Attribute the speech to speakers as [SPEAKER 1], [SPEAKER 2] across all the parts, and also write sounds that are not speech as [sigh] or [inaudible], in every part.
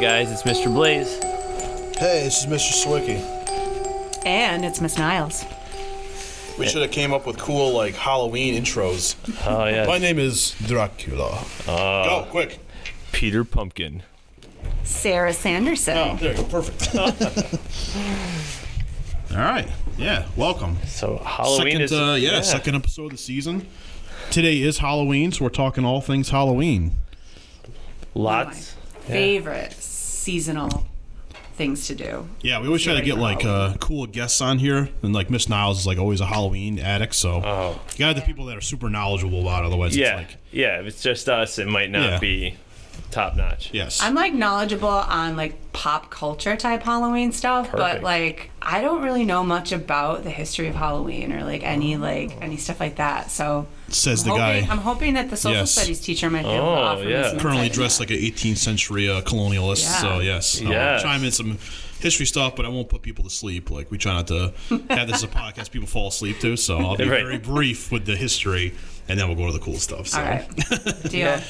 [SPEAKER 1] guys, it's Mr. Blaze.
[SPEAKER 2] Hey, this is Mr. Swicky.
[SPEAKER 3] And it's Miss Niles.
[SPEAKER 2] We should have came up with cool like Halloween intros.
[SPEAKER 1] Oh yeah,
[SPEAKER 2] My name is Dracula.
[SPEAKER 1] Uh.
[SPEAKER 2] go quick.
[SPEAKER 1] Peter Pumpkin.
[SPEAKER 3] Sarah Sanderson.
[SPEAKER 2] Oh, there you go.
[SPEAKER 1] [laughs]
[SPEAKER 2] Perfect. All right. Yeah. Welcome.
[SPEAKER 1] So Halloween
[SPEAKER 2] second,
[SPEAKER 1] is
[SPEAKER 2] uh, yeah, second episode of the season. Today is Halloween, so we're talking all things Halloween.
[SPEAKER 1] lots.
[SPEAKER 3] Favorite seasonal things to do.
[SPEAKER 2] Yeah, we always try to
[SPEAKER 3] Ready
[SPEAKER 2] get
[SPEAKER 3] for
[SPEAKER 2] like uh, cool guests on here, and like Miss Niles is like always a Halloween addict, so you gotta have the people that are super knowledgeable about. It, otherwise,
[SPEAKER 1] Oh. Yeah,
[SPEAKER 2] it's like
[SPEAKER 1] yeah. If it's just us, it might not
[SPEAKER 2] Yeah.
[SPEAKER 1] be top notch.
[SPEAKER 2] yes,
[SPEAKER 3] I'm like knowledgeable on like pop culture type Halloween stuff,
[SPEAKER 1] Perfect.
[SPEAKER 3] but like I don't really know much about the history of Halloween or like any like any stuff like that. So
[SPEAKER 2] says Oh. the
[SPEAKER 3] hoping,
[SPEAKER 2] guy.
[SPEAKER 3] I'm hoping that the social
[SPEAKER 2] Yes.
[SPEAKER 3] studies teacher might be able to
[SPEAKER 1] Oh,
[SPEAKER 3] offer
[SPEAKER 1] yeah.
[SPEAKER 3] me some
[SPEAKER 2] currently
[SPEAKER 3] insight.
[SPEAKER 2] dressed like an 18th century uh, colonialist.
[SPEAKER 3] Yeah.
[SPEAKER 2] So yes, I'll
[SPEAKER 1] Yes.
[SPEAKER 2] chime in some history stuff, but I won't put people to sleep. Like we try not
[SPEAKER 3] [laughs]
[SPEAKER 2] to have this as a podcast people fall asleep to. So I'll be
[SPEAKER 1] Right.
[SPEAKER 2] very brief with the history, and then we'll go to the cool stuff. So [laughs]
[SPEAKER 3] All right. Deal.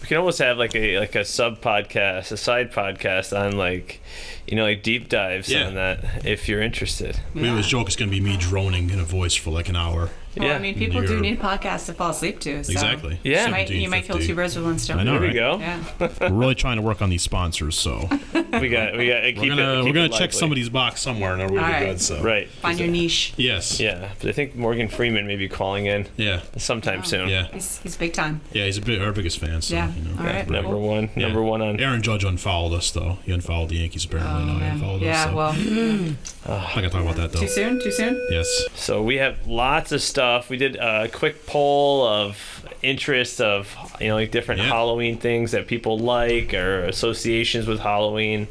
[SPEAKER 1] We can almost have like a like a sub podcast, a side podcast on like, you know, like deep dives
[SPEAKER 2] Yeah.
[SPEAKER 1] on that if you're interested.
[SPEAKER 2] we always joke it's going to be me droning in a voice for like an hour.
[SPEAKER 3] Well,
[SPEAKER 1] Yeah.
[SPEAKER 3] I mean, people do
[SPEAKER 2] You're-
[SPEAKER 3] need podcasts to fall asleep to. So
[SPEAKER 2] Exactly.
[SPEAKER 1] Yeah.
[SPEAKER 3] You might, you might kill
[SPEAKER 2] 1750.
[SPEAKER 3] two birds with one stone.
[SPEAKER 2] I know,
[SPEAKER 1] There we
[SPEAKER 2] right.
[SPEAKER 1] go.
[SPEAKER 3] Yeah.
[SPEAKER 2] We're really trying to work on these sponsors,
[SPEAKER 3] [laughs]
[SPEAKER 2] so
[SPEAKER 1] We got we got.
[SPEAKER 2] we're gonna we're gonna check somebody's box somewhere, and we're gonna
[SPEAKER 3] All
[SPEAKER 2] be
[SPEAKER 3] right.
[SPEAKER 2] good. So
[SPEAKER 1] Right.
[SPEAKER 3] Find your niche.
[SPEAKER 2] yes,
[SPEAKER 1] Yeah, but I think Morgan Freeman may be calling in
[SPEAKER 2] yeah,
[SPEAKER 1] sometime soon.
[SPEAKER 2] yeah,
[SPEAKER 3] He's, he's big time.
[SPEAKER 2] yeah. He's a bit our biggest fan. So,
[SPEAKER 3] Yeah.
[SPEAKER 2] you know.
[SPEAKER 3] All right.
[SPEAKER 1] Number
[SPEAKER 3] cool.
[SPEAKER 1] one,
[SPEAKER 2] Yeah.
[SPEAKER 1] number one on
[SPEAKER 2] Aaron Judge unfollowed us though. He unfollowed the Yankees apparently. no, he unfollowed us.
[SPEAKER 3] Um, Yeah,
[SPEAKER 2] so.
[SPEAKER 3] well, too
[SPEAKER 2] I'm not gonna talk about that though.
[SPEAKER 3] soon, too soon.
[SPEAKER 2] Yes.
[SPEAKER 1] So we have lots of stuff. We did a quick poll of interests of you know like different
[SPEAKER 2] Yeah.
[SPEAKER 1] Halloween things that people like or associations with Halloween.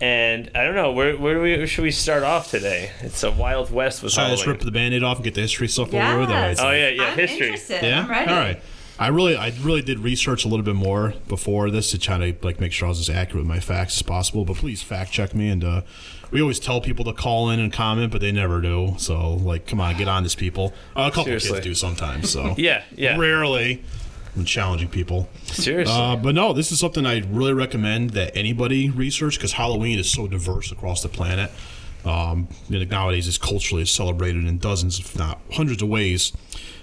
[SPEAKER 1] And I don't know where where, do we, where should we start off today? It's a Wild West with
[SPEAKER 2] So let's
[SPEAKER 1] Halloween.
[SPEAKER 2] rip the band-aid off and get the history stuff over with.
[SPEAKER 3] Yes.
[SPEAKER 1] oh yeah, yeah,
[SPEAKER 3] I'm
[SPEAKER 1] history.
[SPEAKER 3] interested.
[SPEAKER 2] Yeah.
[SPEAKER 3] I'm ready.
[SPEAKER 2] All right. I really, I really did research a little bit more before this to try to like make sure I was as accurate with my facts as possible. But please fact check me. And uh, we always tell people to call in and comment, but they never do. So like, come on, get on this, people. Uh, a couple
[SPEAKER 1] Seriously.
[SPEAKER 2] kids do sometimes. So
[SPEAKER 1] [laughs] Yeah, yeah.
[SPEAKER 2] Rarely, when challenging people.
[SPEAKER 1] Seriously.
[SPEAKER 2] Uh, but no, this is something I really recommend that anybody research because Halloween is so diverse across the planet. Um, and nowadays, it's culturally celebrated in dozens, if not hundreds, of ways.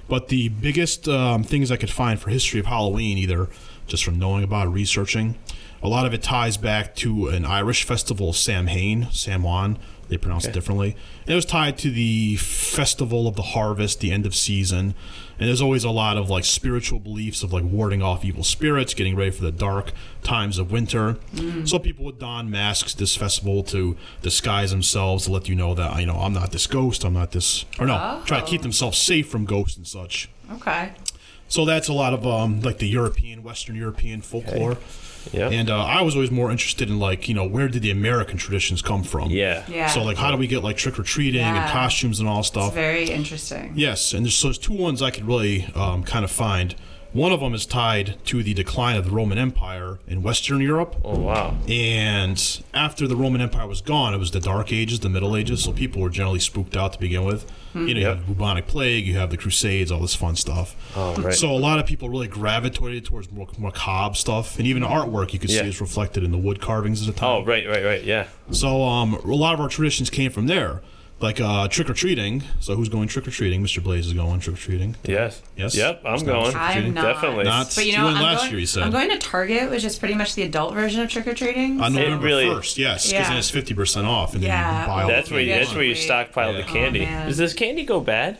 [SPEAKER 2] But the biggest um, things I could find for history of Halloween, either just from knowing about it, researching, a lot of it ties back to an Irish festival, Samhain, Samhain. They pronounce it differently. And it was tied to the festival of the harvest, the end of season. And there's always a lot of like spiritual beliefs of like warding off evil spirits, getting ready for the dark times of winter. So people would don masks this festival to disguise themselves to let you know that you know I'm not this ghost, I'm not this, or no, try to keep themselves safe from ghosts and such.
[SPEAKER 3] Okay.
[SPEAKER 2] So that's a lot of um, like the European, Western European folklore.
[SPEAKER 1] Yeah.
[SPEAKER 2] And uh, I was always more interested in like you know where did the American traditions come from?
[SPEAKER 1] yeah.
[SPEAKER 3] Yeah.
[SPEAKER 2] So like how do we get like trick or treating and
[SPEAKER 3] Yeah.
[SPEAKER 2] costumes and all stuff?
[SPEAKER 3] It's very interesting.
[SPEAKER 2] Yes, and there's, so there's two ones I could really um, kind of find. One of them is tied to the decline of the Roman Empire in Western Europe.
[SPEAKER 1] Oh wow.
[SPEAKER 2] And after the Roman Empire was gone, it was the Dark Ages, the Middle Ages, so people were generally spooked out to begin with. You know, you have the bubonic plague, you have the Crusades, all this fun stuff.
[SPEAKER 1] Oh, right.
[SPEAKER 2] So a lot of people really gravitated towards more macabre stuff, and even artwork you could
[SPEAKER 1] Yeah.
[SPEAKER 2] see is reflected in the wood carvings at the time.
[SPEAKER 1] Oh right, right, right. Yeah.
[SPEAKER 2] So um, a lot of our traditions came from there, like uh, trick or treating. So who's going trick or treating? Mr. Blaze is going trick or treating.
[SPEAKER 1] Yes.
[SPEAKER 2] Yes.
[SPEAKER 1] Yep. I'm
[SPEAKER 2] It's not
[SPEAKER 1] going.
[SPEAKER 2] trick or
[SPEAKER 3] I'm
[SPEAKER 2] treating.
[SPEAKER 3] not.
[SPEAKER 1] Definitely.
[SPEAKER 2] Not-
[SPEAKER 3] But you
[SPEAKER 2] You
[SPEAKER 3] know,
[SPEAKER 2] went
[SPEAKER 3] I'm,
[SPEAKER 2] last
[SPEAKER 3] going,
[SPEAKER 2] year, you said.
[SPEAKER 3] I'm going to Target, which is pretty much the adult version of trick or treating.
[SPEAKER 2] On November
[SPEAKER 1] really-
[SPEAKER 2] first, yes, because
[SPEAKER 3] Yeah.
[SPEAKER 2] then it's fifty percent off, and then you
[SPEAKER 3] Yeah.
[SPEAKER 2] can buy all
[SPEAKER 1] That's
[SPEAKER 2] the
[SPEAKER 1] where you,
[SPEAKER 2] candy.
[SPEAKER 1] that's where you stockpile the
[SPEAKER 2] Yeah.
[SPEAKER 1] candy.
[SPEAKER 3] Oh, man.
[SPEAKER 1] Does this candy go bad?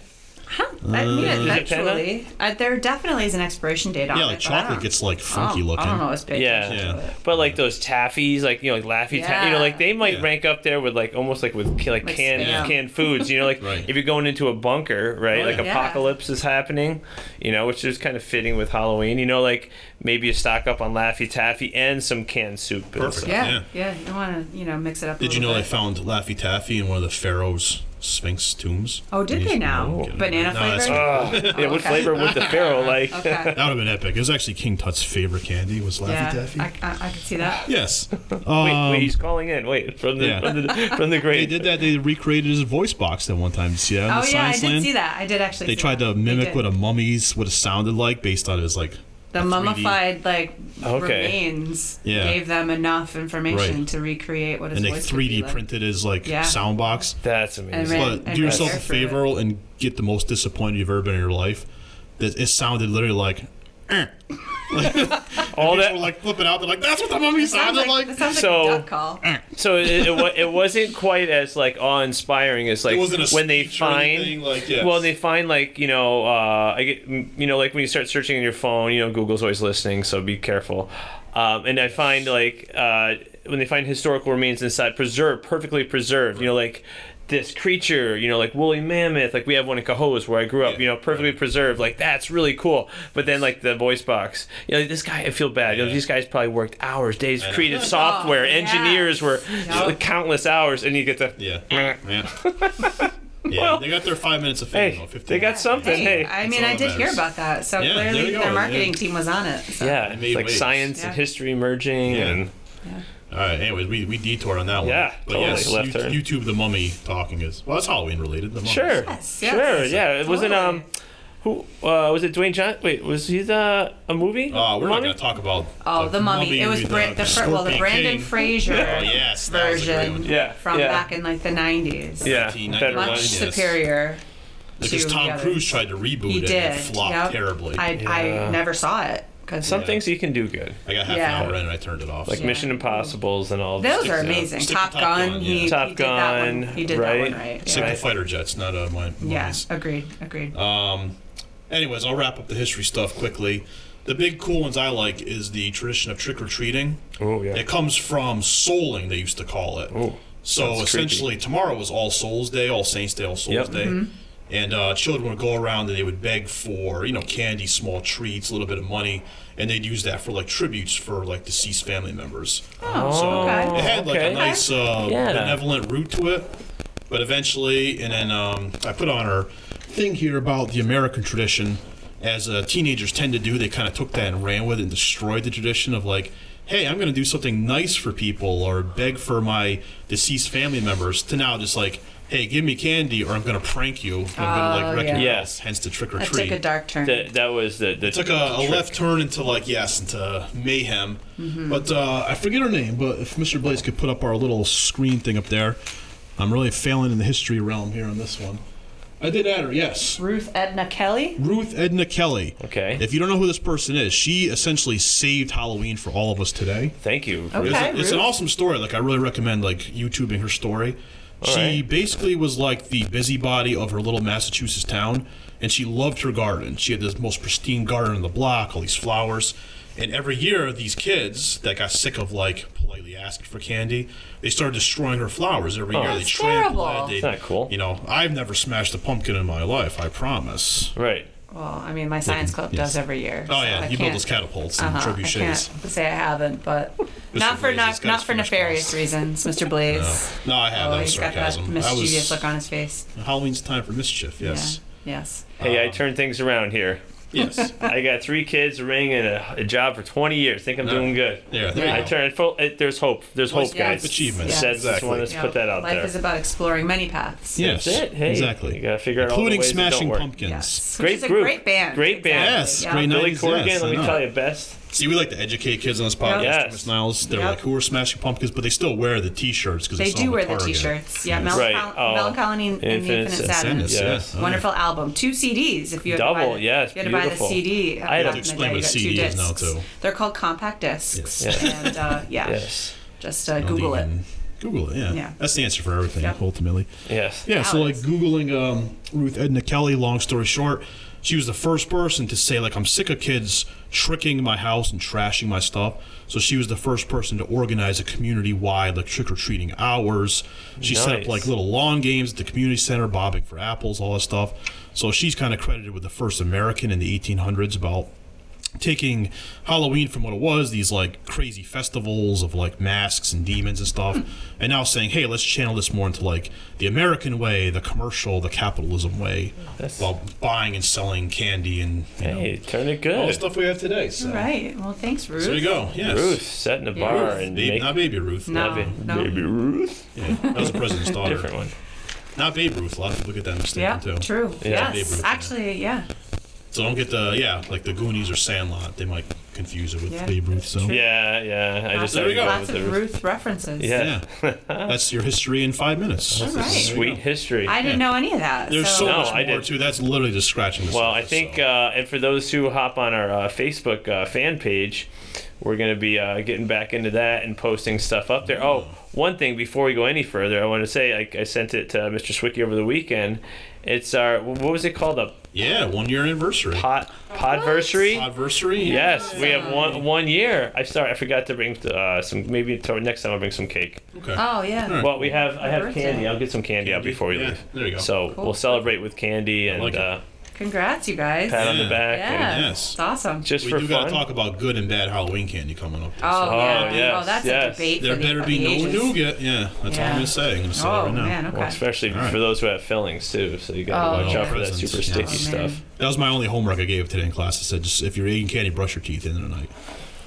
[SPEAKER 2] Uh,
[SPEAKER 3] I mean,
[SPEAKER 1] it pan out?
[SPEAKER 3] eventually, uh, there definitely is an expiration date on
[SPEAKER 2] Yeah,
[SPEAKER 3] it.
[SPEAKER 2] like
[SPEAKER 3] but I don't-
[SPEAKER 2] chocolate gets like
[SPEAKER 3] I don't-
[SPEAKER 2] funky looking.
[SPEAKER 3] I don't know. It's big.
[SPEAKER 1] Yeah.
[SPEAKER 2] Yeah.
[SPEAKER 1] But like those taffies, like you know, like Laffy, ta- you know,
[SPEAKER 3] Yeah.
[SPEAKER 1] like they might
[SPEAKER 2] Yeah.
[SPEAKER 1] rank up there with like almost like with ca- like,
[SPEAKER 3] Like
[SPEAKER 1] canned
[SPEAKER 3] Spam.
[SPEAKER 1] canned foods. You know, like
[SPEAKER 2] [laughs] Right.
[SPEAKER 1] if you're going into a bunker, right?
[SPEAKER 2] Oh,
[SPEAKER 1] like
[SPEAKER 2] yeah.
[SPEAKER 3] Yeah.
[SPEAKER 1] apocalypse is happening. You know, which is kind of fitting with Halloween. You know, like maybe you stock up on Laffy Taffy and some canned soup. and
[SPEAKER 2] Perfect.
[SPEAKER 1] [laughs] stuff.
[SPEAKER 3] Yeah.
[SPEAKER 2] Yeah.
[SPEAKER 3] Yeah. You want to, you know, mix it up. a
[SPEAKER 2] Did you
[SPEAKER 3] little
[SPEAKER 2] know they
[SPEAKER 3] bit.
[SPEAKER 2] found Laffy Taffy in one of the pharaoh's Sphinx tombs?
[SPEAKER 3] Oh, did they now?
[SPEAKER 2] kidding. No,
[SPEAKER 3] Banana
[SPEAKER 2] that's-
[SPEAKER 3] flavor.
[SPEAKER 1] Ugh. Ah, yeah. What
[SPEAKER 3] okay.
[SPEAKER 1] flavor would the
[SPEAKER 3] [laughs]
[SPEAKER 1] Pharaoh like?
[SPEAKER 3] Okay.
[SPEAKER 2] That would have been epic. It was actually King Tut's favorite candy was Laffy
[SPEAKER 3] yeah.
[SPEAKER 2] Taffy.
[SPEAKER 3] I, I, I could see that. [laughs]
[SPEAKER 2] yes.
[SPEAKER 1] wait,
[SPEAKER 2] Um,
[SPEAKER 1] wait, he's calling in. Wait, from the
[SPEAKER 2] yeah.
[SPEAKER 1] from the from the
[SPEAKER 2] [laughs] They
[SPEAKER 1] grave.
[SPEAKER 2] did that. They recreated his voice box that one time. Did you see that in
[SPEAKER 3] Oh
[SPEAKER 2] the
[SPEAKER 3] yeah, I
[SPEAKER 2] science
[SPEAKER 3] did
[SPEAKER 2] land?
[SPEAKER 3] see that. I did actually.
[SPEAKER 2] They
[SPEAKER 3] see
[SPEAKER 2] tried
[SPEAKER 3] that.
[SPEAKER 2] to
[SPEAKER 3] They
[SPEAKER 2] mimic
[SPEAKER 3] did.
[SPEAKER 2] what a mummy's what it sounded like based on his like
[SPEAKER 3] the
[SPEAKER 2] 3D.
[SPEAKER 3] mummified like
[SPEAKER 1] Oh, Okay.
[SPEAKER 3] remains
[SPEAKER 2] Yeah.
[SPEAKER 3] gave them enough information
[SPEAKER 2] Right.
[SPEAKER 3] to recreate what his
[SPEAKER 2] and they
[SPEAKER 3] voice would be
[SPEAKER 2] 3D
[SPEAKER 3] like.
[SPEAKER 2] printed his like
[SPEAKER 3] Yeah.
[SPEAKER 2] sound box.
[SPEAKER 1] That's amazing.
[SPEAKER 3] ran-
[SPEAKER 2] But
[SPEAKER 3] and
[SPEAKER 2] do yourself a
[SPEAKER 3] prepare for it.
[SPEAKER 2] favor and get the most disappointed you've ever been in your life. That it sounded literally like. "Eh."
[SPEAKER 1] All
[SPEAKER 2] People
[SPEAKER 1] that.
[SPEAKER 2] were like flipping out. They're like, "That's what the mummy
[SPEAKER 3] It sounds
[SPEAKER 2] sounded like."
[SPEAKER 3] like, it sounds like
[SPEAKER 1] So-
[SPEAKER 3] a duck call.
[SPEAKER 2] "Eh."
[SPEAKER 1] so it, it, wa- it wasn't quite as like awe-inspiring as like
[SPEAKER 2] wasn't a
[SPEAKER 1] when they
[SPEAKER 2] speech or anything,
[SPEAKER 1] find
[SPEAKER 2] like, yes.
[SPEAKER 1] well they find like you know uh, I get m- you know like when you start searching on your phone you know Google's always listening so be careful um, and I find like uh, when they find historical remains inside preserved perfectly preserved you know like this creature you know like woolly mammoth like we have one in Cahoes where I grew up
[SPEAKER 2] Yeah,
[SPEAKER 1] you know perfectly preserved like that's really cool but then like the voice box you know like, this guy I feel bad you know
[SPEAKER 2] Yeah.
[SPEAKER 1] these guys probably worked hours days created software
[SPEAKER 3] [laughs] Oh, yeah.
[SPEAKER 1] engineers were
[SPEAKER 3] Yeah.
[SPEAKER 1] countless hours and you get the
[SPEAKER 2] Yeah.
[SPEAKER 1] Meh.
[SPEAKER 2] [laughs] Yeah. yeah.
[SPEAKER 1] Well-
[SPEAKER 2] they got their five minutes of fame.
[SPEAKER 1] hey
[SPEAKER 2] though, 15
[SPEAKER 1] they got
[SPEAKER 2] minutes.
[SPEAKER 1] something hey,
[SPEAKER 3] Hey, I mean,
[SPEAKER 2] all
[SPEAKER 3] I
[SPEAKER 2] that
[SPEAKER 3] did hear
[SPEAKER 2] matters.
[SPEAKER 3] about that, so
[SPEAKER 2] Yeah, there
[SPEAKER 3] clearly
[SPEAKER 2] you go,
[SPEAKER 3] their
[SPEAKER 2] yeah.
[SPEAKER 3] marketing team was on it. So.
[SPEAKER 1] yeah
[SPEAKER 2] They
[SPEAKER 1] it's
[SPEAKER 2] made
[SPEAKER 1] like
[SPEAKER 2] waves.
[SPEAKER 1] science and
[SPEAKER 3] Yeah.
[SPEAKER 1] history merging
[SPEAKER 2] Yeah.
[SPEAKER 1] and
[SPEAKER 2] All right. Anyways, we, we detoured on that one.
[SPEAKER 1] Yeah,
[SPEAKER 2] But
[SPEAKER 1] totally.
[SPEAKER 2] yes,
[SPEAKER 1] Left turn.
[SPEAKER 2] you, YouTube the mummy talking is well. That's Halloween related. The mummy. Uh,
[SPEAKER 1] sure
[SPEAKER 3] Yes, yes.
[SPEAKER 1] sure yeah it wasn't um who uh, was it Dwayne John wait was he the a movie
[SPEAKER 2] Uh, we're not
[SPEAKER 1] Mummy?
[SPEAKER 2] going to talk about.
[SPEAKER 3] Oh, the mummy. it was
[SPEAKER 2] with,
[SPEAKER 3] Bra-
[SPEAKER 2] uh,
[SPEAKER 3] the fir- well, the
[SPEAKER 2] Scorpion
[SPEAKER 3] Brandon
[SPEAKER 2] King.
[SPEAKER 3] Fraser
[SPEAKER 2] Oh yes, that was a great
[SPEAKER 3] version
[SPEAKER 2] one.
[SPEAKER 1] Yeah,
[SPEAKER 3] from
[SPEAKER 1] yeah.
[SPEAKER 3] back in like the '90s.
[SPEAKER 1] yeah
[SPEAKER 2] 1999.
[SPEAKER 1] better
[SPEAKER 3] much
[SPEAKER 1] one.
[SPEAKER 2] Yes.
[SPEAKER 3] superior.
[SPEAKER 2] Because
[SPEAKER 3] to the
[SPEAKER 2] Tom
[SPEAKER 3] others.
[SPEAKER 2] Cruise tried to reboot
[SPEAKER 3] He
[SPEAKER 2] it
[SPEAKER 3] did.
[SPEAKER 2] and it flopped
[SPEAKER 3] Yep.
[SPEAKER 2] terribly.
[SPEAKER 3] I
[SPEAKER 2] I,
[SPEAKER 1] Yeah.
[SPEAKER 3] I never saw it because
[SPEAKER 1] some things you can do good
[SPEAKER 2] got half
[SPEAKER 3] Yeah.
[SPEAKER 2] an hour in and I turned it off.
[SPEAKER 1] like
[SPEAKER 3] Yeah.
[SPEAKER 1] Mission Impossibles and all
[SPEAKER 3] those
[SPEAKER 1] this.
[SPEAKER 3] are amazing.
[SPEAKER 2] Stick to
[SPEAKER 3] Top,
[SPEAKER 2] Top
[SPEAKER 3] Gun.
[SPEAKER 2] Gun,
[SPEAKER 3] He,
[SPEAKER 2] yeah.
[SPEAKER 1] Top
[SPEAKER 3] he did that one.
[SPEAKER 1] Gun,
[SPEAKER 3] He did
[SPEAKER 1] right?
[SPEAKER 3] that one right.
[SPEAKER 2] Except
[SPEAKER 3] Yeah.
[SPEAKER 2] for fighter jets, not uh, my
[SPEAKER 3] Yeah,
[SPEAKER 2] movies.
[SPEAKER 3] agreed. Agreed.
[SPEAKER 2] Um, Anyways, I'll wrap up the history stuff quickly. The big cool ones I like is the tradition of trick or treating.
[SPEAKER 1] Oh, yeah.
[SPEAKER 2] It comes from souling, they used to call it. so
[SPEAKER 1] sounds creepy.
[SPEAKER 2] essentially, tomorrow was All Souls Day, All Saints Day, All Souls
[SPEAKER 1] Yep.
[SPEAKER 2] Day. And uh, children would go around and they would beg for, you know, candy, small treats, a little bit of money, and they'd use that for like tributes for like deceased family members.
[SPEAKER 3] oh,
[SPEAKER 1] so-
[SPEAKER 3] okay.
[SPEAKER 2] It had like
[SPEAKER 1] Okay.
[SPEAKER 2] a nice uh,
[SPEAKER 1] Yeah.
[SPEAKER 2] benevolent root to it, but eventually, and then um, I put on her thing here about the American tradition. As uh, teenagers tend to do, they kind of took that and ran with it and destroyed the tradition of like, hey, I'm going to do something nice for people or beg for my deceased family members. To now just like, hey, give me candy or I'm going to prank you. And I'm going to like wreck
[SPEAKER 3] Oh, yeah.
[SPEAKER 2] your
[SPEAKER 1] Yes.
[SPEAKER 2] house. Hence the trick or
[SPEAKER 3] That
[SPEAKER 2] treat
[SPEAKER 3] took a dark turn.
[SPEAKER 1] that, that was the, the
[SPEAKER 2] took a, a left turn into like yes into mayhem but uh, i forget her name but if mr blaze could put up our little screen thing up there i'm really failing in the history realm here on this one i did add her yes
[SPEAKER 3] Ruth Edna Kelly.
[SPEAKER 2] ruth edna kelly
[SPEAKER 1] Okay.
[SPEAKER 2] if you don't know who this person is she essentially saved halloween for all of us today
[SPEAKER 1] thank you
[SPEAKER 3] Okay.
[SPEAKER 2] it's, a- it's an
[SPEAKER 3] Ruth.
[SPEAKER 2] awesome story. Like I really recommend like YouTubing her story. she
[SPEAKER 1] right.
[SPEAKER 2] basically was like the busybody of her little Massachusetts town, and she loved her garden. She had this most pristine garden on the block, all these flowers. And every year, these kids that got sick of like politely asking for candy, they started destroying her flowers every year. They
[SPEAKER 3] Oh, That's
[SPEAKER 2] trampled
[SPEAKER 3] terrible.
[SPEAKER 2] it. They,
[SPEAKER 1] That's not cool.
[SPEAKER 2] You know, I've never smashed a pumpkin in my life. I promise.
[SPEAKER 1] right
[SPEAKER 3] Well, I mean, my science club
[SPEAKER 2] yes.
[SPEAKER 3] does every year.
[SPEAKER 2] Oh
[SPEAKER 3] so
[SPEAKER 2] yeah,
[SPEAKER 3] I
[SPEAKER 2] you
[SPEAKER 3] can't-
[SPEAKER 2] build those catapults and
[SPEAKER 3] Uh-huh, I can't
[SPEAKER 2] trebuchets.
[SPEAKER 3] say I haven't, but not
[SPEAKER 2] Blaze has
[SPEAKER 3] for not,
[SPEAKER 2] got
[SPEAKER 3] not
[SPEAKER 2] his
[SPEAKER 3] for
[SPEAKER 2] fingers
[SPEAKER 3] nefarious
[SPEAKER 2] crossed.
[SPEAKER 3] reasons, Mr. Blaze. Oh,
[SPEAKER 2] No, I have. that was
[SPEAKER 3] he's got that
[SPEAKER 2] sarcasm. I was-
[SPEAKER 3] mischievous look on his face.
[SPEAKER 2] Halloween's time for mischief. Yes.
[SPEAKER 3] Yeah. Yes.
[SPEAKER 1] hey
[SPEAKER 2] Uh,
[SPEAKER 1] I turned things around here [laughs]
[SPEAKER 2] Yes.
[SPEAKER 1] I got three kids, a ring, and a, a job for 20 years. Think I'm doing good.
[SPEAKER 2] Yeah, there you
[SPEAKER 1] I
[SPEAKER 2] go.
[SPEAKER 1] turn. Full, it, there's hope. There's hope,
[SPEAKER 3] Yeah.
[SPEAKER 1] guys.
[SPEAKER 2] Achievements.
[SPEAKER 1] That's
[SPEAKER 2] Exactly.
[SPEAKER 1] one. Let's
[SPEAKER 3] You know,
[SPEAKER 1] put that out
[SPEAKER 3] Life
[SPEAKER 1] there.
[SPEAKER 3] is about exploring many paths.
[SPEAKER 2] Yes.
[SPEAKER 1] That's it. Hey,
[SPEAKER 2] exactly.
[SPEAKER 1] you gotta figure out all the
[SPEAKER 2] Including
[SPEAKER 1] ways that don't
[SPEAKER 2] smashing
[SPEAKER 1] work.
[SPEAKER 2] pumpkins.
[SPEAKER 3] Yes.
[SPEAKER 1] Great
[SPEAKER 3] Which is a
[SPEAKER 1] group.
[SPEAKER 3] great band.
[SPEAKER 1] Great band.
[SPEAKER 2] Yes,
[SPEAKER 3] Yeah.
[SPEAKER 2] great night.
[SPEAKER 1] Billy
[SPEAKER 2] Yes,
[SPEAKER 1] Corgan.
[SPEAKER 2] I
[SPEAKER 1] let me
[SPEAKER 2] know.
[SPEAKER 1] tell you, best.
[SPEAKER 2] See, we like to educate kids on this podcast.
[SPEAKER 1] Yes.
[SPEAKER 2] Miss Niles, they're
[SPEAKER 3] Yep.
[SPEAKER 2] like, who are smashing pumpkins, but they still wear the T-shirts because
[SPEAKER 3] They
[SPEAKER 2] it's
[SPEAKER 3] do
[SPEAKER 2] on
[SPEAKER 3] wear the
[SPEAKER 2] Target.
[SPEAKER 3] T-shirts. Yeah,
[SPEAKER 2] Yes.
[SPEAKER 3] Mel
[SPEAKER 1] Right. Oh.
[SPEAKER 3] Colony and the
[SPEAKER 1] Infinite
[SPEAKER 3] Infinite
[SPEAKER 1] Sadness.
[SPEAKER 3] Sadness.
[SPEAKER 2] Sadness,
[SPEAKER 1] Yes.
[SPEAKER 2] yes. yeah.
[SPEAKER 3] Wonderful album. Two CDs if you had to buy
[SPEAKER 1] Mm. Double,
[SPEAKER 3] the,
[SPEAKER 1] yes,
[SPEAKER 3] if you had to buy the
[SPEAKER 1] beautiful.
[SPEAKER 3] CD.
[SPEAKER 1] I
[SPEAKER 3] uh,
[SPEAKER 1] had
[SPEAKER 3] back
[SPEAKER 1] to
[SPEAKER 3] in the
[SPEAKER 2] explain
[SPEAKER 3] day,
[SPEAKER 2] what
[SPEAKER 3] you got two
[SPEAKER 2] CD is now,
[SPEAKER 3] discs.
[SPEAKER 2] too.
[SPEAKER 3] They're called compact discs.
[SPEAKER 2] Yes.
[SPEAKER 3] And
[SPEAKER 1] [laughs]
[SPEAKER 3] uh, yeah,
[SPEAKER 1] Yes.
[SPEAKER 3] just uh, Google it.
[SPEAKER 2] Google it. Yeah.
[SPEAKER 3] Yeah.
[SPEAKER 2] That's the answer for everything
[SPEAKER 3] Yep.
[SPEAKER 2] ultimately.
[SPEAKER 1] Yes.
[SPEAKER 2] Yeah. So like
[SPEAKER 3] Alex.
[SPEAKER 2] googling um, Ruth Edna Kelly. Long story short, she was the first person to say like I'm sick of kids tricking my house and trashing my stuff. So she was the first person to organize a community-wide like trick or treating hours. She set up
[SPEAKER 1] Nice.
[SPEAKER 2] like little lawn games at the community center, bobbing for apples, all that stuff. So she's kind of credited with the first American in the 1800s about taking Halloween from what it was, these like crazy festivals of like masks and demons and stuff,
[SPEAKER 1] Hmm.
[SPEAKER 2] and now saying, hey, let's channel this more into like the American way, the commercial, the capitalism way,
[SPEAKER 1] Oh, That's-
[SPEAKER 2] while buying and selling candy and you
[SPEAKER 1] Hey,
[SPEAKER 2] know,
[SPEAKER 1] turn it
[SPEAKER 2] all the
[SPEAKER 1] good.
[SPEAKER 2] stuff we have today. So,
[SPEAKER 3] All right. Well, thanks, Ruth.
[SPEAKER 2] there you go. Yes.
[SPEAKER 1] Ruth setting a bar
[SPEAKER 3] Ruth.
[SPEAKER 1] and
[SPEAKER 2] Babe,
[SPEAKER 1] make
[SPEAKER 2] not Baby Ruth.
[SPEAKER 3] No,
[SPEAKER 1] Baby,
[SPEAKER 3] no.
[SPEAKER 1] baby Ruth.
[SPEAKER 2] Yeah, that was
[SPEAKER 1] [laughs]
[SPEAKER 2] the president's daughter.
[SPEAKER 1] Different one.
[SPEAKER 2] Not Babe Ruth. A lot of people get that mistaken
[SPEAKER 3] Yeah,
[SPEAKER 2] too.
[SPEAKER 3] true.
[SPEAKER 1] Yeah.
[SPEAKER 3] Yes. Actually, yeah.
[SPEAKER 2] So don't get the yeah, like the Goonies or Sandlot. They might confuse it with
[SPEAKER 3] Yeah,
[SPEAKER 2] Babe Ruth. So
[SPEAKER 3] true.
[SPEAKER 1] Yeah, yeah. I
[SPEAKER 3] Lots
[SPEAKER 1] just
[SPEAKER 3] of-
[SPEAKER 1] had to go
[SPEAKER 3] Lots
[SPEAKER 1] with
[SPEAKER 3] of
[SPEAKER 1] the-
[SPEAKER 3] Ruth references.
[SPEAKER 1] Yeah.
[SPEAKER 2] yeah, that's your history in five minutes.
[SPEAKER 3] All right.
[SPEAKER 1] Sweet history.
[SPEAKER 3] I didn't know any of that.
[SPEAKER 2] There's so,
[SPEAKER 3] so,
[SPEAKER 1] No,
[SPEAKER 2] much
[SPEAKER 1] I
[SPEAKER 2] more
[SPEAKER 1] did-
[SPEAKER 2] too. That's literally just scratching the
[SPEAKER 1] Well, I
[SPEAKER 2] surface,
[SPEAKER 1] think,
[SPEAKER 2] so.
[SPEAKER 1] uh, and for those who hop on our uh, Facebook uh, fan page, we're going to be uh, getting back into that and posting stuff up there.
[SPEAKER 2] Mm.
[SPEAKER 1] Oh, one thing before we go any further, I want to say I, I sent it to Mr. Swicky over the weekend. It's our what was it called a
[SPEAKER 2] yeah, one year anniversary,
[SPEAKER 1] pod podversary?
[SPEAKER 2] anniversary.
[SPEAKER 1] Yes, we have one one year. I sorry, I forgot to bring uh, some. Maybe to- next time I'll bring some cake.
[SPEAKER 2] Okay.
[SPEAKER 3] oh yeah.
[SPEAKER 1] Well, we have I have
[SPEAKER 3] Birthday.
[SPEAKER 1] candy. I'll get some candy, out
[SPEAKER 2] Candy?
[SPEAKER 1] before we
[SPEAKER 2] Yeah,
[SPEAKER 1] leave.
[SPEAKER 2] there you go.
[SPEAKER 1] So
[SPEAKER 3] Cool.
[SPEAKER 1] we'll celebrate with candy and
[SPEAKER 2] like it.
[SPEAKER 1] uh,
[SPEAKER 3] Congrats, you guys.
[SPEAKER 1] pat on the
[SPEAKER 2] Yeah.
[SPEAKER 1] back. and-
[SPEAKER 3] Yeah.
[SPEAKER 2] Yes.
[SPEAKER 3] It's awesome.
[SPEAKER 1] just
[SPEAKER 2] we
[SPEAKER 1] for
[SPEAKER 2] do
[SPEAKER 1] fun.
[SPEAKER 2] gotta talk about good and bad Halloween candy coming up.
[SPEAKER 3] oh, yeah.
[SPEAKER 1] yes,
[SPEAKER 3] oh, that's
[SPEAKER 1] yes.
[SPEAKER 3] a debate.
[SPEAKER 2] there
[SPEAKER 3] for
[SPEAKER 2] better
[SPEAKER 3] the,
[SPEAKER 2] be
[SPEAKER 3] for the
[SPEAKER 2] no
[SPEAKER 3] ages.
[SPEAKER 2] nougat. Yeah, that's all
[SPEAKER 3] Yeah.
[SPEAKER 2] I'm gonna say. I'm gonna say it
[SPEAKER 3] Oh
[SPEAKER 2] right now.
[SPEAKER 3] man, okay.
[SPEAKER 1] Well, especially
[SPEAKER 2] All right.
[SPEAKER 1] for those who have fillings too, so you gotta
[SPEAKER 3] Oh,
[SPEAKER 1] watch
[SPEAKER 3] yeah.
[SPEAKER 1] out for that
[SPEAKER 2] Presents,
[SPEAKER 1] super
[SPEAKER 2] yeah.
[SPEAKER 1] sticky
[SPEAKER 3] Oh, man.
[SPEAKER 1] stuff.
[SPEAKER 2] That was my only homework I gave today in class. I said, just if you're eating candy, brush your teeth in the night.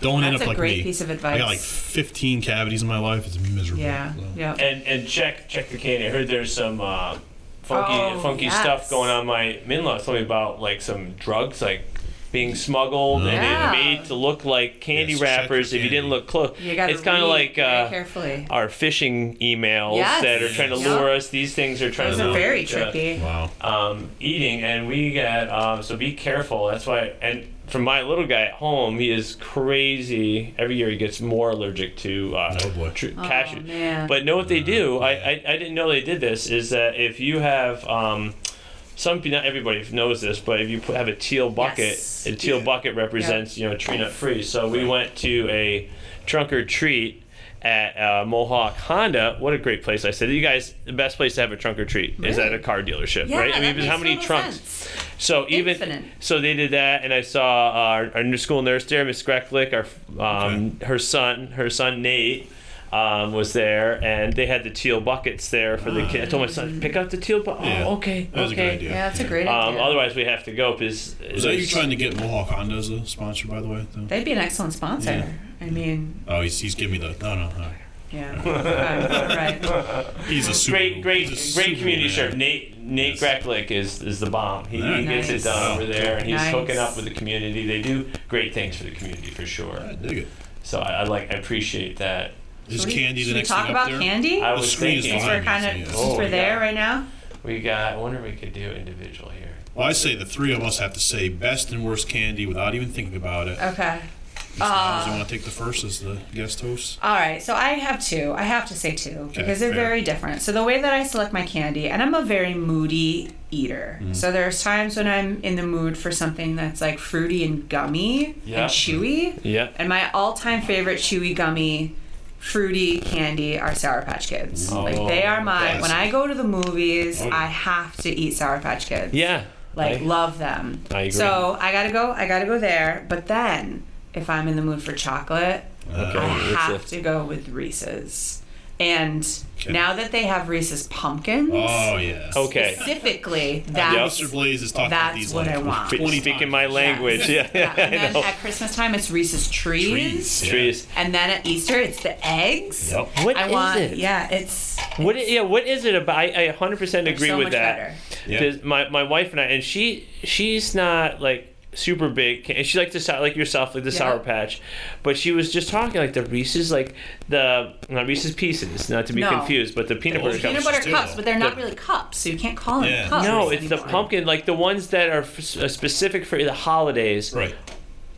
[SPEAKER 2] Don't end
[SPEAKER 3] That's
[SPEAKER 2] up
[SPEAKER 3] a
[SPEAKER 2] like
[SPEAKER 3] great
[SPEAKER 2] me.
[SPEAKER 3] piece of
[SPEAKER 2] I
[SPEAKER 3] advice.
[SPEAKER 2] got like 15 cavities in my life. It's miserable.
[SPEAKER 3] yeah,
[SPEAKER 2] So-
[SPEAKER 3] yeah.
[SPEAKER 1] And and check check the candy. I heard there's some uh, funky
[SPEAKER 3] Oh,
[SPEAKER 1] funky
[SPEAKER 3] yes.
[SPEAKER 1] stuff going on. My in-law told me about like some drugs like being smuggled
[SPEAKER 3] Yeah.
[SPEAKER 1] and they made to look like candy
[SPEAKER 2] Yes, check your
[SPEAKER 1] wrappers if you didn't
[SPEAKER 2] candy.
[SPEAKER 1] look close.
[SPEAKER 3] You got to
[SPEAKER 1] It's kind of like
[SPEAKER 3] very
[SPEAKER 1] uh,
[SPEAKER 3] carefully.
[SPEAKER 1] our phishing emails
[SPEAKER 3] Yes.
[SPEAKER 1] that are trying to
[SPEAKER 3] Yes.
[SPEAKER 1] lure us. These things are trying
[SPEAKER 3] Those
[SPEAKER 1] to
[SPEAKER 3] are
[SPEAKER 1] lure
[SPEAKER 3] very
[SPEAKER 1] us, uh,
[SPEAKER 3] tricky.
[SPEAKER 2] Wow.
[SPEAKER 1] um, eating, and we got um, so be careful. That's why, and from my little guy at home, he is crazy. Every year he gets more allergic to uh,
[SPEAKER 2] Oh, boy. Mm-hmm.
[SPEAKER 1] tr-
[SPEAKER 3] Oh,
[SPEAKER 1] cashews.
[SPEAKER 3] man.
[SPEAKER 1] But know what they do? I, I I didn't know they did this. Is that if you have um, some pe- not everybody knows this, but if you put, have a teal bucket,
[SPEAKER 3] Yes.
[SPEAKER 1] a teal
[SPEAKER 2] Yeah.
[SPEAKER 1] bucket represents you know tree nut free. So we went to a trunk or treat. At uh, Mohawk Honda, what a great place! I said, "You guys, the best place to have a trunk or treat is at
[SPEAKER 3] Really?
[SPEAKER 1] a car dealership,
[SPEAKER 3] yeah,
[SPEAKER 1] right? I
[SPEAKER 3] that
[SPEAKER 1] mean, because how
[SPEAKER 3] makes
[SPEAKER 1] many
[SPEAKER 3] total
[SPEAKER 1] trunks?
[SPEAKER 3] sense.
[SPEAKER 1] So even
[SPEAKER 3] Infinite.
[SPEAKER 1] so, they did that, and I saw uh, our, our new school nurse there, Miss Greklick, our um, her son, her son Nate. Um, was there and they had the teal buckets there for the kid. I told my son, pick up the teal bucket.
[SPEAKER 2] Ah. Yeah.
[SPEAKER 1] Oh, okay,
[SPEAKER 2] That was a
[SPEAKER 1] okay.
[SPEAKER 2] good idea.
[SPEAKER 3] Yeah, that's a great
[SPEAKER 1] Um,
[SPEAKER 3] idea.
[SPEAKER 1] Otherwise, we have to go because
[SPEAKER 2] Was that you trying to get Mohawk Honda as a sponsor, by the way? though?
[SPEAKER 3] They'd be an excellent sponsor. I mean,
[SPEAKER 2] Oh, he's, he's giving me the. No, no. all right.
[SPEAKER 1] [laughs]
[SPEAKER 3] yeah. Um, right.
[SPEAKER 2] He's a super.
[SPEAKER 1] great, great,
[SPEAKER 2] he's a
[SPEAKER 1] great
[SPEAKER 2] super
[SPEAKER 1] community
[SPEAKER 2] man.
[SPEAKER 1] shirt. Nate Nate
[SPEAKER 2] Yes.
[SPEAKER 1] Greklick is is the bomb. He, he gets
[SPEAKER 2] Nice.
[SPEAKER 1] it done
[SPEAKER 2] Nice.
[SPEAKER 1] over there, and he's
[SPEAKER 3] Nice.
[SPEAKER 1] hooking up with the community. They do great things for the community for sure.
[SPEAKER 2] I dig it.
[SPEAKER 1] So I, I like I appreciate that.
[SPEAKER 2] Is
[SPEAKER 3] Should we-
[SPEAKER 2] candy the
[SPEAKER 3] should we
[SPEAKER 2] next
[SPEAKER 3] talk
[SPEAKER 2] thing
[SPEAKER 3] about
[SPEAKER 2] up there?
[SPEAKER 3] candy?
[SPEAKER 1] I
[SPEAKER 2] The
[SPEAKER 1] was
[SPEAKER 2] screen is
[SPEAKER 1] thinking.
[SPEAKER 3] Since
[SPEAKER 2] behind
[SPEAKER 3] we're
[SPEAKER 2] me,
[SPEAKER 3] kind
[SPEAKER 2] so
[SPEAKER 3] of
[SPEAKER 2] yes.
[SPEAKER 3] since
[SPEAKER 1] Oh,
[SPEAKER 3] we're there
[SPEAKER 1] yeah.
[SPEAKER 3] right now.
[SPEAKER 1] We got. I wonder if we could do individual here.
[SPEAKER 2] Well, I say the three of us have to say best and worst candy without even thinking about it.
[SPEAKER 3] Okay.
[SPEAKER 2] Does you want to take the first as the guest host?
[SPEAKER 3] All right, so I have two. I have to say two because they're
[SPEAKER 2] fair.
[SPEAKER 3] very different. So the way that I select my candy, and I'm a very moody eater.
[SPEAKER 1] Mm-hmm.
[SPEAKER 3] So there's times when I'm in the mood for something that's like fruity and gummy
[SPEAKER 1] Yeah.
[SPEAKER 3] and chewy.
[SPEAKER 1] Yeah.
[SPEAKER 3] And my all-time favorite chewy gummy fruity candy are Sour Patch Kids.
[SPEAKER 1] Oh,
[SPEAKER 3] like they are my when I go to the movies,
[SPEAKER 2] Oh, yeah.
[SPEAKER 3] I have to eat Sour Patch Kids.
[SPEAKER 1] Yeah.
[SPEAKER 3] Like
[SPEAKER 1] I-
[SPEAKER 3] love them.
[SPEAKER 1] I agree.
[SPEAKER 3] So I gotta go. I gotta go there. But then, if I'm in the mood for chocolate,
[SPEAKER 2] Uh,
[SPEAKER 3] I
[SPEAKER 1] Reese's.
[SPEAKER 3] have to go with Reese's. And now that they have Reese's pumpkins,
[SPEAKER 2] Oh yeah.
[SPEAKER 1] okay.
[SPEAKER 3] specifically, that's
[SPEAKER 2] Mr. Blaze is talking about
[SPEAKER 3] that's
[SPEAKER 2] these
[SPEAKER 3] what
[SPEAKER 2] like
[SPEAKER 3] I want.
[SPEAKER 1] Spe- Speaking my language. Yeah.
[SPEAKER 3] yeah.
[SPEAKER 1] [laughs]
[SPEAKER 3] And
[SPEAKER 1] I
[SPEAKER 3] then
[SPEAKER 1] know.
[SPEAKER 3] at Christmas time, it's Reese's trees.
[SPEAKER 2] Trees.
[SPEAKER 1] Trees.
[SPEAKER 3] And then at Easter, it's the eggs.
[SPEAKER 2] Yep.
[SPEAKER 1] What
[SPEAKER 3] I
[SPEAKER 1] is
[SPEAKER 3] want,
[SPEAKER 1] it?
[SPEAKER 3] yeah, it's
[SPEAKER 1] What? i- Yeah. What is it about? I, I 100% agree
[SPEAKER 3] so
[SPEAKER 1] with
[SPEAKER 3] much
[SPEAKER 1] that.
[SPEAKER 3] better.
[SPEAKER 2] Yeah.
[SPEAKER 1] Because my, my wife and I, and she she's not like super big. And she likes the sou- like yourself, like the
[SPEAKER 3] Yeah.
[SPEAKER 1] Sour Patch, but she was just talking like the Reese's, like the not Reese's pieces, not to be
[SPEAKER 3] No.
[SPEAKER 1] confused, but the peanut
[SPEAKER 2] Oh,
[SPEAKER 1] butter
[SPEAKER 3] peanut
[SPEAKER 1] cups.
[SPEAKER 3] butter
[SPEAKER 2] too,
[SPEAKER 3] cups,
[SPEAKER 2] though.
[SPEAKER 3] but they're not
[SPEAKER 1] The-
[SPEAKER 3] really cups, so you can't call them
[SPEAKER 2] Yeah.
[SPEAKER 3] cups.
[SPEAKER 1] No, it's the
[SPEAKER 3] anymore.
[SPEAKER 1] pumpkin, like the ones that are f- specific for the holidays.
[SPEAKER 2] Right.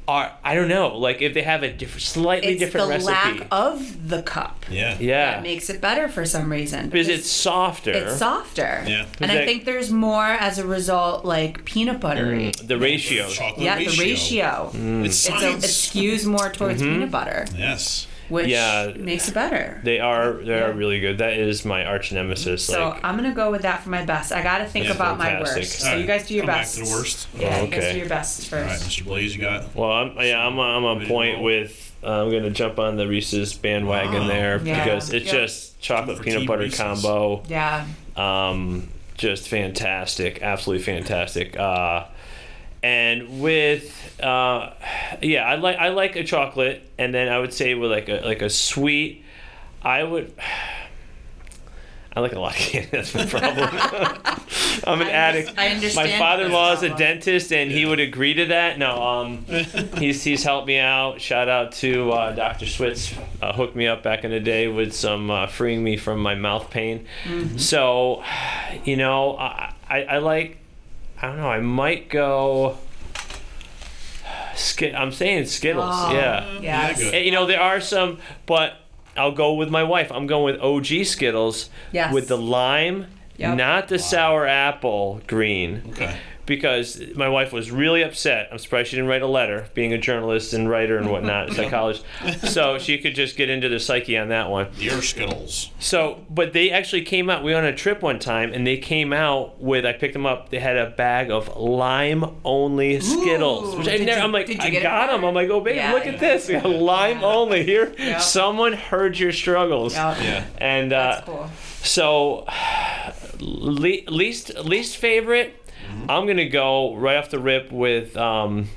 [SPEAKER 1] Are I don't know, like if they have a different, slightly
[SPEAKER 3] It's
[SPEAKER 1] different
[SPEAKER 3] the
[SPEAKER 1] recipe.
[SPEAKER 3] lack of the cup
[SPEAKER 2] Yeah.
[SPEAKER 1] yeah.
[SPEAKER 3] that makes it better for some reason.
[SPEAKER 1] because it's softer.
[SPEAKER 3] It's softer.
[SPEAKER 2] Yeah.
[SPEAKER 3] And
[SPEAKER 1] Exact-
[SPEAKER 3] I think there's more as a result, like peanut buttery.
[SPEAKER 1] the ratio.
[SPEAKER 2] Chocolate
[SPEAKER 3] Yeah,
[SPEAKER 2] Mm. ratio.
[SPEAKER 3] the ratio.
[SPEAKER 1] Mm.
[SPEAKER 2] It's
[SPEAKER 3] It's a, it
[SPEAKER 2] science.
[SPEAKER 3] skews more towards peanut butter,
[SPEAKER 2] yes.
[SPEAKER 3] which
[SPEAKER 1] Mm-hmm. Yeah.
[SPEAKER 3] makes it better.
[SPEAKER 1] They are they are really good. That is my arch nemesis.
[SPEAKER 3] so
[SPEAKER 1] like
[SPEAKER 3] I'm gonna go with that for my best. I gotta think
[SPEAKER 2] Yeah,
[SPEAKER 3] about my
[SPEAKER 1] fantastic.
[SPEAKER 3] worst.
[SPEAKER 2] All
[SPEAKER 3] So
[SPEAKER 2] right,
[SPEAKER 3] you guys do your
[SPEAKER 2] come
[SPEAKER 3] best.
[SPEAKER 2] Back to the worst.
[SPEAKER 3] Yeah, you guys
[SPEAKER 1] Okay.
[SPEAKER 3] do your best
[SPEAKER 2] All right,
[SPEAKER 3] first.
[SPEAKER 2] Mr. Blaze, you got.
[SPEAKER 1] well, I'm, yeah, I'm I'm on
[SPEAKER 2] Ready to
[SPEAKER 1] point
[SPEAKER 2] roll?
[SPEAKER 1] with uh, I'm gonna jump on the Reese's bandwagon
[SPEAKER 2] Wow.
[SPEAKER 1] there
[SPEAKER 3] Yeah.
[SPEAKER 1] because it's
[SPEAKER 3] Yeah.
[SPEAKER 1] just chocolate
[SPEAKER 2] Two for
[SPEAKER 1] peanut
[SPEAKER 2] team
[SPEAKER 1] butter
[SPEAKER 2] Reese's.
[SPEAKER 1] combo.
[SPEAKER 3] Yeah.
[SPEAKER 1] um, just fantastic, absolutely fantastic. Uh, and with uh, yeah, I like I like a chocolate, and then I would say with like a like a sweet, I would. [sighs] I like a lot of [laughs] candy. That's my
[SPEAKER 3] [laughs]
[SPEAKER 1] problem. I'm an
[SPEAKER 3] I
[SPEAKER 1] addict.
[SPEAKER 3] under- I understand
[SPEAKER 1] My father-in-law is
[SPEAKER 3] this
[SPEAKER 1] a
[SPEAKER 3] problem.
[SPEAKER 1] dentist, and he would agree to that. No,
[SPEAKER 3] [laughs]
[SPEAKER 1] um, he's he's helped me out. Shout out to uh, Doctor Switz, uh, hooked me up back in the day with some uh, freeing me from my mouth pain.
[SPEAKER 3] Mm-hmm.
[SPEAKER 1] So, you know, I, I I like. I don't know. I might go. Skit. I'm saying Skittles.
[SPEAKER 3] Oh,
[SPEAKER 1] yeah.
[SPEAKER 3] Yes.
[SPEAKER 2] good.
[SPEAKER 1] Eh, you know, there are some, but I'll go with my wife. I'm going with OG Skittles
[SPEAKER 3] Yes.
[SPEAKER 1] with the lime,
[SPEAKER 3] Yep.
[SPEAKER 1] not the sour apple green.
[SPEAKER 2] Okay.
[SPEAKER 1] Because my wife was really upset. I'm surprised she didn't write a letter, being a journalist and writer and
[SPEAKER 3] [laughs]
[SPEAKER 1] whatnot, psychologist. So she could just get into the psyche on that one.
[SPEAKER 2] Deer Skittles.
[SPEAKER 1] So, but they actually came out. We went on a trip one time, and they came out with. I picked them up. They had a bag of lime only Skittles,
[SPEAKER 3] Ooh.
[SPEAKER 1] which I
[SPEAKER 3] Did
[SPEAKER 1] never.
[SPEAKER 3] you-
[SPEAKER 1] I'm like,
[SPEAKER 3] did you
[SPEAKER 1] I
[SPEAKER 3] get it
[SPEAKER 1] got
[SPEAKER 3] there?
[SPEAKER 1] them. I'm like, oh baby,
[SPEAKER 3] Yeah,
[SPEAKER 1] look
[SPEAKER 3] yeah.
[SPEAKER 1] at this. We got lime only here.
[SPEAKER 3] Yeah.
[SPEAKER 1] Someone heard your struggles.
[SPEAKER 3] Yep.
[SPEAKER 2] Yeah.
[SPEAKER 1] And uh,
[SPEAKER 3] That's cool.
[SPEAKER 1] so, le- least least favorite.
[SPEAKER 2] Mm-hmm.
[SPEAKER 1] I'm gonna go right off the rip with. Um,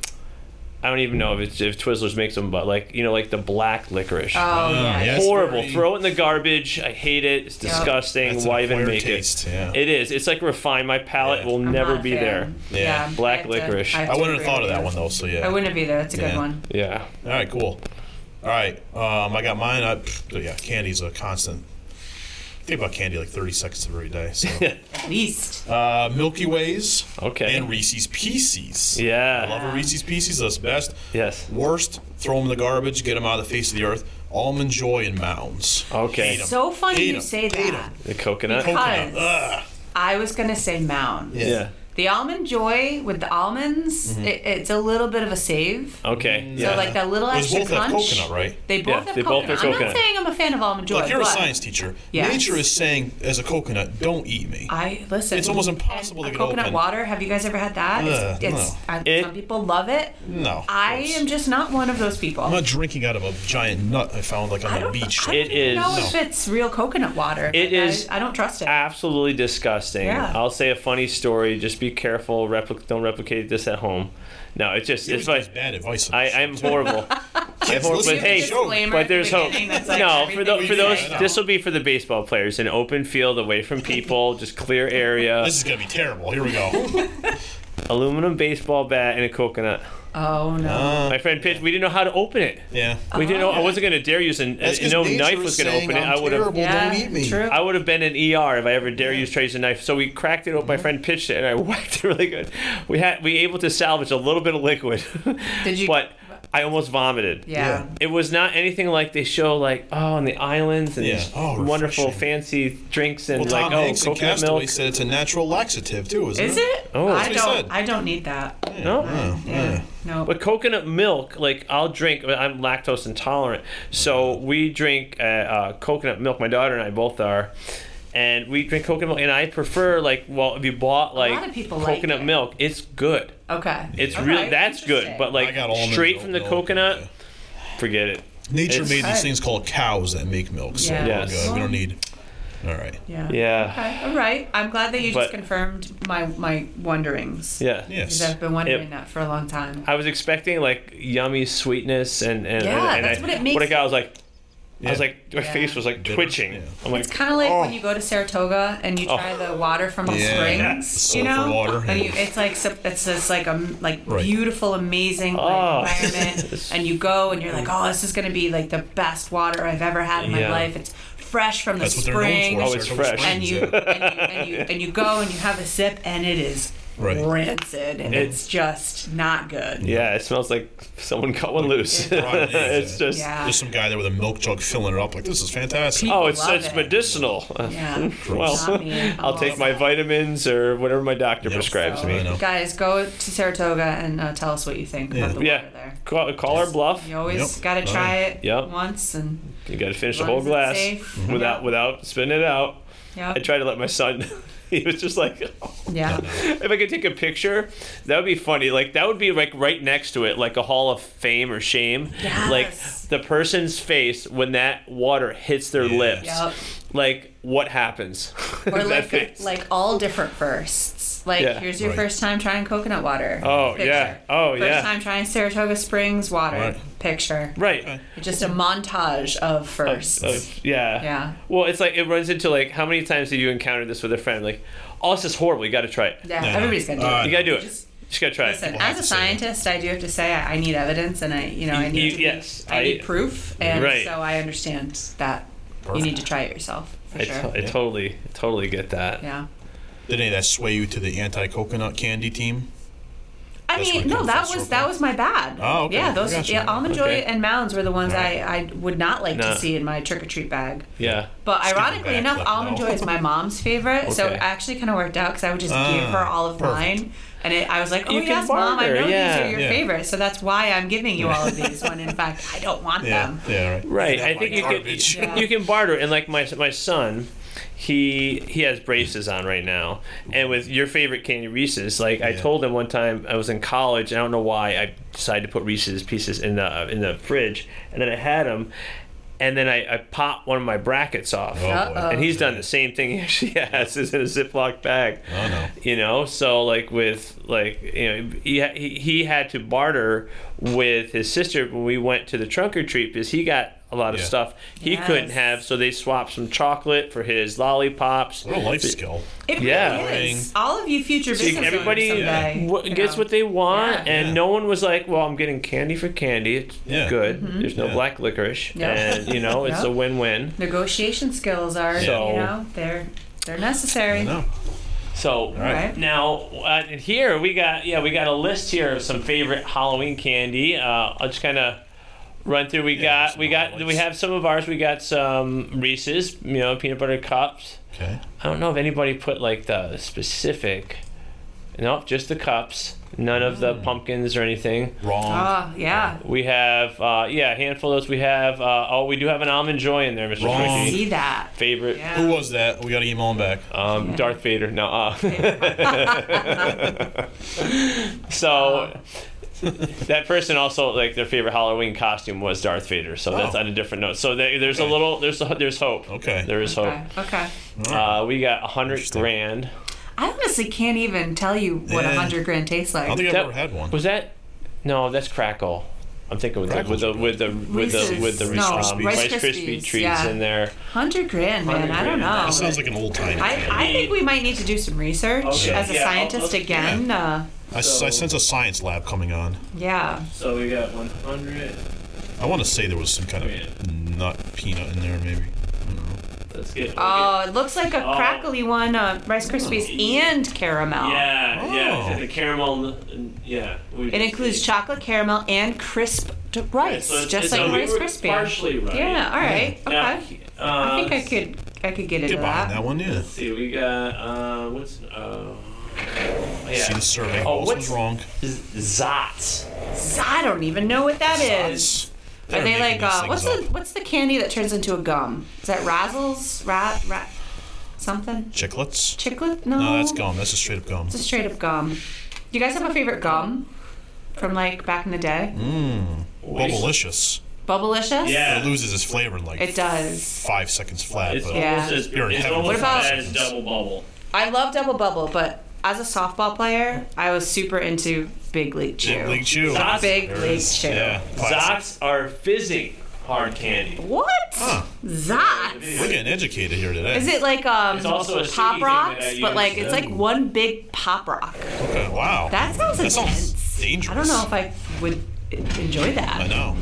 [SPEAKER 1] I don't even know if it's, if Twizzlers makes them, but like you know, like the black licorice.
[SPEAKER 3] Oh, yeah.
[SPEAKER 2] Uh, yes.
[SPEAKER 1] Horrible.
[SPEAKER 2] very-
[SPEAKER 1] Throw it in the garbage. I hate it. It's
[SPEAKER 3] Yeah.
[SPEAKER 1] disgusting.
[SPEAKER 2] That's an
[SPEAKER 1] Why even
[SPEAKER 2] acquired
[SPEAKER 1] make
[SPEAKER 2] taste,
[SPEAKER 1] it?
[SPEAKER 2] yeah.
[SPEAKER 1] It is. It's like refined. My palate
[SPEAKER 2] Yeah.
[SPEAKER 1] will
[SPEAKER 3] I'm
[SPEAKER 1] never
[SPEAKER 3] not a
[SPEAKER 1] be
[SPEAKER 3] fan.
[SPEAKER 1] there.
[SPEAKER 2] Yeah.
[SPEAKER 1] Black
[SPEAKER 3] I have to-
[SPEAKER 1] licorice.
[SPEAKER 2] I
[SPEAKER 3] to
[SPEAKER 2] wouldn't have
[SPEAKER 3] agree
[SPEAKER 2] thought of
[SPEAKER 3] with
[SPEAKER 2] that
[SPEAKER 3] you.
[SPEAKER 2] one though. So yeah.
[SPEAKER 3] I wouldn't have either. That's a
[SPEAKER 2] Yeah.
[SPEAKER 3] good one.
[SPEAKER 1] Yeah.
[SPEAKER 2] All right. Cool. All right. Um, I got mine. I, pff, yeah. Candy's a constant. I think about candy like 30 seconds every day.
[SPEAKER 1] [laughs]
[SPEAKER 2] So.
[SPEAKER 3] At least.
[SPEAKER 2] uh, Milky Ways.
[SPEAKER 1] Okay.
[SPEAKER 2] And Reese's Pieces.
[SPEAKER 1] Yeah.
[SPEAKER 2] I love a Reese's Pieces. That's best.
[SPEAKER 1] Yes.
[SPEAKER 2] Worst. Throw them in the garbage. Get them out of the face of the earth. Almond Joy and Mounds.
[SPEAKER 1] Okay.
[SPEAKER 2] Hate 'em.
[SPEAKER 3] So funny
[SPEAKER 2] Hate
[SPEAKER 3] you
[SPEAKER 2] 'em.
[SPEAKER 3] say
[SPEAKER 2] Hate
[SPEAKER 3] that.
[SPEAKER 1] The coconut.
[SPEAKER 3] Because-
[SPEAKER 2] Coconut. Ugh.
[SPEAKER 3] I was gonna say mound.
[SPEAKER 1] yeah.
[SPEAKER 3] The almond joy with the almonds,
[SPEAKER 2] Mm-hmm.
[SPEAKER 3] it, it's a little bit of a save.
[SPEAKER 1] Okay.
[SPEAKER 2] Mm.
[SPEAKER 3] So like that little
[SPEAKER 2] It was
[SPEAKER 3] extra
[SPEAKER 2] both have
[SPEAKER 3] crunch.
[SPEAKER 2] coconut, right?
[SPEAKER 3] They both
[SPEAKER 1] Yeah,
[SPEAKER 3] have
[SPEAKER 1] they both
[SPEAKER 3] coconut.
[SPEAKER 1] have
[SPEAKER 3] I'm not
[SPEAKER 1] coconut.
[SPEAKER 3] saying I'm a fan of almond joy.
[SPEAKER 2] Look, you're a
[SPEAKER 3] but
[SPEAKER 2] science teacher.
[SPEAKER 3] Yes.
[SPEAKER 2] Nature is saying, as a coconut, don't eat me.
[SPEAKER 3] I listen.
[SPEAKER 2] It's almost
[SPEAKER 3] and
[SPEAKER 2] impossible to
[SPEAKER 3] a
[SPEAKER 2] get
[SPEAKER 3] coconut
[SPEAKER 2] open.
[SPEAKER 3] water. Have you guys ever had that?
[SPEAKER 2] Ugh,
[SPEAKER 3] it's it's
[SPEAKER 2] no.
[SPEAKER 3] I,
[SPEAKER 1] It-
[SPEAKER 3] some people love it.
[SPEAKER 2] no.
[SPEAKER 3] I
[SPEAKER 2] gross.
[SPEAKER 3] am just not one of those people.
[SPEAKER 2] I'm not drinking out of a giant nut I found like
[SPEAKER 3] I
[SPEAKER 2] on the
[SPEAKER 3] don't,
[SPEAKER 2] beach.
[SPEAKER 3] I don't
[SPEAKER 1] It is-
[SPEAKER 3] know if it's real coconut water.
[SPEAKER 1] It
[SPEAKER 3] Like, I-
[SPEAKER 1] is-
[SPEAKER 3] I, don't trust it.
[SPEAKER 1] Absolutely disgusting.
[SPEAKER 3] Yeah.
[SPEAKER 1] I'll say a funny story. Just be careful. Repli- don't replicate this at home. No, it's just it's
[SPEAKER 2] It's
[SPEAKER 1] like
[SPEAKER 2] bad advice.
[SPEAKER 1] I, I'm horrible.
[SPEAKER 2] [laughs] Kids
[SPEAKER 1] horrible,
[SPEAKER 2] listen
[SPEAKER 1] but
[SPEAKER 2] to the
[SPEAKER 1] hey,
[SPEAKER 2] show.
[SPEAKER 3] Disclaimer
[SPEAKER 1] But
[SPEAKER 3] at the
[SPEAKER 1] there's hope.
[SPEAKER 3] beginning that's like
[SPEAKER 1] no, for,
[SPEAKER 3] everything
[SPEAKER 1] tho-
[SPEAKER 3] we
[SPEAKER 1] for those,
[SPEAKER 3] say.
[SPEAKER 1] this will be for the baseball players. An open field, away from people, just clear area,
[SPEAKER 2] This is gonna be terrible. Here we go.
[SPEAKER 3] [laughs]
[SPEAKER 1] aluminum baseball bat, and a coconut.
[SPEAKER 2] Uh-huh.
[SPEAKER 3] Oh no.
[SPEAKER 2] Ah.
[SPEAKER 1] My friend pitched. We didn't know how to open it.
[SPEAKER 2] yeah.
[SPEAKER 1] We didn't know. I wasn't gonna dare use an.
[SPEAKER 2] Uh-huh. That's 'cause
[SPEAKER 1] no
[SPEAKER 2] nature
[SPEAKER 1] knife
[SPEAKER 2] is
[SPEAKER 1] was gonna
[SPEAKER 2] saying
[SPEAKER 1] open it.
[SPEAKER 2] I'm
[SPEAKER 1] I would have.
[SPEAKER 2] terrible,
[SPEAKER 3] yeah,
[SPEAKER 2] Don't eat me.
[SPEAKER 3] True.
[SPEAKER 1] I would have been in ER if I ever dare use trace a knife. So we cracked it open. My friend pitched it, and I [laughs] whacked it really good. We had we able to salvage a little bit of
[SPEAKER 2] [laughs]
[SPEAKER 1] liquid.
[SPEAKER 3] Did you-
[SPEAKER 1] But I almost vomited.
[SPEAKER 3] yeah.
[SPEAKER 2] Yeah.
[SPEAKER 1] It was not anything like they show, like oh, on the islands and
[SPEAKER 2] Yeah.
[SPEAKER 1] these
[SPEAKER 2] Oh,
[SPEAKER 1] wonderful
[SPEAKER 2] refreshing.
[SPEAKER 1] fancy drinks and
[SPEAKER 2] Well,
[SPEAKER 1] like
[SPEAKER 2] Tom
[SPEAKER 1] oh,
[SPEAKER 2] Hanks in
[SPEAKER 1] coconut
[SPEAKER 2] Castaway
[SPEAKER 1] milk.
[SPEAKER 2] said it's a natural laxative too, isn't
[SPEAKER 3] Is
[SPEAKER 2] it?
[SPEAKER 3] it?
[SPEAKER 1] Oh.
[SPEAKER 3] I
[SPEAKER 1] That's
[SPEAKER 2] what he
[SPEAKER 3] don't.
[SPEAKER 2] said.
[SPEAKER 3] I don't need that.
[SPEAKER 1] No.
[SPEAKER 2] Yeah.
[SPEAKER 3] No.
[SPEAKER 1] But coconut milk, like I'll drink. I'm lactose intolerant, so we drink uh, uh, coconut milk. My daughter and I both are, and we drink coconut milk. And I prefer like, well, if you bought like
[SPEAKER 3] lot of people like
[SPEAKER 1] coconut
[SPEAKER 3] it.
[SPEAKER 1] milk, it's good.
[SPEAKER 3] okay.
[SPEAKER 1] It's
[SPEAKER 3] Okay,
[SPEAKER 1] really that's good.
[SPEAKER 3] interesting.
[SPEAKER 1] But
[SPEAKER 2] I
[SPEAKER 1] like
[SPEAKER 2] got almond
[SPEAKER 1] straight
[SPEAKER 2] milk,
[SPEAKER 1] from the
[SPEAKER 2] though.
[SPEAKER 1] coconut, forget it.
[SPEAKER 2] Nature
[SPEAKER 1] It's-
[SPEAKER 2] made these things called cows that make milk, so
[SPEAKER 3] Yeah.
[SPEAKER 2] we're
[SPEAKER 1] Yes.
[SPEAKER 2] good. We don't need. All right.
[SPEAKER 3] yeah.
[SPEAKER 1] Yeah,
[SPEAKER 3] Okay. All right. I'm glad that you just
[SPEAKER 1] But-
[SPEAKER 3] confirmed my my wonderings.
[SPEAKER 1] yeah.
[SPEAKER 3] Because
[SPEAKER 2] Yes.
[SPEAKER 3] I've been wondering
[SPEAKER 1] Yep.
[SPEAKER 3] that for a long time.
[SPEAKER 1] I was expecting like yummy sweetness and and
[SPEAKER 3] Yeah,
[SPEAKER 1] and
[SPEAKER 3] that's
[SPEAKER 1] I,
[SPEAKER 3] what it makes
[SPEAKER 1] I got I was like, I was
[SPEAKER 2] Yeah.
[SPEAKER 1] like, my face was like
[SPEAKER 2] Bitter,
[SPEAKER 1] twitching.
[SPEAKER 2] yeah.
[SPEAKER 1] I'm like,
[SPEAKER 3] It's kind of like when you go to Saratoga and you try
[SPEAKER 1] Oh.
[SPEAKER 3] the water from the
[SPEAKER 2] Oh. Yeah.
[SPEAKER 3] springs,
[SPEAKER 2] Sulfur
[SPEAKER 3] you know.
[SPEAKER 2] water,
[SPEAKER 3] And
[SPEAKER 2] yeah.
[SPEAKER 3] you, it's like so- it's just like a m- like
[SPEAKER 2] Right.
[SPEAKER 3] beautiful, amazing like,
[SPEAKER 1] Oh. [laughs]
[SPEAKER 3] environment, and you go and you're like, oh, this is gonna be like the best water I've ever had in my
[SPEAKER 1] Yeah.
[SPEAKER 3] life. It's fresh from the
[SPEAKER 2] That's what they're known
[SPEAKER 3] spring.
[SPEAKER 2] for.
[SPEAKER 1] Oh, it's
[SPEAKER 2] Saratoga
[SPEAKER 1] fresh.
[SPEAKER 2] Springs,
[SPEAKER 3] and you, and you,
[SPEAKER 2] yeah.
[SPEAKER 3] and you and you go and you have a sip and it is
[SPEAKER 2] Right.
[SPEAKER 3] rancid and it's, just not good.
[SPEAKER 1] yeah, it smells like someone cut one loose.
[SPEAKER 2] [laughs]
[SPEAKER 1] [laughs]
[SPEAKER 2] Right, yeah.
[SPEAKER 1] it's just.
[SPEAKER 3] Yeah.
[SPEAKER 2] There's some guy there with a milk jug filling it up. Like this is fantastic.
[SPEAKER 1] Oh, it's
[SPEAKER 3] Love
[SPEAKER 1] it's
[SPEAKER 3] it.
[SPEAKER 1] medicinal. [laughs]
[SPEAKER 3] Yeah.
[SPEAKER 1] Well,
[SPEAKER 3] Not me. I'm
[SPEAKER 1] I'll take
[SPEAKER 3] all
[SPEAKER 1] my
[SPEAKER 3] set.
[SPEAKER 1] vitamins or whatever my doctor
[SPEAKER 2] Yep.
[SPEAKER 1] prescribes
[SPEAKER 2] I
[SPEAKER 1] me.
[SPEAKER 2] know.
[SPEAKER 3] Guys, go to Saratoga and uh, tell us what you think about the water
[SPEAKER 1] Yeah,
[SPEAKER 3] there.
[SPEAKER 1] call, call our bluff.
[SPEAKER 3] You always
[SPEAKER 2] Yep.
[SPEAKER 3] got to try it
[SPEAKER 1] Yep.
[SPEAKER 3] once and
[SPEAKER 1] You got to finish the
[SPEAKER 3] As long
[SPEAKER 1] whole
[SPEAKER 3] as
[SPEAKER 1] glass
[SPEAKER 3] it's safe.
[SPEAKER 2] Mm-hmm.
[SPEAKER 1] without
[SPEAKER 3] Yeah.
[SPEAKER 1] without spitting it out.
[SPEAKER 3] yeah.
[SPEAKER 1] I tried to let my son. [laughs] He was just like, [laughs]
[SPEAKER 3] yeah.
[SPEAKER 1] if I could take a picture, that would be funny. Like that would be like right next to it, like a Hall of Fame or Shame. Like
[SPEAKER 3] Yes.
[SPEAKER 1] the person's face when that water hits their
[SPEAKER 2] Yeah.
[SPEAKER 1] lips.
[SPEAKER 3] Yep.
[SPEAKER 1] Like what happens? [laughs]
[SPEAKER 3] Or
[SPEAKER 1] That
[SPEAKER 3] like
[SPEAKER 1] face.
[SPEAKER 3] like all different firsts. Like,
[SPEAKER 1] Yeah.
[SPEAKER 3] here's your
[SPEAKER 2] Right.
[SPEAKER 3] first time trying coconut water.
[SPEAKER 1] Oh, yeah. Oh,
[SPEAKER 3] first
[SPEAKER 1] yeah.
[SPEAKER 3] time trying Saratoga Springs water.
[SPEAKER 2] Right.
[SPEAKER 3] Picture.
[SPEAKER 1] Right.
[SPEAKER 3] Just a montage of firsts.
[SPEAKER 1] Uh, yeah.
[SPEAKER 3] Yeah.
[SPEAKER 1] Well, it's like it runs into like how many times did you encounter this with a friend? Like, oh, this is horrible. You got to try it.
[SPEAKER 3] yeah.
[SPEAKER 2] Yeah.
[SPEAKER 3] Everybody's gonna do
[SPEAKER 2] Uh,
[SPEAKER 3] it.
[SPEAKER 1] You got to do it.
[SPEAKER 3] Just-
[SPEAKER 1] Just, got to try
[SPEAKER 3] Listen,
[SPEAKER 1] it.
[SPEAKER 2] We'll have
[SPEAKER 3] as a
[SPEAKER 2] to say that.
[SPEAKER 3] scientist, I do have to say I, I need evidence, and I, you know, I need,
[SPEAKER 1] You-
[SPEAKER 3] to be-
[SPEAKER 1] yes,
[SPEAKER 3] I,
[SPEAKER 1] I-
[SPEAKER 3] need proof, and
[SPEAKER 1] Right.
[SPEAKER 3] so I understand that you need to try it yourself for
[SPEAKER 1] I,
[SPEAKER 3] sure.
[SPEAKER 1] to- I totally, totally get that.
[SPEAKER 3] yeah,
[SPEAKER 2] Did any of that sway you to the anti coconut candy team?
[SPEAKER 3] I
[SPEAKER 2] That's
[SPEAKER 3] mean,
[SPEAKER 2] what
[SPEAKER 3] no,
[SPEAKER 2] comes
[SPEAKER 3] that
[SPEAKER 2] from
[SPEAKER 3] was
[SPEAKER 2] Sorbo.
[SPEAKER 3] that was my bad.
[SPEAKER 2] Oh, okay.
[SPEAKER 3] yeah,
[SPEAKER 2] I
[SPEAKER 3] those
[SPEAKER 2] gotcha.
[SPEAKER 3] yeah, almond joy
[SPEAKER 1] Okay.
[SPEAKER 3] and mounds were the ones
[SPEAKER 2] Right.
[SPEAKER 3] I, I would not like
[SPEAKER 1] No.
[SPEAKER 3] to see in my trick or treat bag.
[SPEAKER 1] Yeah.
[SPEAKER 3] But
[SPEAKER 2] give it
[SPEAKER 3] ironically
[SPEAKER 2] back,
[SPEAKER 3] enough,
[SPEAKER 2] like,
[SPEAKER 3] almond
[SPEAKER 2] no.
[SPEAKER 3] joy is my mom's favorite, so it
[SPEAKER 1] Okay.
[SPEAKER 3] actually kind of worked out because I would just give
[SPEAKER 2] Ah,
[SPEAKER 3] her all of
[SPEAKER 2] perfect.
[SPEAKER 3] mine, and it, I was like, oh
[SPEAKER 1] You can
[SPEAKER 3] yes, mom, I
[SPEAKER 1] barter,
[SPEAKER 3] know
[SPEAKER 1] yeah.
[SPEAKER 3] these are your
[SPEAKER 2] Yeah.
[SPEAKER 3] favorites, so that's why I'm giving you
[SPEAKER 2] [laughs]
[SPEAKER 3] all of these when in fact I don't want them.
[SPEAKER 2] Yeah, right.
[SPEAKER 1] Right.
[SPEAKER 2] Not
[SPEAKER 1] I
[SPEAKER 2] my
[SPEAKER 1] think you
[SPEAKER 2] garbage.
[SPEAKER 1] can you can barter and like my my son, he he has braces on right now. And with your favorite candy Reese's, like I
[SPEAKER 2] Yeah.
[SPEAKER 1] told him one time I was in college, I don't know why I decided to put Reese's pieces in the in the fridge and then I had them and then I, I popped one of my brackets off.
[SPEAKER 2] Oh, boy.
[SPEAKER 3] Uh-oh.
[SPEAKER 1] And he's done the same thing he actually [laughs] has is in a Ziploc bag.
[SPEAKER 2] Oh, no.
[SPEAKER 1] You know, so like with like you know he he, he had to barter with his sister when we went to the trunk or treat because he got a lot of
[SPEAKER 2] Yeah.
[SPEAKER 1] stuff he couldn't
[SPEAKER 3] Yes.
[SPEAKER 1] have, so they swapped some chocolate for his lollipops.
[SPEAKER 2] What a life skill.
[SPEAKER 3] It
[SPEAKER 1] Yeah.
[SPEAKER 3] really is. All of you future
[SPEAKER 1] Like,
[SPEAKER 3] business owners
[SPEAKER 1] everybody
[SPEAKER 3] someday,
[SPEAKER 1] wa-
[SPEAKER 3] you
[SPEAKER 1] gets
[SPEAKER 3] know.
[SPEAKER 1] what they want,
[SPEAKER 3] Yeah.
[SPEAKER 1] and
[SPEAKER 2] Yeah.
[SPEAKER 1] no one was like, "Well, I'm getting candy for candy. It's
[SPEAKER 2] Yeah.
[SPEAKER 1] good.
[SPEAKER 3] Mm-hmm.
[SPEAKER 1] There's no
[SPEAKER 2] Yeah.
[SPEAKER 1] black licorice,
[SPEAKER 3] Yeah.
[SPEAKER 1] and you know it's
[SPEAKER 3] Yeah.
[SPEAKER 1] a win-win."
[SPEAKER 3] negotiation skills are.
[SPEAKER 1] So-
[SPEAKER 3] You know, they're they're
[SPEAKER 2] I
[SPEAKER 3] necessary.
[SPEAKER 2] know.
[SPEAKER 1] So
[SPEAKER 2] right.
[SPEAKER 1] now uh, here we got yeah we got a list here of some favorite Halloween candy. Uh, I'll just kind of run through. We
[SPEAKER 2] Yeah,
[SPEAKER 1] got
[SPEAKER 2] some
[SPEAKER 1] we got we
[SPEAKER 2] highlights.
[SPEAKER 1] have some of ours. We got some Reese's, you know, peanut butter cups.
[SPEAKER 2] Okay.
[SPEAKER 1] I don't know if anybody put like the specific. Nope, just the cups. None of
[SPEAKER 2] Mm.
[SPEAKER 1] the pumpkins or anything.
[SPEAKER 2] Wrong.
[SPEAKER 3] Oh yeah,
[SPEAKER 1] We have uh, yeah, a handful of those. We have uh, oh, we do have an almond joy in there, Mr.
[SPEAKER 2] Wrong.
[SPEAKER 1] Twiggy.
[SPEAKER 3] see that.
[SPEAKER 1] Favorite
[SPEAKER 3] Yeah.
[SPEAKER 2] Who was that? We got to email him back.
[SPEAKER 1] Um, Darth Vader. No.
[SPEAKER 3] [laughs]
[SPEAKER 1] Uh. so
[SPEAKER 3] Um,
[SPEAKER 1] that person also like their favorite Halloween costume was Darth Vader. So that's
[SPEAKER 2] Oh.
[SPEAKER 1] on a different note. So there- there's a
[SPEAKER 2] Okay.
[SPEAKER 1] little there's there's hope.
[SPEAKER 2] Okay.
[SPEAKER 1] There is hope.
[SPEAKER 3] Okay. okay.
[SPEAKER 1] Uh, we got a hundred
[SPEAKER 2] Interesting.
[SPEAKER 1] grand.
[SPEAKER 3] I honestly can't even tell you what a
[SPEAKER 2] Yeah.
[SPEAKER 3] hundred grand tastes
[SPEAKER 2] I don't
[SPEAKER 3] like.
[SPEAKER 2] think I've
[SPEAKER 1] That-
[SPEAKER 2] ever had one.
[SPEAKER 1] Was that? No, that's Crackle. I'm thinking with the, with
[SPEAKER 2] Crackles
[SPEAKER 1] the
[SPEAKER 2] are
[SPEAKER 1] with the with the
[SPEAKER 3] Reese's.
[SPEAKER 1] with the
[SPEAKER 3] No,
[SPEAKER 1] Reese- um,
[SPEAKER 3] Rice
[SPEAKER 1] Rice Krispie
[SPEAKER 3] Krispies,
[SPEAKER 1] treats
[SPEAKER 3] yeah.
[SPEAKER 1] in there.
[SPEAKER 3] Hundred grand, man.
[SPEAKER 1] 100
[SPEAKER 3] I don't
[SPEAKER 1] grand,
[SPEAKER 3] know.
[SPEAKER 2] That sounds like an old time.
[SPEAKER 3] I,
[SPEAKER 2] candy.
[SPEAKER 3] I think we might need to do some research
[SPEAKER 4] Okay.
[SPEAKER 3] as a
[SPEAKER 1] Yeah, I'll-
[SPEAKER 3] scientist
[SPEAKER 1] I'll-
[SPEAKER 3] again. Uh,
[SPEAKER 2] I, s- I sense a science lab coming on.
[SPEAKER 3] yeah.
[SPEAKER 4] So we got 100.
[SPEAKER 2] I want to say there was some kind of
[SPEAKER 4] Yeah.
[SPEAKER 2] nut peanut in there, maybe.
[SPEAKER 4] Let's get.
[SPEAKER 3] Oh, it looks like a
[SPEAKER 1] Oh.
[SPEAKER 3] crackly one, uh, Rice Krispies and caramel.
[SPEAKER 1] Yeah,
[SPEAKER 2] yeah, Oh. the
[SPEAKER 1] caramel. Yeah.
[SPEAKER 3] It includes chocolate caramel and crisp d- rice, just like Rice Krispies.
[SPEAKER 4] right.
[SPEAKER 3] Yeah. All right. Okay.
[SPEAKER 2] uh,
[SPEAKER 3] I think I could. I could get into
[SPEAKER 2] Get behind
[SPEAKER 3] that.
[SPEAKER 2] that one, yeah.
[SPEAKER 4] see, we got uh, what's uh,
[SPEAKER 2] See
[SPEAKER 1] Yeah.
[SPEAKER 2] the survey.
[SPEAKER 1] Oh,
[SPEAKER 2] What
[SPEAKER 1] what's-
[SPEAKER 2] was wrong?
[SPEAKER 1] Zots.
[SPEAKER 3] So I don't even know what that is.
[SPEAKER 2] Sods.
[SPEAKER 3] Are
[SPEAKER 2] They're
[SPEAKER 3] they
[SPEAKER 2] making
[SPEAKER 3] like
[SPEAKER 2] these
[SPEAKER 3] uh,
[SPEAKER 2] things
[SPEAKER 3] what's
[SPEAKER 2] up.
[SPEAKER 3] the what's the candy that turns into a gum? Is that Razzles? Rat rat something?
[SPEAKER 2] chiclets?
[SPEAKER 3] Chiclet? No.
[SPEAKER 2] No, that's gum. That's a straight up gum.
[SPEAKER 3] It's a straight up gum. Do you guys have a favorite gum from like back in the day?
[SPEAKER 2] Hmm? Bubblicious.
[SPEAKER 3] Bubblicious?
[SPEAKER 2] It loses its flavor in like
[SPEAKER 3] It does.
[SPEAKER 2] five seconds flat.
[SPEAKER 4] It's
[SPEAKER 2] but
[SPEAKER 3] Yeah.
[SPEAKER 4] almost as
[SPEAKER 2] You're in
[SPEAKER 4] it's
[SPEAKER 2] heaven.
[SPEAKER 4] almost
[SPEAKER 2] What
[SPEAKER 3] about-
[SPEAKER 4] as bad as double bubble.
[SPEAKER 3] I love double bubble, but as a softball player, I was super into Big League Chew.
[SPEAKER 2] Big League Chew.
[SPEAKER 1] Zots.
[SPEAKER 3] Big
[SPEAKER 2] There it
[SPEAKER 3] League
[SPEAKER 2] is.
[SPEAKER 3] Chew.
[SPEAKER 2] Yeah. Classic.
[SPEAKER 1] Zots are fizzing hard candy.
[SPEAKER 3] What?
[SPEAKER 2] Huh.
[SPEAKER 3] Zots?
[SPEAKER 2] We're getting educated here today.
[SPEAKER 3] Is it like um
[SPEAKER 1] It's also a sticky
[SPEAKER 3] pop
[SPEAKER 1] thing that I
[SPEAKER 3] rocks?
[SPEAKER 1] use,
[SPEAKER 3] But like it's like
[SPEAKER 1] yeah.
[SPEAKER 3] one big pop rock.
[SPEAKER 2] Okay, wow.
[SPEAKER 3] That sounds
[SPEAKER 2] That sounds
[SPEAKER 3] intense.
[SPEAKER 2] dangerous.
[SPEAKER 3] I don't know if I would enjoy
[SPEAKER 2] I
[SPEAKER 3] that.
[SPEAKER 2] know.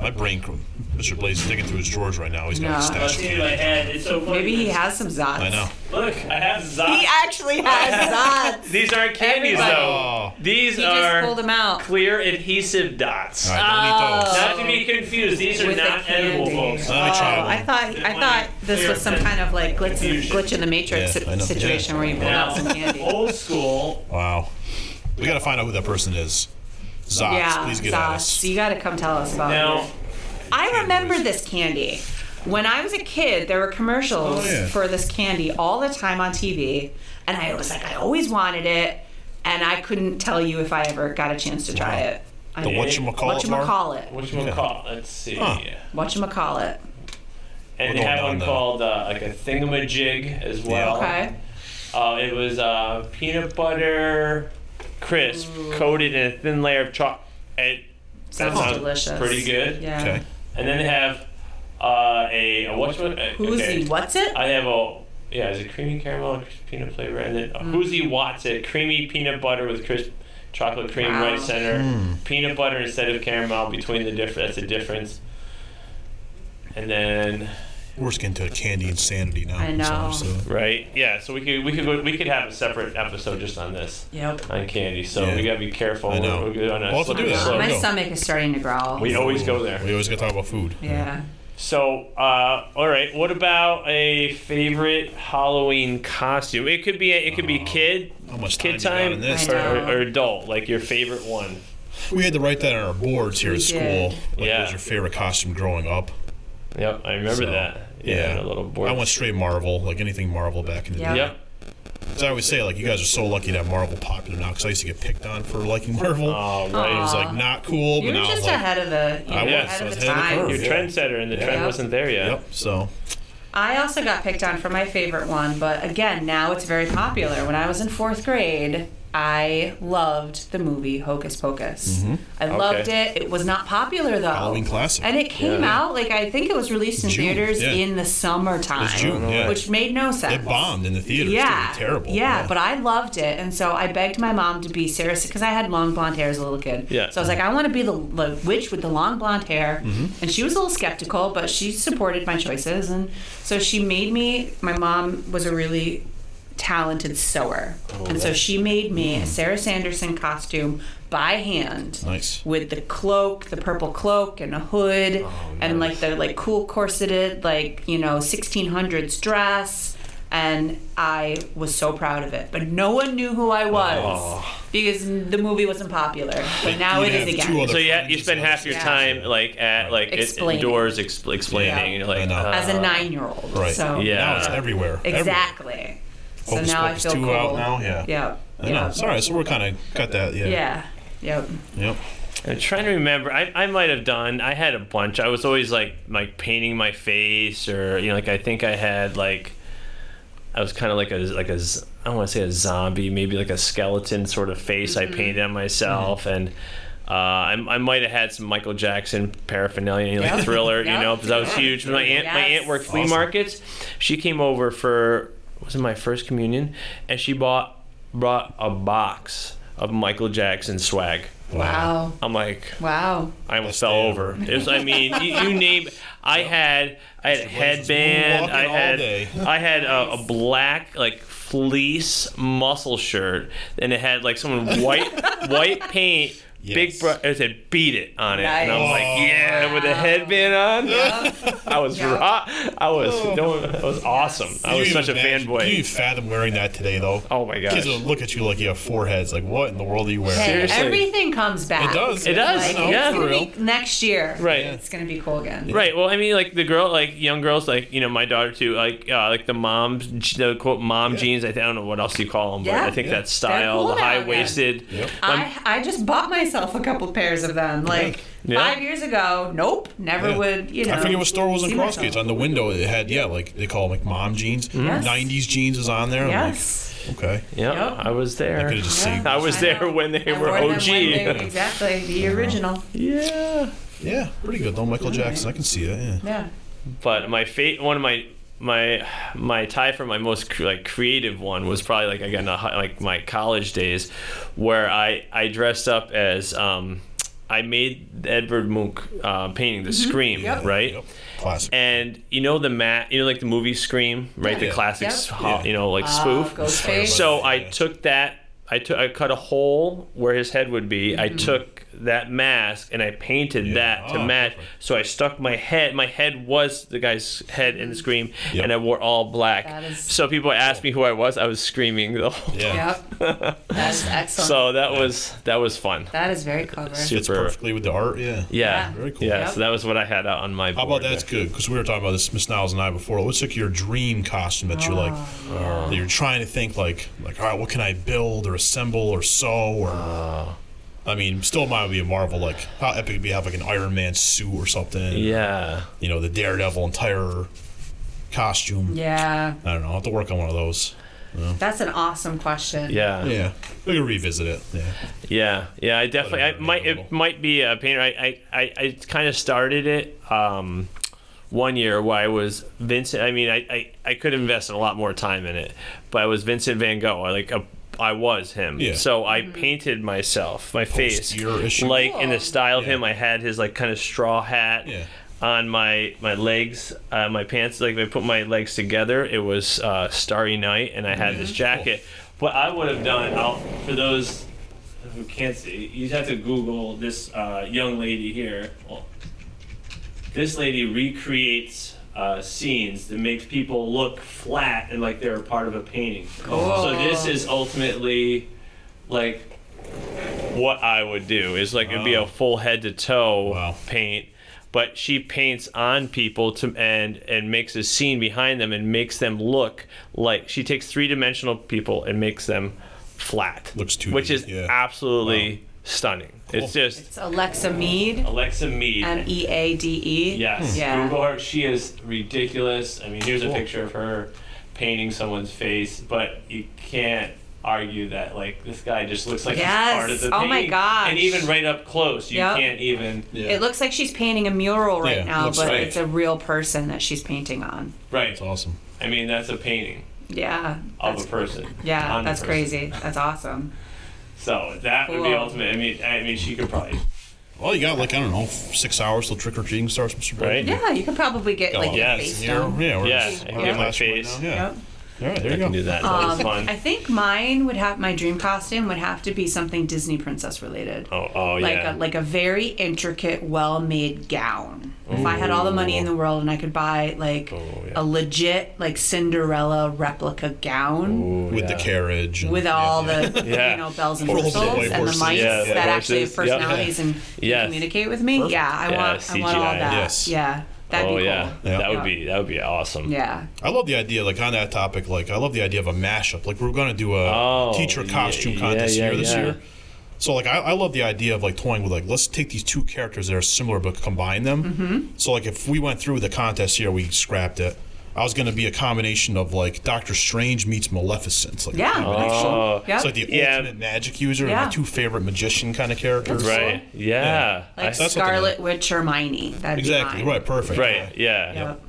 [SPEAKER 2] My brain, cr- Mr. Blaze is digging through his drawers right now. He's got
[SPEAKER 3] No.
[SPEAKER 2] a
[SPEAKER 4] Let's
[SPEAKER 2] stash of
[SPEAKER 4] see if I
[SPEAKER 2] candy.
[SPEAKER 4] had. It's so funny.
[SPEAKER 3] Maybe he has some zots.
[SPEAKER 2] I know.
[SPEAKER 4] Look, I have Zots.
[SPEAKER 3] He actually
[SPEAKER 2] [laughs]
[SPEAKER 3] has zots.
[SPEAKER 1] These aren't candies
[SPEAKER 3] Everybody.
[SPEAKER 1] though.
[SPEAKER 2] Oh.
[SPEAKER 1] These
[SPEAKER 3] He just pulled
[SPEAKER 1] are
[SPEAKER 3] them out.
[SPEAKER 1] clear adhesive dots.
[SPEAKER 2] All right, don't eat those.
[SPEAKER 1] Not to be confused, these are
[SPEAKER 3] With the
[SPEAKER 1] not edible,
[SPEAKER 3] candy.
[SPEAKER 1] folks.
[SPEAKER 2] Let me try
[SPEAKER 3] Oh,
[SPEAKER 2] one.
[SPEAKER 3] I thought I thought this was some kind of like glitch, glitch in the matrix
[SPEAKER 2] Yeah, I know.
[SPEAKER 3] situation
[SPEAKER 2] Yeah.
[SPEAKER 3] where you pull
[SPEAKER 4] Now,
[SPEAKER 3] out some candy.
[SPEAKER 1] Oh,
[SPEAKER 4] old school.
[SPEAKER 2] Wow. We got to find out who that person is. Zots,
[SPEAKER 3] yeah,
[SPEAKER 2] please get at
[SPEAKER 3] sauce.
[SPEAKER 2] us.
[SPEAKER 3] You got to come tell us about
[SPEAKER 1] Now,
[SPEAKER 3] it. I remember this candy. When I was a kid, there were commercials
[SPEAKER 2] Oh, yeah.
[SPEAKER 3] for this candy all the time on TV, and I was like, I always wanted it, and I couldn't tell you if I ever got a chance to try
[SPEAKER 2] Wow.
[SPEAKER 3] it. I
[SPEAKER 2] The whatchamacallit bar?
[SPEAKER 3] whatchamacallit.
[SPEAKER 1] which one
[SPEAKER 2] Yeah.
[SPEAKER 1] call? Let's see.
[SPEAKER 2] Huh.
[SPEAKER 3] Whatchamacallit.
[SPEAKER 1] And
[SPEAKER 2] We're
[SPEAKER 1] they
[SPEAKER 2] going
[SPEAKER 1] have
[SPEAKER 2] down
[SPEAKER 1] one
[SPEAKER 2] the-
[SPEAKER 1] called uh, like a thingamajig as well.
[SPEAKER 3] Okay.
[SPEAKER 1] Uh, it was uh, peanut butter crisp coated in a thin layer of chocolate. It that
[SPEAKER 3] Sounds delicious.
[SPEAKER 1] Pretty good.
[SPEAKER 3] Yeah.
[SPEAKER 2] Okay.
[SPEAKER 1] And then they have uh, a, a what's what?
[SPEAKER 3] Who's
[SPEAKER 1] okay.
[SPEAKER 3] the what's it?
[SPEAKER 1] I have a yeah, it's a creamy caramel and crisp peanut flavor, and then a
[SPEAKER 3] Mm.
[SPEAKER 1] Hoosie Watts it creamy peanut butter with crisp chocolate cream
[SPEAKER 3] Wow.
[SPEAKER 1] right center,
[SPEAKER 2] Hmm.
[SPEAKER 1] peanut butter instead of caramel between the difference. That's the difference. And then
[SPEAKER 2] We're just getting to candy insanity now.
[SPEAKER 3] I know.
[SPEAKER 2] So,
[SPEAKER 1] right, yeah. So we could we could go, we could have a separate episode just on this
[SPEAKER 3] Yep.
[SPEAKER 1] on candy. So
[SPEAKER 2] Yeah.
[SPEAKER 1] we gotta be careful.
[SPEAKER 2] I know.
[SPEAKER 1] We're, we're on a
[SPEAKER 2] We'll have to
[SPEAKER 1] slippery
[SPEAKER 2] do that.
[SPEAKER 1] slope.
[SPEAKER 3] My
[SPEAKER 2] go.
[SPEAKER 3] stomach is starting to growl.
[SPEAKER 1] We always go there.
[SPEAKER 2] We always got to talk about food.
[SPEAKER 3] yeah.
[SPEAKER 1] So, uh, all right. What about a favorite Halloween costume? It could be it could be kid,
[SPEAKER 2] How much
[SPEAKER 1] kid
[SPEAKER 2] time
[SPEAKER 1] time,
[SPEAKER 2] Oh, you got in this?
[SPEAKER 3] I
[SPEAKER 1] Or,
[SPEAKER 3] know.
[SPEAKER 1] or, or adult, like your favorite one.
[SPEAKER 2] We had to write that on our boards here
[SPEAKER 3] We
[SPEAKER 2] at school.
[SPEAKER 3] did.
[SPEAKER 2] Like,
[SPEAKER 1] Yeah.
[SPEAKER 2] What was your favorite costume growing up?
[SPEAKER 1] Yep, I remember
[SPEAKER 2] So,
[SPEAKER 1] that.
[SPEAKER 2] yeah.
[SPEAKER 1] a little board.
[SPEAKER 2] I went straight Marvel, like anything Marvel back in the
[SPEAKER 3] Yeah.
[SPEAKER 2] day.
[SPEAKER 1] Yep.
[SPEAKER 2] Because I always say, like, you guys are so lucky to have Marvel popular now. Because I used to get picked on for liking Marvel.
[SPEAKER 1] All
[SPEAKER 2] it
[SPEAKER 1] right.
[SPEAKER 2] was like not cool,
[SPEAKER 3] You
[SPEAKER 2] but
[SPEAKER 3] were
[SPEAKER 2] now I
[SPEAKER 3] just
[SPEAKER 2] was like,
[SPEAKER 3] ahead of the, you
[SPEAKER 2] I
[SPEAKER 3] were
[SPEAKER 1] was,
[SPEAKER 3] ahead
[SPEAKER 1] I
[SPEAKER 3] of
[SPEAKER 2] was
[SPEAKER 3] the
[SPEAKER 2] ahead of the
[SPEAKER 3] time.
[SPEAKER 2] curve.
[SPEAKER 1] You're a
[SPEAKER 2] Yeah.
[SPEAKER 1] trendsetter, and the trend
[SPEAKER 3] Yeah.
[SPEAKER 1] wasn't there yet.
[SPEAKER 2] yep. So
[SPEAKER 3] I also got picked on for my favorite one, but again, now it's very popular. When I was in fourth grade, I loved the movie Hocus Pocus. I loved
[SPEAKER 1] Okay.
[SPEAKER 3] it. It was not popular though.
[SPEAKER 2] Mm-hmm. Halloween classic.
[SPEAKER 3] And it came
[SPEAKER 1] Yeah.
[SPEAKER 3] out like I think it was released in
[SPEAKER 2] June,
[SPEAKER 3] theaters
[SPEAKER 2] yeah.
[SPEAKER 3] in the summertime,
[SPEAKER 2] It was June, yeah.
[SPEAKER 3] which made no sense.
[SPEAKER 2] it bombed in the theaters.
[SPEAKER 3] Yeah,
[SPEAKER 2] It was terrible.
[SPEAKER 3] Yeah, but I loved it, and so I begged my mom to be Sarah because I had long blonde hair as a little kid.
[SPEAKER 1] Yeah.
[SPEAKER 3] So I was like, I want to be the, the witch with the long blonde hair, and she was a little skeptical, but she supported my choices, and so she made me. My mom was a really talented sewer, and so she made me a Sarah Sanderson costume by hand
[SPEAKER 2] Nice.
[SPEAKER 3] with the cloak, the purple cloak and a hood, and like the like cool corseted like you know 1600s dress, and I was so proud of it. But no one knew who I was because the movie wasn't popular. But now
[SPEAKER 2] you
[SPEAKER 3] it is
[SPEAKER 2] have
[SPEAKER 3] again.
[SPEAKER 2] two other-
[SPEAKER 1] So you, ha- you spend half your
[SPEAKER 3] Yeah.
[SPEAKER 1] time like at like it-
[SPEAKER 3] Explaining.
[SPEAKER 1] indoors expl- explaining.
[SPEAKER 3] Yeah.
[SPEAKER 1] You know, like
[SPEAKER 2] I know.
[SPEAKER 1] uh,
[SPEAKER 3] as a nine year old.
[SPEAKER 2] Right.
[SPEAKER 3] So
[SPEAKER 1] Yeah.
[SPEAKER 2] Now it's everywhere. Every-
[SPEAKER 3] exactly. So
[SPEAKER 2] Hocus
[SPEAKER 3] now I
[SPEAKER 2] Pocus
[SPEAKER 3] feel
[SPEAKER 2] 2
[SPEAKER 3] cool.
[SPEAKER 2] out now, yeah.
[SPEAKER 3] Yep.
[SPEAKER 2] I know.
[SPEAKER 3] Yep.
[SPEAKER 2] It's all right. So we're kind of got that. Yeah.
[SPEAKER 3] Yeah. Yep.
[SPEAKER 2] Yep.
[SPEAKER 1] I'm trying to remember. I, I might have done. I had a bunch. I was always like like painting my face, or you know, like I think I had like I was kind of like a like a z- I don't want to say a zombie, maybe like a skeleton sort of face I painted on myself, and uh, I, I might have had some Michael Jackson paraphernalia, you know, like
[SPEAKER 3] Yep.
[SPEAKER 1] Thriller, you
[SPEAKER 3] Yep.
[SPEAKER 1] know, because I was huge. My aunt my
[SPEAKER 3] Yes.
[SPEAKER 1] aunt worked flea
[SPEAKER 2] Awesome.
[SPEAKER 1] markets. She came over for was it my first communion, and she bought brought a box of Michael Jackson swag.
[SPEAKER 3] Wow.
[SPEAKER 1] I'm like,
[SPEAKER 3] Wow.
[SPEAKER 1] I almost fell over. It was, I mean, you, you name. I had I had a
[SPEAKER 2] Blaze was moonwalking
[SPEAKER 1] headband. I
[SPEAKER 2] all
[SPEAKER 1] had
[SPEAKER 2] day.
[SPEAKER 1] I had a, a black like fleece muscle shirt, and it had like someone white white paint.
[SPEAKER 2] Yes.
[SPEAKER 1] Big bro, it said beat it on it, and I'm
[SPEAKER 2] Nice.
[SPEAKER 1] like, yeah, with a headband on. [laughs] I was raw. I was doing. It was awesome. I
[SPEAKER 2] Can
[SPEAKER 1] was
[SPEAKER 2] Oh. you
[SPEAKER 1] such a
[SPEAKER 2] imagine- Can you
[SPEAKER 1] fanboy.
[SPEAKER 2] fathom wearing that today, though?
[SPEAKER 1] Oh my gosh.
[SPEAKER 2] Kids will look at you like you have four heads. Like, what in the world are you wearing?
[SPEAKER 3] Hey,
[SPEAKER 1] Seriously.
[SPEAKER 3] everything comes back.
[SPEAKER 2] It does.
[SPEAKER 1] It does,
[SPEAKER 2] I know,
[SPEAKER 1] yeah.
[SPEAKER 2] For real.
[SPEAKER 3] Like, Next year.
[SPEAKER 1] Right.
[SPEAKER 3] It's gonna be cool again.
[SPEAKER 1] Right. Well, I mean, like the girl, like young girls, like you know, my daughter too. Like, uh, like the mom, the quote mom jeans. I, think, I don't know what else you call them, but
[SPEAKER 3] Yeah.
[SPEAKER 1] I think
[SPEAKER 2] Yeah.
[SPEAKER 1] that style,
[SPEAKER 3] cool
[SPEAKER 1] the
[SPEAKER 3] now,
[SPEAKER 1] high waisted. um,
[SPEAKER 2] Yep.
[SPEAKER 3] I, I just bought myself a couple pairs of them like
[SPEAKER 1] Yeah.
[SPEAKER 3] five years ago. Nope, never
[SPEAKER 2] Yeah.
[SPEAKER 3] would. You know,
[SPEAKER 2] I forget what store was in
[SPEAKER 3] see
[SPEAKER 2] Crossgates.
[SPEAKER 3] myself.
[SPEAKER 2] On the window, it had yeah, like they call them like mom jeans.
[SPEAKER 3] Yes.
[SPEAKER 2] '90s jeans is on there. I'm like,
[SPEAKER 3] Yes,
[SPEAKER 2] okay.
[SPEAKER 1] Yeah,
[SPEAKER 3] Yep.
[SPEAKER 1] I was there.
[SPEAKER 2] Could have just saved.
[SPEAKER 1] I was
[SPEAKER 3] I
[SPEAKER 1] there
[SPEAKER 3] know.
[SPEAKER 1] when they
[SPEAKER 3] I
[SPEAKER 1] were
[SPEAKER 3] wore them
[SPEAKER 1] OG. [laughs]
[SPEAKER 3] when they were- exactly, the original.
[SPEAKER 1] yeah.
[SPEAKER 2] Yeah, pretty good though. Michael Jackson, I can see it. Yeah.
[SPEAKER 3] Yeah.
[SPEAKER 1] But my fate, one of my my my tie for my most cre- like creative one was probably like again the hi- like my college days, where I I dressed up as um, I made Edvard Munch uh, painting the Scream
[SPEAKER 3] Mm-hmm. Yep.
[SPEAKER 1] right.
[SPEAKER 2] Yep. Classic.
[SPEAKER 1] And you you know the mat, you know like the movie Scream, right?
[SPEAKER 2] Yeah.
[SPEAKER 1] The classic,
[SPEAKER 3] Yep.
[SPEAKER 1] s- ho-
[SPEAKER 2] Yeah.
[SPEAKER 1] you know, like
[SPEAKER 3] Uh,
[SPEAKER 1] spoof.
[SPEAKER 3] Ghostface.
[SPEAKER 1] So I
[SPEAKER 2] Yeah.
[SPEAKER 1] took that. I took. I cut a hole where his head would be. I
[SPEAKER 3] Mm-hmm.
[SPEAKER 1] took that mask and I painted that to
[SPEAKER 2] Ah,
[SPEAKER 1] match. So I stuck my head. My head was the guy's head in Scream,
[SPEAKER 2] Yep.
[SPEAKER 1] and I wore all black.
[SPEAKER 3] Mm-hmm. That is-
[SPEAKER 1] So people asked me who I was. I was screaming though.
[SPEAKER 2] yeah.
[SPEAKER 3] Yep. That's excellent.
[SPEAKER 1] So that was that was fun.
[SPEAKER 3] that is very clever.
[SPEAKER 2] Fits
[SPEAKER 1] Super.
[SPEAKER 2] perfectly with the art. Yeah.
[SPEAKER 1] Yeah.
[SPEAKER 3] Yeah.
[SPEAKER 2] Very cool.
[SPEAKER 1] Yeah.
[SPEAKER 3] Yep.
[SPEAKER 1] So that was what I had out on my.
[SPEAKER 2] How about
[SPEAKER 1] board
[SPEAKER 2] that's
[SPEAKER 1] there.
[SPEAKER 2] good? Because we were talking about this, Miss Niles and I before. What's like your dream costume that you like? That you're trying to think like, like, all right, what can I build or assemble or sew or? I mean, still mine would be a Marvel. Like, how epic would be to have like an Iron Man suit or something?
[SPEAKER 1] Yeah.
[SPEAKER 2] You know, the Daredevil entire costume.
[SPEAKER 3] Yeah.
[SPEAKER 2] I don't know. I will have to work on one of those.
[SPEAKER 3] That's an awesome question.
[SPEAKER 1] Yeah.
[SPEAKER 2] Yeah, we can revisit it. Yeah,
[SPEAKER 1] Yeah, yeah, I definitely. I
[SPEAKER 2] Whatever,
[SPEAKER 1] might. It
[SPEAKER 2] available.
[SPEAKER 1] might be a painter. I, I, I, I kind of started it um, one year where I was Vincent. I mean, I, I, I could invest a lot more time in it, but I was Vincent Van Gogh. I like a, I was him.
[SPEAKER 2] Yeah.
[SPEAKER 1] So I painted myself, my face,
[SPEAKER 2] Post-year issue.
[SPEAKER 1] like in the
[SPEAKER 3] Cool.
[SPEAKER 1] style of
[SPEAKER 2] Yeah.
[SPEAKER 1] him. I had his like kind of straw hat.
[SPEAKER 2] Yeah.
[SPEAKER 1] On my my legs, uh, my pants, like if I put my legs together. It was uh, Starry Night, and I had this
[SPEAKER 2] Mm-hmm.
[SPEAKER 1] jacket. What I would have done, I'll, for those who can't see,
[SPEAKER 4] You have to Google this uh, young lady here. Well,
[SPEAKER 1] this lady recreates uh, scenes that makes people look flat and like they're a part of a painting. So
[SPEAKER 2] Oh.
[SPEAKER 1] this is ultimately like what I would do is like it'd be a full head to toe
[SPEAKER 2] Oh. Wow.
[SPEAKER 1] paint, but she paints on people to and and makes a scene behind them and makes them look like she takes three dimensional people and makes them flat.
[SPEAKER 2] Looks 2D,
[SPEAKER 1] which is
[SPEAKER 2] yeah.
[SPEAKER 1] absolutely stunning. It's just
[SPEAKER 3] It's Alexa Mead,
[SPEAKER 1] Alexa Mead.
[SPEAKER 3] M E A D E.
[SPEAKER 2] Hmm.
[SPEAKER 1] Yes.
[SPEAKER 3] Yeah.
[SPEAKER 1] Google her. She is ridiculous. I mean, here's a picture of her painting someone's face, but you can't argue that like this guy just looks like he's part of
[SPEAKER 3] Yes.
[SPEAKER 1] the
[SPEAKER 3] Oh
[SPEAKER 1] painting.
[SPEAKER 3] my gosh.
[SPEAKER 1] And even right up close, you
[SPEAKER 3] Yep.
[SPEAKER 1] can't even
[SPEAKER 2] yeah.
[SPEAKER 3] It looks like she's painting a mural right
[SPEAKER 2] Yeah,
[SPEAKER 3] now,
[SPEAKER 2] looks
[SPEAKER 3] but
[SPEAKER 2] fake.
[SPEAKER 3] it's a real person that she's painting on.
[SPEAKER 1] right.
[SPEAKER 2] it's awesome.
[SPEAKER 1] I mean, that's a painting
[SPEAKER 3] Yeah.
[SPEAKER 1] of
[SPEAKER 3] that's-
[SPEAKER 1] a person.
[SPEAKER 3] Yeah,
[SPEAKER 1] on the
[SPEAKER 3] that's
[SPEAKER 1] person.
[SPEAKER 3] crazy. That's awesome.
[SPEAKER 1] So that would be
[SPEAKER 3] Cool.
[SPEAKER 1] ultimate. I mean, I mean, she could probably
[SPEAKER 2] Well, you got like I don't know, six hours till trick or treating starts. Mr. Burton.
[SPEAKER 1] Right?
[SPEAKER 3] Yeah, you could probably get
[SPEAKER 2] Got a
[SPEAKER 3] like
[SPEAKER 2] lot
[SPEAKER 3] your
[SPEAKER 1] Oh, Yes.
[SPEAKER 2] of-
[SPEAKER 3] face
[SPEAKER 2] Yeah,
[SPEAKER 3] done.
[SPEAKER 2] yeah, we're
[SPEAKER 1] Yeah,
[SPEAKER 2] just-
[SPEAKER 1] I can
[SPEAKER 2] we're
[SPEAKER 1] get my
[SPEAKER 2] last one
[SPEAKER 1] face.
[SPEAKER 2] now, Yeah.
[SPEAKER 3] Yep.
[SPEAKER 2] All right, there
[SPEAKER 1] I
[SPEAKER 2] you go.
[SPEAKER 1] can do that. It's
[SPEAKER 3] Um,
[SPEAKER 1] always fun.
[SPEAKER 3] I think mine would have my dream costume would have to be something Disney princess related.
[SPEAKER 1] oh, oh
[SPEAKER 3] like
[SPEAKER 1] yeah.
[SPEAKER 3] a like a very intricate, well made gown. If I had all the money in the world and I could buy like
[SPEAKER 1] Oh, yeah.
[SPEAKER 3] a legit like Cinderella replica gown
[SPEAKER 1] Ooh,
[SPEAKER 2] With
[SPEAKER 1] yeah.
[SPEAKER 2] the carriage. And,
[SPEAKER 3] with
[SPEAKER 2] yeah,
[SPEAKER 3] all
[SPEAKER 2] yeah.
[SPEAKER 1] [laughs]
[SPEAKER 3] the
[SPEAKER 1] Yeah.
[SPEAKER 3] you know bells and
[SPEAKER 2] Horses,
[SPEAKER 3] whistles
[SPEAKER 2] white
[SPEAKER 3] and
[SPEAKER 2] horses,
[SPEAKER 3] the mice
[SPEAKER 1] yeah,
[SPEAKER 3] that
[SPEAKER 1] white
[SPEAKER 3] actually have
[SPEAKER 1] horses, yep.
[SPEAKER 3] personalities and can
[SPEAKER 1] Yes.
[SPEAKER 3] communicate with me. Yeah, I
[SPEAKER 1] Yeah,
[SPEAKER 3] want I want all
[SPEAKER 1] CGI.
[SPEAKER 3] that.
[SPEAKER 2] Yes.
[SPEAKER 3] Yeah, that'd
[SPEAKER 1] Oh
[SPEAKER 3] be cool.
[SPEAKER 1] yeah.
[SPEAKER 2] Yeah.
[SPEAKER 1] That would
[SPEAKER 3] Yeah.
[SPEAKER 1] be that would be awesome.
[SPEAKER 3] Yeah.
[SPEAKER 2] I love the idea, like on that topic, like I love the idea of a mashup. Like we're gonna do a
[SPEAKER 1] Oh,
[SPEAKER 2] teacher
[SPEAKER 1] yeah,
[SPEAKER 2] costume
[SPEAKER 1] yeah,
[SPEAKER 2] contest
[SPEAKER 1] yeah,
[SPEAKER 2] here this
[SPEAKER 1] yeah.
[SPEAKER 2] year. So like I, I love the idea of like toying with like let's take these two characters that are similar but combine them.
[SPEAKER 1] Mm-hmm.
[SPEAKER 2] So like if we went through the contest here, we scrapped it. I was gonna be a combination of like Doctor Strange meets Maleficent. Like a
[SPEAKER 3] Yeah.
[SPEAKER 2] combination.
[SPEAKER 1] Oh.
[SPEAKER 3] Yep.
[SPEAKER 2] It's like the
[SPEAKER 1] Yeah.
[SPEAKER 2] ultimate magic user and
[SPEAKER 3] Yeah.
[SPEAKER 2] my two favorite magician kind of characters.
[SPEAKER 1] Right. Yeah.
[SPEAKER 3] like
[SPEAKER 1] I-
[SPEAKER 2] that's what they're
[SPEAKER 3] Scarlet Witch Hermione. That'd
[SPEAKER 2] Exactly.
[SPEAKER 3] be mine.
[SPEAKER 2] Right. Perfect.
[SPEAKER 1] right. Yeah.
[SPEAKER 3] Yep.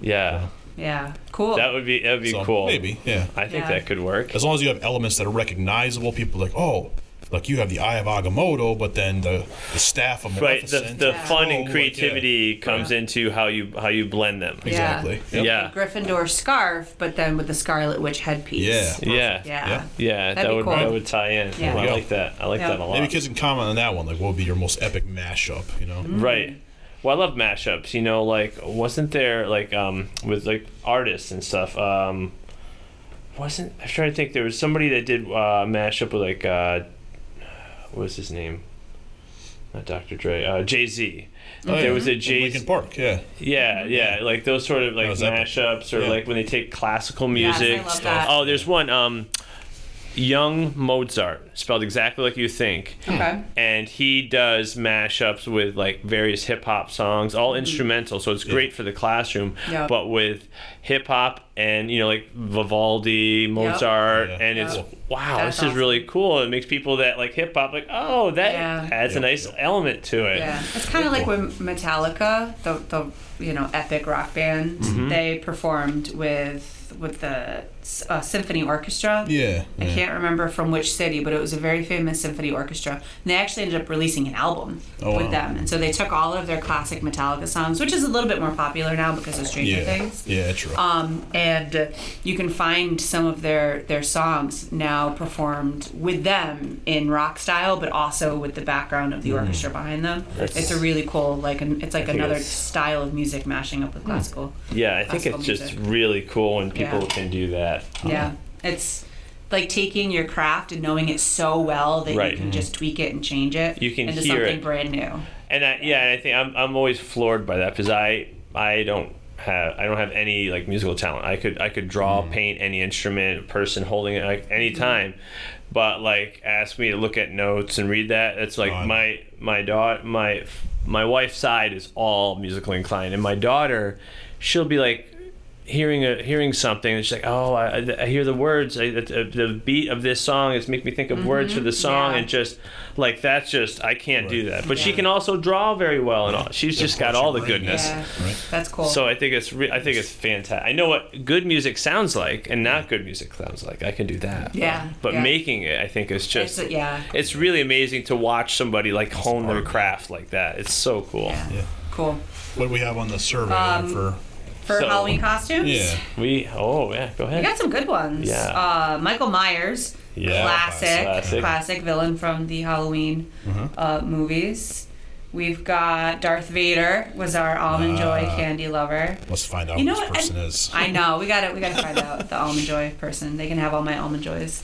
[SPEAKER 1] Yeah,
[SPEAKER 3] Yeah. Cool.
[SPEAKER 1] that would be that would be
[SPEAKER 2] So,
[SPEAKER 1] cool.
[SPEAKER 2] Maybe. Yeah.
[SPEAKER 1] I think
[SPEAKER 3] Yeah.
[SPEAKER 1] that could work.
[SPEAKER 2] as long as you have elements that are recognizable, people are like, oh, like you have the Eye of Agamotto, but then the, the staff of
[SPEAKER 1] Right, the,
[SPEAKER 2] Maleficent.
[SPEAKER 1] the fun
[SPEAKER 2] Oh, like,
[SPEAKER 1] and
[SPEAKER 2] yeah.
[SPEAKER 1] creativity comes into how you how you blend them.
[SPEAKER 2] Exactly.
[SPEAKER 1] Yeah,
[SPEAKER 2] Yep.
[SPEAKER 1] yeah,
[SPEAKER 3] Gryffindor scarf, but then with the Scarlet Witch headpiece.
[SPEAKER 2] Yeah.
[SPEAKER 1] yeah,
[SPEAKER 3] Yeah.
[SPEAKER 2] Yeah.
[SPEAKER 1] that
[SPEAKER 3] be
[SPEAKER 1] would
[SPEAKER 3] cool.
[SPEAKER 1] that would tie in.
[SPEAKER 3] Yeah.
[SPEAKER 1] I
[SPEAKER 2] Yeah.
[SPEAKER 1] like that. I like
[SPEAKER 3] Yeah.
[SPEAKER 1] that a lot.
[SPEAKER 2] Maybe kids can comment on that one. Like, what would be your most epic mashup? You know,
[SPEAKER 3] Mm-hmm.
[SPEAKER 1] right. Well, I love mashups. You know, like wasn't there like um with like artists and stuff. Um, wasn't I'm trying to think. There was somebody that did uh, mashup with like uh, what was his name? Not Dr. Dre. Uh, Jay Z.
[SPEAKER 2] Oh,
[SPEAKER 1] there
[SPEAKER 2] yeah.
[SPEAKER 1] was a
[SPEAKER 2] In
[SPEAKER 1] Jay
[SPEAKER 2] Lincoln Park. Yeah,
[SPEAKER 1] Yeah, yeah, like those sort of like
[SPEAKER 2] was epic.
[SPEAKER 1] mashups or
[SPEAKER 2] Yeah.
[SPEAKER 1] like when they take classical
[SPEAKER 3] Yes, I
[SPEAKER 1] music.
[SPEAKER 3] love that.
[SPEAKER 1] Oh, there's one um Young Mozart, spelled exactly like you think.
[SPEAKER 3] Okay.
[SPEAKER 1] And he does mashups with like various hip hop songs, all
[SPEAKER 3] Mm-hmm.
[SPEAKER 1] instrumental, so it's great for the classroom.
[SPEAKER 3] Yeah.
[SPEAKER 1] But with hip hop and you know like Vivaldi, Mozart,
[SPEAKER 2] Yeah.
[SPEAKER 1] and it's
[SPEAKER 3] Yeah.
[SPEAKER 1] wow,
[SPEAKER 3] That's
[SPEAKER 1] this is really cool. It makes people that like hip hop like, oh, that
[SPEAKER 3] Yeah.
[SPEAKER 1] adds a
[SPEAKER 2] Yeah.
[SPEAKER 1] nice element to it.
[SPEAKER 3] Yeah. It's kind of like when Metallica, the, the you know epic rock band,
[SPEAKER 2] Mm-hmm.
[SPEAKER 3] they performed with with the uh, symphony orchestra.
[SPEAKER 2] yeah.
[SPEAKER 3] I
[SPEAKER 2] yeah.
[SPEAKER 3] can't remember from which city, but it was a very famous symphony orchestra. And they actually ended up releasing an album
[SPEAKER 2] Oh,
[SPEAKER 3] with
[SPEAKER 2] wow.
[SPEAKER 3] them. And so they took all of their classic Metallica songs, which is a little bit more popular now because of Stranger
[SPEAKER 2] Yeah,
[SPEAKER 3] Things.
[SPEAKER 2] yeah, true.
[SPEAKER 3] Um, and uh, you can find some of their their songs now performed with them in rock style, but also with the background of the orchestra behind them.
[SPEAKER 1] Mm. That's-
[SPEAKER 3] it's a really cool like an, it's like
[SPEAKER 1] think
[SPEAKER 3] another
[SPEAKER 1] it's- Hmm.
[SPEAKER 3] style of music mashing up with classical.
[SPEAKER 1] Yeah, I think
[SPEAKER 3] classical
[SPEAKER 1] it's just
[SPEAKER 3] music.
[SPEAKER 1] really cool when people
[SPEAKER 3] Yeah.
[SPEAKER 1] can do that.
[SPEAKER 3] Yeah, it's like taking your craft and knowing it so well that
[SPEAKER 1] Right. Mm-hmm.
[SPEAKER 3] you can just tweak it and change it
[SPEAKER 1] You can
[SPEAKER 3] into
[SPEAKER 1] hear
[SPEAKER 3] something
[SPEAKER 1] it.
[SPEAKER 3] brand new.
[SPEAKER 1] And I, yeah, and I think I'm, I'm always floored by that because I I don't have I don't have any like musical talent. I could I could draw, paint any instrument, person holding it like any time, but like ask me to look at notes and read that. It's like
[SPEAKER 2] God.
[SPEAKER 1] my my daughter my my wife's side is all musical inclined, and my daughter, she'll be like hearing a, hearing something, and she's like, "Oh, I, I- I hear the words, I, the, the beat of this song. It's making me think of words for the song,
[SPEAKER 3] yeah.
[SPEAKER 1] and just like that's just I can't do that." But she can also draw very well, and all. She's just got
[SPEAKER 2] course,
[SPEAKER 1] all
[SPEAKER 2] her
[SPEAKER 1] the
[SPEAKER 2] brain.
[SPEAKER 1] goodness.
[SPEAKER 3] Yeah,
[SPEAKER 2] Right.
[SPEAKER 3] that's cool.
[SPEAKER 1] So I think it's re- I think it's fantastic. I know what good music sounds like and not good music sounds like. I can do that.
[SPEAKER 3] Yeah,
[SPEAKER 1] But
[SPEAKER 3] yeah.
[SPEAKER 1] making it, I think, is just
[SPEAKER 3] It's- yeah.
[SPEAKER 1] It's really amazing to watch somebody like hone their craft like that. It's so cool.
[SPEAKER 3] yeah.
[SPEAKER 2] Yeah.
[SPEAKER 3] cool.
[SPEAKER 2] What do we have on the survey
[SPEAKER 3] Um,
[SPEAKER 2] for?
[SPEAKER 3] For
[SPEAKER 1] So-
[SPEAKER 3] Halloween costumes,
[SPEAKER 2] Yeah.
[SPEAKER 1] We oh yeah, go
[SPEAKER 3] we
[SPEAKER 1] ahead.
[SPEAKER 3] got some good ones.
[SPEAKER 1] Yeah.
[SPEAKER 3] Uh, Michael Myers,
[SPEAKER 2] Yeah,
[SPEAKER 3] classic,
[SPEAKER 1] classic.
[SPEAKER 3] classic, villain from the Halloween uh, movies. We've got Darth Vader was our almond joy
[SPEAKER 2] Ah.
[SPEAKER 3] candy lover.
[SPEAKER 2] Let's find out
[SPEAKER 3] You
[SPEAKER 2] who
[SPEAKER 3] know
[SPEAKER 2] this
[SPEAKER 3] what,
[SPEAKER 2] person is.
[SPEAKER 3] I know. We got to We got to find out the almond joy person. They can have all my almond joys.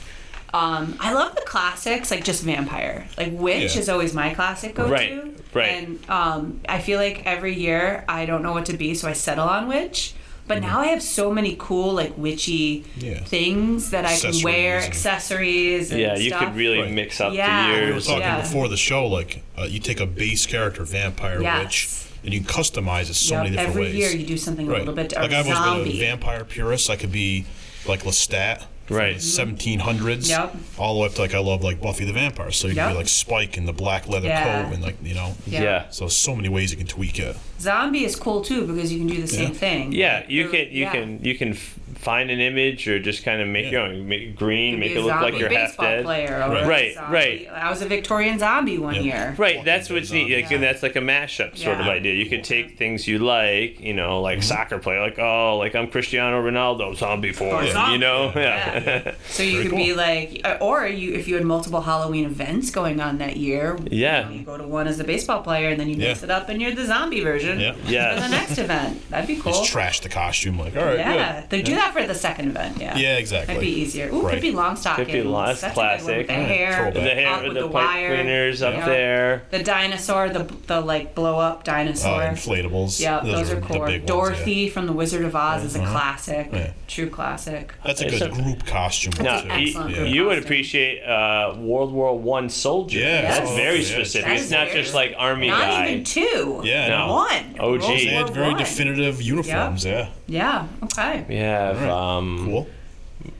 [SPEAKER 3] Um, I love the classics, like just vampire. Like witch
[SPEAKER 2] Yeah.
[SPEAKER 3] is always my classic go-to.
[SPEAKER 1] Right, right.
[SPEAKER 3] And um, I feel like every year I don't know what to be, so I settle on witch. But now I have so many cool, like witchy
[SPEAKER 2] Mm-hmm. Yeah.
[SPEAKER 3] things that I can wear, accessories. And
[SPEAKER 1] yeah, you
[SPEAKER 3] stuff.
[SPEAKER 1] could really
[SPEAKER 2] Right.
[SPEAKER 1] mix up
[SPEAKER 3] Yeah.
[SPEAKER 1] the
[SPEAKER 2] we were
[SPEAKER 1] years.
[SPEAKER 2] talking
[SPEAKER 3] Yeah.
[SPEAKER 2] before the show, like uh, you take a base character, vampire,
[SPEAKER 3] Yes.
[SPEAKER 2] witch, and you customize it so
[SPEAKER 3] Yep,
[SPEAKER 2] many different
[SPEAKER 3] every
[SPEAKER 2] ways.
[SPEAKER 3] year you do something
[SPEAKER 2] right.
[SPEAKER 3] a little bit or
[SPEAKER 2] like I've always been
[SPEAKER 3] zombie. Mm-hmm.
[SPEAKER 2] a vampire purist. I could be like Lestat. from
[SPEAKER 1] Right.
[SPEAKER 2] the 1700s,
[SPEAKER 3] Yep.
[SPEAKER 2] all the way up to like I love like Buffy the Vampire. So you can
[SPEAKER 3] Yep.
[SPEAKER 2] be like Spike in the black leather
[SPEAKER 3] Yeah.
[SPEAKER 2] coat and like you know,
[SPEAKER 1] Yeah. yeah.
[SPEAKER 2] So so many ways you can tweak it.
[SPEAKER 3] Zombie is cool too because you can do the same
[SPEAKER 2] Yeah.
[SPEAKER 3] thing.
[SPEAKER 1] you
[SPEAKER 3] Or-
[SPEAKER 1] can you
[SPEAKER 3] yeah.
[SPEAKER 1] can you can f- find an image or just kind of make
[SPEAKER 2] Yeah.
[SPEAKER 1] your own make green,
[SPEAKER 3] could
[SPEAKER 1] make
[SPEAKER 3] be
[SPEAKER 1] it
[SPEAKER 3] a
[SPEAKER 1] look like
[SPEAKER 3] zombie
[SPEAKER 1] you're half
[SPEAKER 3] baseball
[SPEAKER 1] dead.
[SPEAKER 3] player or
[SPEAKER 2] Right.
[SPEAKER 3] a
[SPEAKER 1] Right,
[SPEAKER 3] zombie.
[SPEAKER 1] right.
[SPEAKER 3] I was a Victorian zombie one
[SPEAKER 2] Yeah.
[SPEAKER 3] year.
[SPEAKER 1] Right,
[SPEAKER 2] Walking
[SPEAKER 1] that's what's
[SPEAKER 2] Dead
[SPEAKER 1] neat. Like,
[SPEAKER 3] zombie.
[SPEAKER 1] And that's like a mashup sort of
[SPEAKER 3] Yeah. Mm-hmm.
[SPEAKER 1] idea. You could take things you like, you know, like soccer player, like oh, like I'm Cristiano Ronaldo, zombie form,
[SPEAKER 3] zombie.
[SPEAKER 1] you know, yeah.
[SPEAKER 3] Yeah. So you
[SPEAKER 2] Very
[SPEAKER 3] could be like, uh, or you if you had multiple Halloween events going on that year,
[SPEAKER 1] Yeah.
[SPEAKER 3] you go to one as a baseball player and then you mix
[SPEAKER 2] Yeah.
[SPEAKER 3] it up and you're the zombie version
[SPEAKER 2] Yeah.
[SPEAKER 1] [laughs] Yeah.
[SPEAKER 3] for the next event. That'd be cool.
[SPEAKER 2] Just trash the costume. Like all right,
[SPEAKER 3] yeah,
[SPEAKER 2] good.
[SPEAKER 3] they do that for the second event. Yeah.
[SPEAKER 2] Yeah, exactly.
[SPEAKER 3] That'd be easier. Ooh,
[SPEAKER 2] Right.
[SPEAKER 3] could be long stockings.
[SPEAKER 1] long- that's
[SPEAKER 3] That's a good one with
[SPEAKER 1] classic.
[SPEAKER 3] The
[SPEAKER 1] Yeah,
[SPEAKER 3] hair,
[SPEAKER 1] The
[SPEAKER 2] throwback.
[SPEAKER 1] hair,
[SPEAKER 3] up
[SPEAKER 1] the,
[SPEAKER 3] with the
[SPEAKER 1] pipe
[SPEAKER 3] wire,
[SPEAKER 1] cleaners
[SPEAKER 3] you
[SPEAKER 1] up
[SPEAKER 3] know.
[SPEAKER 1] there.
[SPEAKER 3] the dinosaur, the the like blow up
[SPEAKER 2] Uh,
[SPEAKER 3] dinosaur.
[SPEAKER 2] inflatables.
[SPEAKER 3] Yeah, those, are,
[SPEAKER 2] the
[SPEAKER 3] cool.
[SPEAKER 2] big ones, yeah.
[SPEAKER 3] Dorothy from The Wizard of Oz is a classic,
[SPEAKER 2] Yeah.
[SPEAKER 3] true classic.
[SPEAKER 2] That's a
[SPEAKER 1] It's
[SPEAKER 2] good
[SPEAKER 1] a- e-
[SPEAKER 2] group costume.
[SPEAKER 1] Now,
[SPEAKER 3] an
[SPEAKER 2] too.
[SPEAKER 1] you,
[SPEAKER 3] excellent
[SPEAKER 2] Yeah.
[SPEAKER 3] group.
[SPEAKER 1] you would
[SPEAKER 3] costume.
[SPEAKER 1] appreciate uh, World War One soldier.
[SPEAKER 2] Yeah,
[SPEAKER 1] that's
[SPEAKER 3] Yes.
[SPEAKER 1] very
[SPEAKER 2] yeah.
[SPEAKER 1] specific.
[SPEAKER 3] That
[SPEAKER 1] it's
[SPEAKER 3] is
[SPEAKER 1] not
[SPEAKER 3] very-
[SPEAKER 1] just like army
[SPEAKER 3] Not
[SPEAKER 1] guy.
[SPEAKER 3] even two.
[SPEAKER 2] Yeah,
[SPEAKER 1] No.
[SPEAKER 3] One.
[SPEAKER 1] Oh,
[SPEAKER 3] World
[SPEAKER 1] gee.
[SPEAKER 2] They
[SPEAKER 1] They
[SPEAKER 3] War
[SPEAKER 2] had very
[SPEAKER 3] One.
[SPEAKER 2] definitive uniforms. Yeah.
[SPEAKER 3] Yeah. Okay.
[SPEAKER 1] we have um,
[SPEAKER 2] Cool.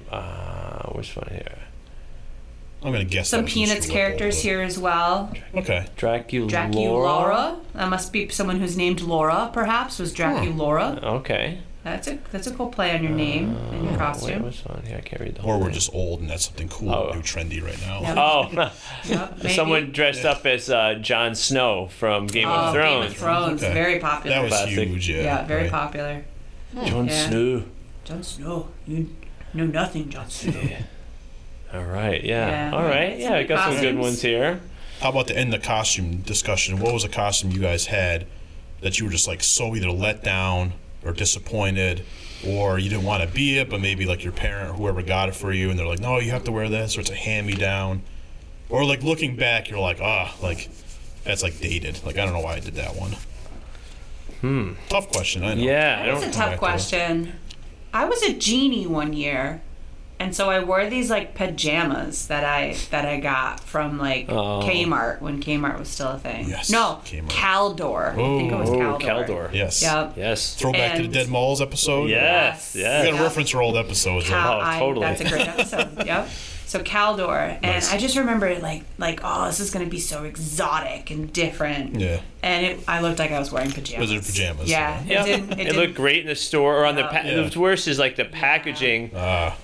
[SPEAKER 1] uh, which one here?
[SPEAKER 2] I'm gonna guess that
[SPEAKER 3] Some
[SPEAKER 2] was
[SPEAKER 3] Peanuts
[SPEAKER 2] Mr. Whipple,
[SPEAKER 3] characters
[SPEAKER 2] but-
[SPEAKER 3] here as well.
[SPEAKER 2] Okay.
[SPEAKER 1] Dracula.
[SPEAKER 3] Dracula. Laura. That must be someone who's named Laura, perhaps. Was Dracula? Laura.
[SPEAKER 1] Okay.
[SPEAKER 3] That's a that's a cool play on your name and your
[SPEAKER 1] Wait,
[SPEAKER 3] costume.
[SPEAKER 1] what's on here? I can't read the whole.
[SPEAKER 2] Or we're
[SPEAKER 1] thing.
[SPEAKER 2] just old and that's something cool,
[SPEAKER 1] Oh.
[SPEAKER 2] new, trendy right now.
[SPEAKER 3] Yeah.
[SPEAKER 1] Oh, [laughs]
[SPEAKER 3] Yep, maybe.
[SPEAKER 1] someone dressed up as uh, Jon Snow from Game
[SPEAKER 3] Oh,
[SPEAKER 1] of Thrones.
[SPEAKER 3] Game of Thrones.
[SPEAKER 2] Okay.
[SPEAKER 3] Very popular.
[SPEAKER 2] That was
[SPEAKER 1] Classic.
[SPEAKER 2] huge. Yeah.
[SPEAKER 3] yeah, very
[SPEAKER 2] right.
[SPEAKER 3] popular.
[SPEAKER 1] Jon
[SPEAKER 3] Yeah.
[SPEAKER 1] Snow.
[SPEAKER 3] Jon Snow. You know nothing, Jon Snow.
[SPEAKER 1] All right. Yeah.
[SPEAKER 3] Yeah.
[SPEAKER 1] All right. Yeah, I got some good
[SPEAKER 3] Costumes.
[SPEAKER 1] ones here.
[SPEAKER 2] How about to end the costume discussion? What was a costume you guys had that you were just like so either let down or disappointed, or you didn't want to be it, but maybe like your parent or whoever got it for you, and they're like, no, you have to wear this, or it's a hand me down, or like looking back, you're like, ah, like that's like dated. Like I don't know why I did that one. Hmm. Tough question. I know.
[SPEAKER 1] Yeah. I
[SPEAKER 3] That's a
[SPEAKER 1] don't.
[SPEAKER 3] tough
[SPEAKER 2] Alright,
[SPEAKER 3] question. I was a genie one year, and so I wore these like pajamas that I that I got from like
[SPEAKER 1] Oh.
[SPEAKER 3] Kmart when Kmart was still a thing.
[SPEAKER 2] Yes,
[SPEAKER 3] No,
[SPEAKER 2] Kmart.
[SPEAKER 3] Caldor. I think it was
[SPEAKER 1] Oh,
[SPEAKER 3] Caldor.
[SPEAKER 1] Caldor.
[SPEAKER 2] Yes.
[SPEAKER 3] Yep.
[SPEAKER 1] Yes.
[SPEAKER 2] Throwback to the
[SPEAKER 3] And-
[SPEAKER 2] Dead Malls episode.
[SPEAKER 1] Yes. Yes.
[SPEAKER 3] Yes.
[SPEAKER 2] We got
[SPEAKER 3] Yeah.
[SPEAKER 2] to reference our old episodes. right?
[SPEAKER 3] Cal-
[SPEAKER 1] Oh,
[SPEAKER 3] I-
[SPEAKER 1] totally.
[SPEAKER 3] That's a
[SPEAKER 1] [laughs]
[SPEAKER 3] great episode. yep. So Caldor, and I just remember it like like oh this is gonna be so exotic and different.
[SPEAKER 2] Yeah.
[SPEAKER 3] And it, I looked like I was wearing pajamas.
[SPEAKER 2] Wizard pajamas.
[SPEAKER 3] Yeah.
[SPEAKER 1] Yeah.
[SPEAKER 3] It, didn't, it,
[SPEAKER 1] It,
[SPEAKER 3] didn't-
[SPEAKER 1] looked great in the store or on the. Pa-
[SPEAKER 2] Yeah.
[SPEAKER 1] The worst is like the packaging.
[SPEAKER 2] Ah,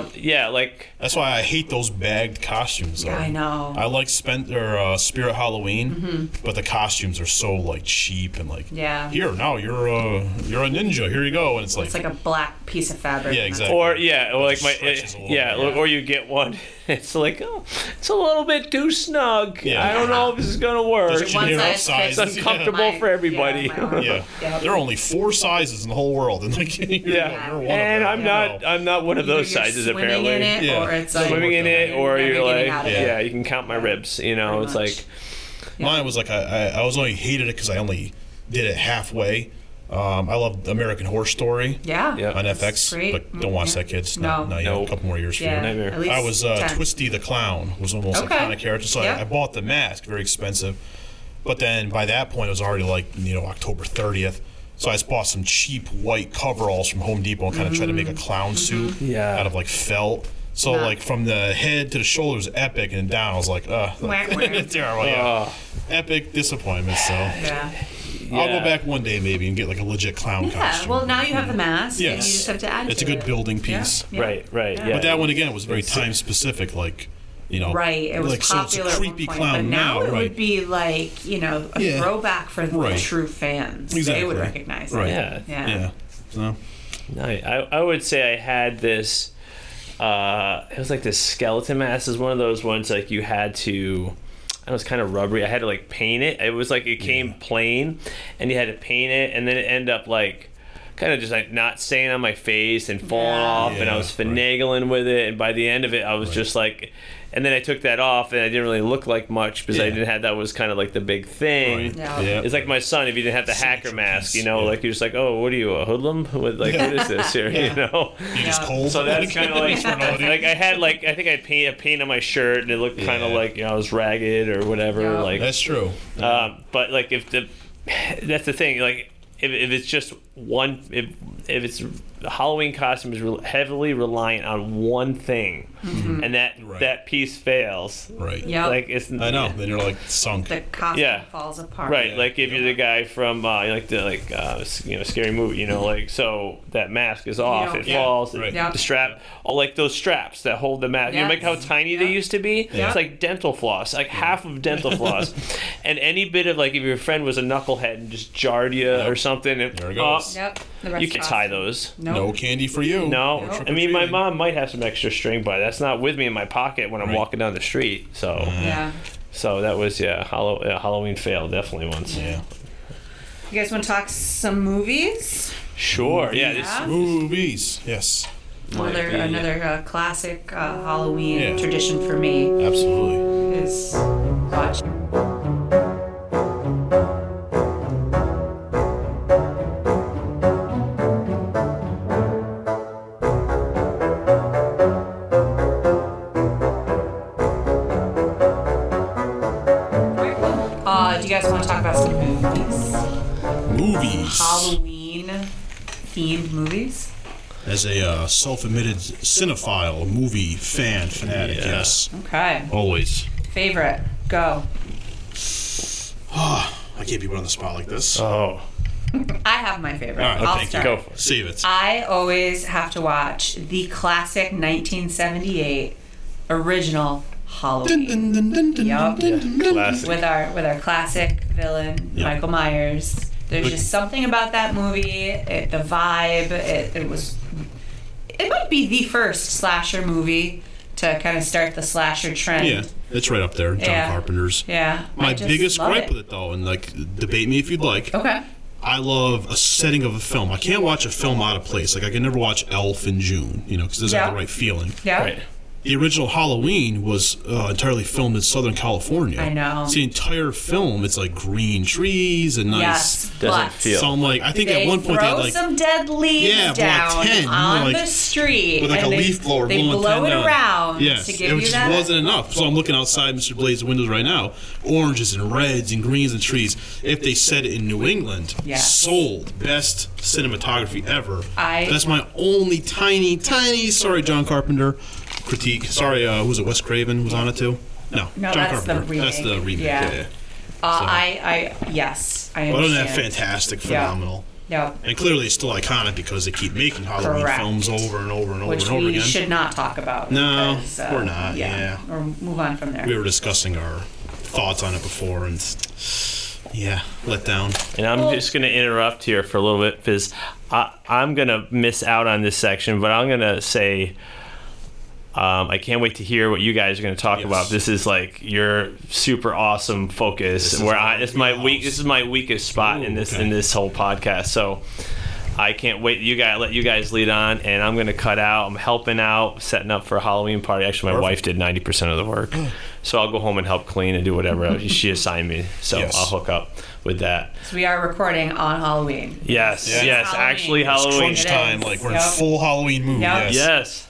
[SPEAKER 1] Um, yeah, like
[SPEAKER 2] that's why I hate those bagged costumes. Though.
[SPEAKER 3] I know. Mm-hmm.
[SPEAKER 2] I like Spent or uh, Spirit Halloween, but the costumes are so like cheap and like
[SPEAKER 3] Yeah.
[SPEAKER 2] Here now, you're uh, you're a ninja. Here you go, and it's like,
[SPEAKER 3] It's like a black piece of fabric.
[SPEAKER 2] Yeah,
[SPEAKER 3] and that's
[SPEAKER 2] exactly.
[SPEAKER 1] or yeah, or like my
[SPEAKER 2] Stretches a little
[SPEAKER 1] yeah,
[SPEAKER 2] bit.
[SPEAKER 1] or you get one. [laughs] It's like oh, it's a little bit too snug.
[SPEAKER 2] Yeah.
[SPEAKER 1] I don't know if this is gonna work.
[SPEAKER 2] There's
[SPEAKER 3] One
[SPEAKER 2] You're
[SPEAKER 3] size
[SPEAKER 2] outside.
[SPEAKER 3] fits
[SPEAKER 1] It's uncomfortable
[SPEAKER 3] my-
[SPEAKER 1] for everybody.
[SPEAKER 3] yeah, my arm.
[SPEAKER 2] yeah.
[SPEAKER 3] Yeah.
[SPEAKER 2] There are only four sizes in the whole world, [laughs] and like you're,
[SPEAKER 1] Yeah,
[SPEAKER 2] you're one
[SPEAKER 1] and
[SPEAKER 2] of
[SPEAKER 1] I'm
[SPEAKER 2] them.
[SPEAKER 1] not I'm not one of
[SPEAKER 3] Either
[SPEAKER 1] those
[SPEAKER 3] you're
[SPEAKER 1] sizes
[SPEAKER 3] swimming
[SPEAKER 1] apparently.
[SPEAKER 3] in it,
[SPEAKER 2] Yeah.
[SPEAKER 3] or it's like
[SPEAKER 1] Swimming in it, or
[SPEAKER 3] You're
[SPEAKER 1] you're
[SPEAKER 3] never
[SPEAKER 1] like
[SPEAKER 3] getting out of
[SPEAKER 1] yeah.
[SPEAKER 3] it.
[SPEAKER 1] you can count my ribs. You know,
[SPEAKER 3] Pretty
[SPEAKER 1] it's
[SPEAKER 3] much.
[SPEAKER 1] like
[SPEAKER 2] Mine was like I, I, I was only hated it because I only did it halfway. Um, I loved American Horror Story
[SPEAKER 3] yeah,
[SPEAKER 1] Yeah.
[SPEAKER 2] on
[SPEAKER 1] That's
[SPEAKER 2] FX,
[SPEAKER 3] great.
[SPEAKER 2] but don't watch
[SPEAKER 3] Yeah.
[SPEAKER 2] that, kids.
[SPEAKER 3] No.
[SPEAKER 2] not yet.
[SPEAKER 1] Nope.
[SPEAKER 2] a couple more years for you.
[SPEAKER 3] Yeah,
[SPEAKER 1] Nightmare.
[SPEAKER 3] at least
[SPEAKER 2] I was uh,
[SPEAKER 3] 10.
[SPEAKER 2] Twisty the Clown was the most
[SPEAKER 3] Okay.
[SPEAKER 2] iconic character, so
[SPEAKER 3] Yeah.
[SPEAKER 2] I, I bought the mask, very expensive. But then by that point, it was already like you know October 30th, So I just bought some cheap white coveralls from Home Depot and kind of tried to make a clown suit
[SPEAKER 1] Yeah.
[SPEAKER 2] out of like felt. So
[SPEAKER 3] Mm-hmm. Yeah.
[SPEAKER 2] like from the head to the shoulders, epic, and down, I was like, uh, [laughs]
[SPEAKER 3] Wah, wah.
[SPEAKER 2] terrible,
[SPEAKER 1] oh,
[SPEAKER 2] yeah. epic disappointment. So
[SPEAKER 3] Yeah.
[SPEAKER 2] I'll
[SPEAKER 1] Yeah.
[SPEAKER 2] go back one day maybe and get like a legit clown
[SPEAKER 3] Yeah.
[SPEAKER 2] costume.
[SPEAKER 3] Well, now you have the mask. and
[SPEAKER 2] Yes.
[SPEAKER 3] You just have to add.
[SPEAKER 2] it's a
[SPEAKER 3] to
[SPEAKER 2] good
[SPEAKER 3] it.
[SPEAKER 2] building
[SPEAKER 3] Yeah.
[SPEAKER 2] piece.
[SPEAKER 3] Yeah.
[SPEAKER 1] Right, right, yeah.
[SPEAKER 3] Yeah.
[SPEAKER 2] But that one again was very
[SPEAKER 1] It's- uh,
[SPEAKER 2] time specific, like you know,
[SPEAKER 3] Right, it was
[SPEAKER 2] like,
[SPEAKER 3] popular.
[SPEAKER 2] So it's a creepy
[SPEAKER 3] at one point,
[SPEAKER 2] clown
[SPEAKER 3] but now, it
[SPEAKER 2] right?
[SPEAKER 3] would be like you know a
[SPEAKER 2] Yeah.
[SPEAKER 3] throwback for the
[SPEAKER 2] Right.
[SPEAKER 3] true fans. They
[SPEAKER 2] Exactly.
[SPEAKER 3] would recognize
[SPEAKER 2] Right.
[SPEAKER 3] it.
[SPEAKER 1] Yeah.
[SPEAKER 3] Yeah.
[SPEAKER 2] yeah. So
[SPEAKER 1] No, I, I would say I had this. Uh, it was like this skeleton mask. Is one of those ones like you had to. It was kind of rubbery. I had to like paint it. It was like it came plain, and you had to paint it, and then it ended up like kind of just like not staying on my face and falling
[SPEAKER 3] Yeah.
[SPEAKER 1] off. and I
[SPEAKER 2] Yeah,
[SPEAKER 1] was
[SPEAKER 2] right.
[SPEAKER 1] finagling with it, and by the end of it, I was just like. And then I took that off, and I didn't really look like much because I
[SPEAKER 2] Yeah.
[SPEAKER 1] didn't have that was kind of like the big thing.
[SPEAKER 2] right.
[SPEAKER 3] Yeah.
[SPEAKER 2] yeah.
[SPEAKER 1] It's like my son, if he didn't have the hacker
[SPEAKER 2] Signature
[SPEAKER 1] mask, you
[SPEAKER 2] piece,
[SPEAKER 1] know,
[SPEAKER 2] yeah.
[SPEAKER 1] like you're just like, oh, what are you, a hoodlum? [laughs] What, like, what is this here, [laughs] you know?
[SPEAKER 2] you just
[SPEAKER 3] Yeah.
[SPEAKER 2] cold.
[SPEAKER 1] So
[SPEAKER 2] [laughs]
[SPEAKER 1] that's kind of like, [laughs] like I had like, I think I paint a paint on my shirt and it looked kind of
[SPEAKER 2] Yeah.
[SPEAKER 1] like, you know, I was ragged or whatever.
[SPEAKER 3] Yeah.
[SPEAKER 1] Like,
[SPEAKER 2] that's true.
[SPEAKER 1] um, but like if the, that's the thing, like if, if it's just one, if, if it's the Halloween costume is re- heavily reliant on one thing and that,
[SPEAKER 2] Mm-hmm. Right.
[SPEAKER 1] that piece fails.
[SPEAKER 2] right.
[SPEAKER 3] Yep.
[SPEAKER 1] Like it's,
[SPEAKER 2] I know. Then you're like sunk.
[SPEAKER 3] The costume
[SPEAKER 1] Yeah.
[SPEAKER 3] falls apart.
[SPEAKER 1] Right, like if you're the guy from uh, like the like uh, s- you know scary movie, you know, like so that mask is off,
[SPEAKER 3] Yeah.
[SPEAKER 1] it
[SPEAKER 2] Yeah,
[SPEAKER 1] falls, it-
[SPEAKER 2] right.
[SPEAKER 3] Yeah.
[SPEAKER 1] the strap, oh, like those straps that hold the mask. You know, like how
[SPEAKER 3] Yes.
[SPEAKER 1] tiny they
[SPEAKER 3] Yeah.
[SPEAKER 1] used to be.
[SPEAKER 3] Yeah.
[SPEAKER 1] It's like dental floss, like half of
[SPEAKER 2] [laughs]
[SPEAKER 1] dental floss, and any bit of like if your friend was a knucklehead and just jarred you
[SPEAKER 2] Yep.
[SPEAKER 1] or something, it, oh,
[SPEAKER 2] There it goes.
[SPEAKER 3] Yep. The rest
[SPEAKER 1] you can
[SPEAKER 3] cost-
[SPEAKER 1] tie those.
[SPEAKER 3] Nope.
[SPEAKER 2] No candy for you.
[SPEAKER 1] No,
[SPEAKER 2] Or trick
[SPEAKER 1] I
[SPEAKER 2] or
[SPEAKER 1] mean my
[SPEAKER 2] treating.
[SPEAKER 1] mom might have some extra string, but that's not with me in my pocket when I'm
[SPEAKER 2] Right. Mm-hmm.
[SPEAKER 1] walking down the street. So,
[SPEAKER 3] Yeah.
[SPEAKER 1] so that was yeah, Hallow- uh, Halloween fail definitely once.
[SPEAKER 2] Yeah.
[SPEAKER 3] You guys want to talk some movies?
[SPEAKER 1] Sure, yeah, this-
[SPEAKER 3] Yeah.
[SPEAKER 2] Movies. Yes.
[SPEAKER 1] Might
[SPEAKER 3] Another
[SPEAKER 1] be.
[SPEAKER 3] another uh, classic uh, Halloween
[SPEAKER 2] Yeah.
[SPEAKER 3] tradition for me
[SPEAKER 2] Absolutely.
[SPEAKER 3] is watch. Uh, do you guys want to talk about some movies?
[SPEAKER 2] Movies.
[SPEAKER 3] Halloween themed movies?
[SPEAKER 2] As a uh, self-admitted cinephile, movie fan, fanatic.
[SPEAKER 1] Yeah.
[SPEAKER 2] Yes.
[SPEAKER 3] Okay.
[SPEAKER 2] Always.
[SPEAKER 3] Favorite? Go.
[SPEAKER 2] I can't be put on the spot like this.
[SPEAKER 1] Oh,
[SPEAKER 3] I have my favorite.
[SPEAKER 2] All right,
[SPEAKER 3] I'll
[SPEAKER 2] thank you.
[SPEAKER 3] start.
[SPEAKER 1] go for it.
[SPEAKER 2] Save it.
[SPEAKER 3] I always have to watch the classic 1978 original Halloween Yup.
[SPEAKER 1] Classic.
[SPEAKER 3] with our with our classic villain
[SPEAKER 2] Yeah.
[SPEAKER 3] Michael Myers. There's
[SPEAKER 2] Look-
[SPEAKER 3] just something about that movie, it, the vibe. It, it was. It might be the first slasher movie to kind of start the slasher trend.
[SPEAKER 2] Yeah, it's right up there. John
[SPEAKER 3] Yeah.
[SPEAKER 2] Carpenter's.
[SPEAKER 3] Yeah, I
[SPEAKER 2] My
[SPEAKER 3] just
[SPEAKER 2] biggest
[SPEAKER 3] love
[SPEAKER 2] gripe
[SPEAKER 3] it.
[SPEAKER 2] with it, though, and like debate me if you'd like.
[SPEAKER 3] Okay.
[SPEAKER 2] I love a setting of a film. I can't watch a film out of place. Like I can never watch Elf in June, you know, because it doesn't have
[SPEAKER 3] Yeah.
[SPEAKER 2] the right feeling.
[SPEAKER 3] Yeah.
[SPEAKER 1] Right.
[SPEAKER 2] The original Halloween was uh, entirely filmed in Southern California.
[SPEAKER 3] I know.
[SPEAKER 2] It's the entire film. It's like green trees and nice.
[SPEAKER 3] Yes.
[SPEAKER 1] Doesn't
[SPEAKER 3] but
[SPEAKER 1] feel-
[SPEAKER 2] So I'm like, I think
[SPEAKER 3] They
[SPEAKER 2] at one point they
[SPEAKER 3] throw
[SPEAKER 2] had like
[SPEAKER 3] some dead leaves
[SPEAKER 2] Yeah, about
[SPEAKER 3] down
[SPEAKER 2] 10, you know,
[SPEAKER 3] on
[SPEAKER 2] like-
[SPEAKER 3] the street
[SPEAKER 2] with like
[SPEAKER 3] and
[SPEAKER 2] a
[SPEAKER 3] they,
[SPEAKER 2] leaf blower
[SPEAKER 3] They
[SPEAKER 2] blowing
[SPEAKER 3] blow
[SPEAKER 2] 10
[SPEAKER 3] it
[SPEAKER 2] down.
[SPEAKER 3] around
[SPEAKER 2] Yes,
[SPEAKER 3] to give
[SPEAKER 2] it
[SPEAKER 3] you
[SPEAKER 2] just
[SPEAKER 3] that.
[SPEAKER 2] wasn't enough. So I'm looking outside Mr. Blaze's windows right now. Oranges and reds and greens and trees. If they said it in New England,
[SPEAKER 3] Yes.
[SPEAKER 2] sold best cinematography ever.
[SPEAKER 3] I-
[SPEAKER 2] That's my only tiny, tiny. Sorry, John Carpenter. Critique. Sorry, uh, who was it? Wes Craven was on it too. No,
[SPEAKER 3] No,
[SPEAKER 2] John
[SPEAKER 3] that's the
[SPEAKER 2] Carpenter. That's
[SPEAKER 3] remake.
[SPEAKER 2] the remake.
[SPEAKER 3] Yeah.
[SPEAKER 2] Yeah. yeah, yeah.
[SPEAKER 3] Uh, I, I, yes, I
[SPEAKER 2] Well,
[SPEAKER 3] understand.
[SPEAKER 2] other than that, fantastic, phenomenal.
[SPEAKER 3] Yeah.
[SPEAKER 2] And clearly, it's still iconic because they keep making Halloween
[SPEAKER 3] Correct.
[SPEAKER 2] films over and over and over
[SPEAKER 3] Which
[SPEAKER 2] and over
[SPEAKER 3] we
[SPEAKER 2] again.
[SPEAKER 3] should not talk about.
[SPEAKER 2] No,
[SPEAKER 3] because,
[SPEAKER 2] we're not, yeah.
[SPEAKER 3] Or move on from there.
[SPEAKER 2] we were discussing our thoughts on it before and yeah let down
[SPEAKER 1] And I'm just going to interrupt here for a little bit because I'm going to miss out on this section, but I'm going to say um, I can't wait to hear what you guys are going to talk
[SPEAKER 2] Yes.
[SPEAKER 1] about. This is like your super awesome focus,
[SPEAKER 2] This is
[SPEAKER 1] where
[SPEAKER 2] our
[SPEAKER 1] I this is my
[SPEAKER 2] wheelhouse.
[SPEAKER 1] weak this is my weakest spot in
[SPEAKER 2] Ooh,
[SPEAKER 1] this
[SPEAKER 2] okay.
[SPEAKER 1] in this whole podcast. So. I can't wait. You guys, let you guys lead on, and I'm gonna cut out. I'm helping out, setting up for a Halloween party. Actually, my
[SPEAKER 2] Perfect.
[SPEAKER 1] wife did 90% of the work, so I'll go home and help clean and do whatever
[SPEAKER 2] [laughs]
[SPEAKER 1] else she assigned me. So
[SPEAKER 2] Yes.
[SPEAKER 1] I'll hook up with that.
[SPEAKER 3] So we are recording on Halloween.
[SPEAKER 1] Yes,
[SPEAKER 2] Yeah.
[SPEAKER 1] yes,
[SPEAKER 3] Halloween.
[SPEAKER 1] actually
[SPEAKER 2] it's
[SPEAKER 1] Halloween.
[SPEAKER 2] crunch
[SPEAKER 3] It
[SPEAKER 2] time
[SPEAKER 3] is.
[SPEAKER 2] like we're
[SPEAKER 3] Oh, Yep.
[SPEAKER 2] in full halloween mood
[SPEAKER 3] Yep.
[SPEAKER 2] yes,
[SPEAKER 1] Yes.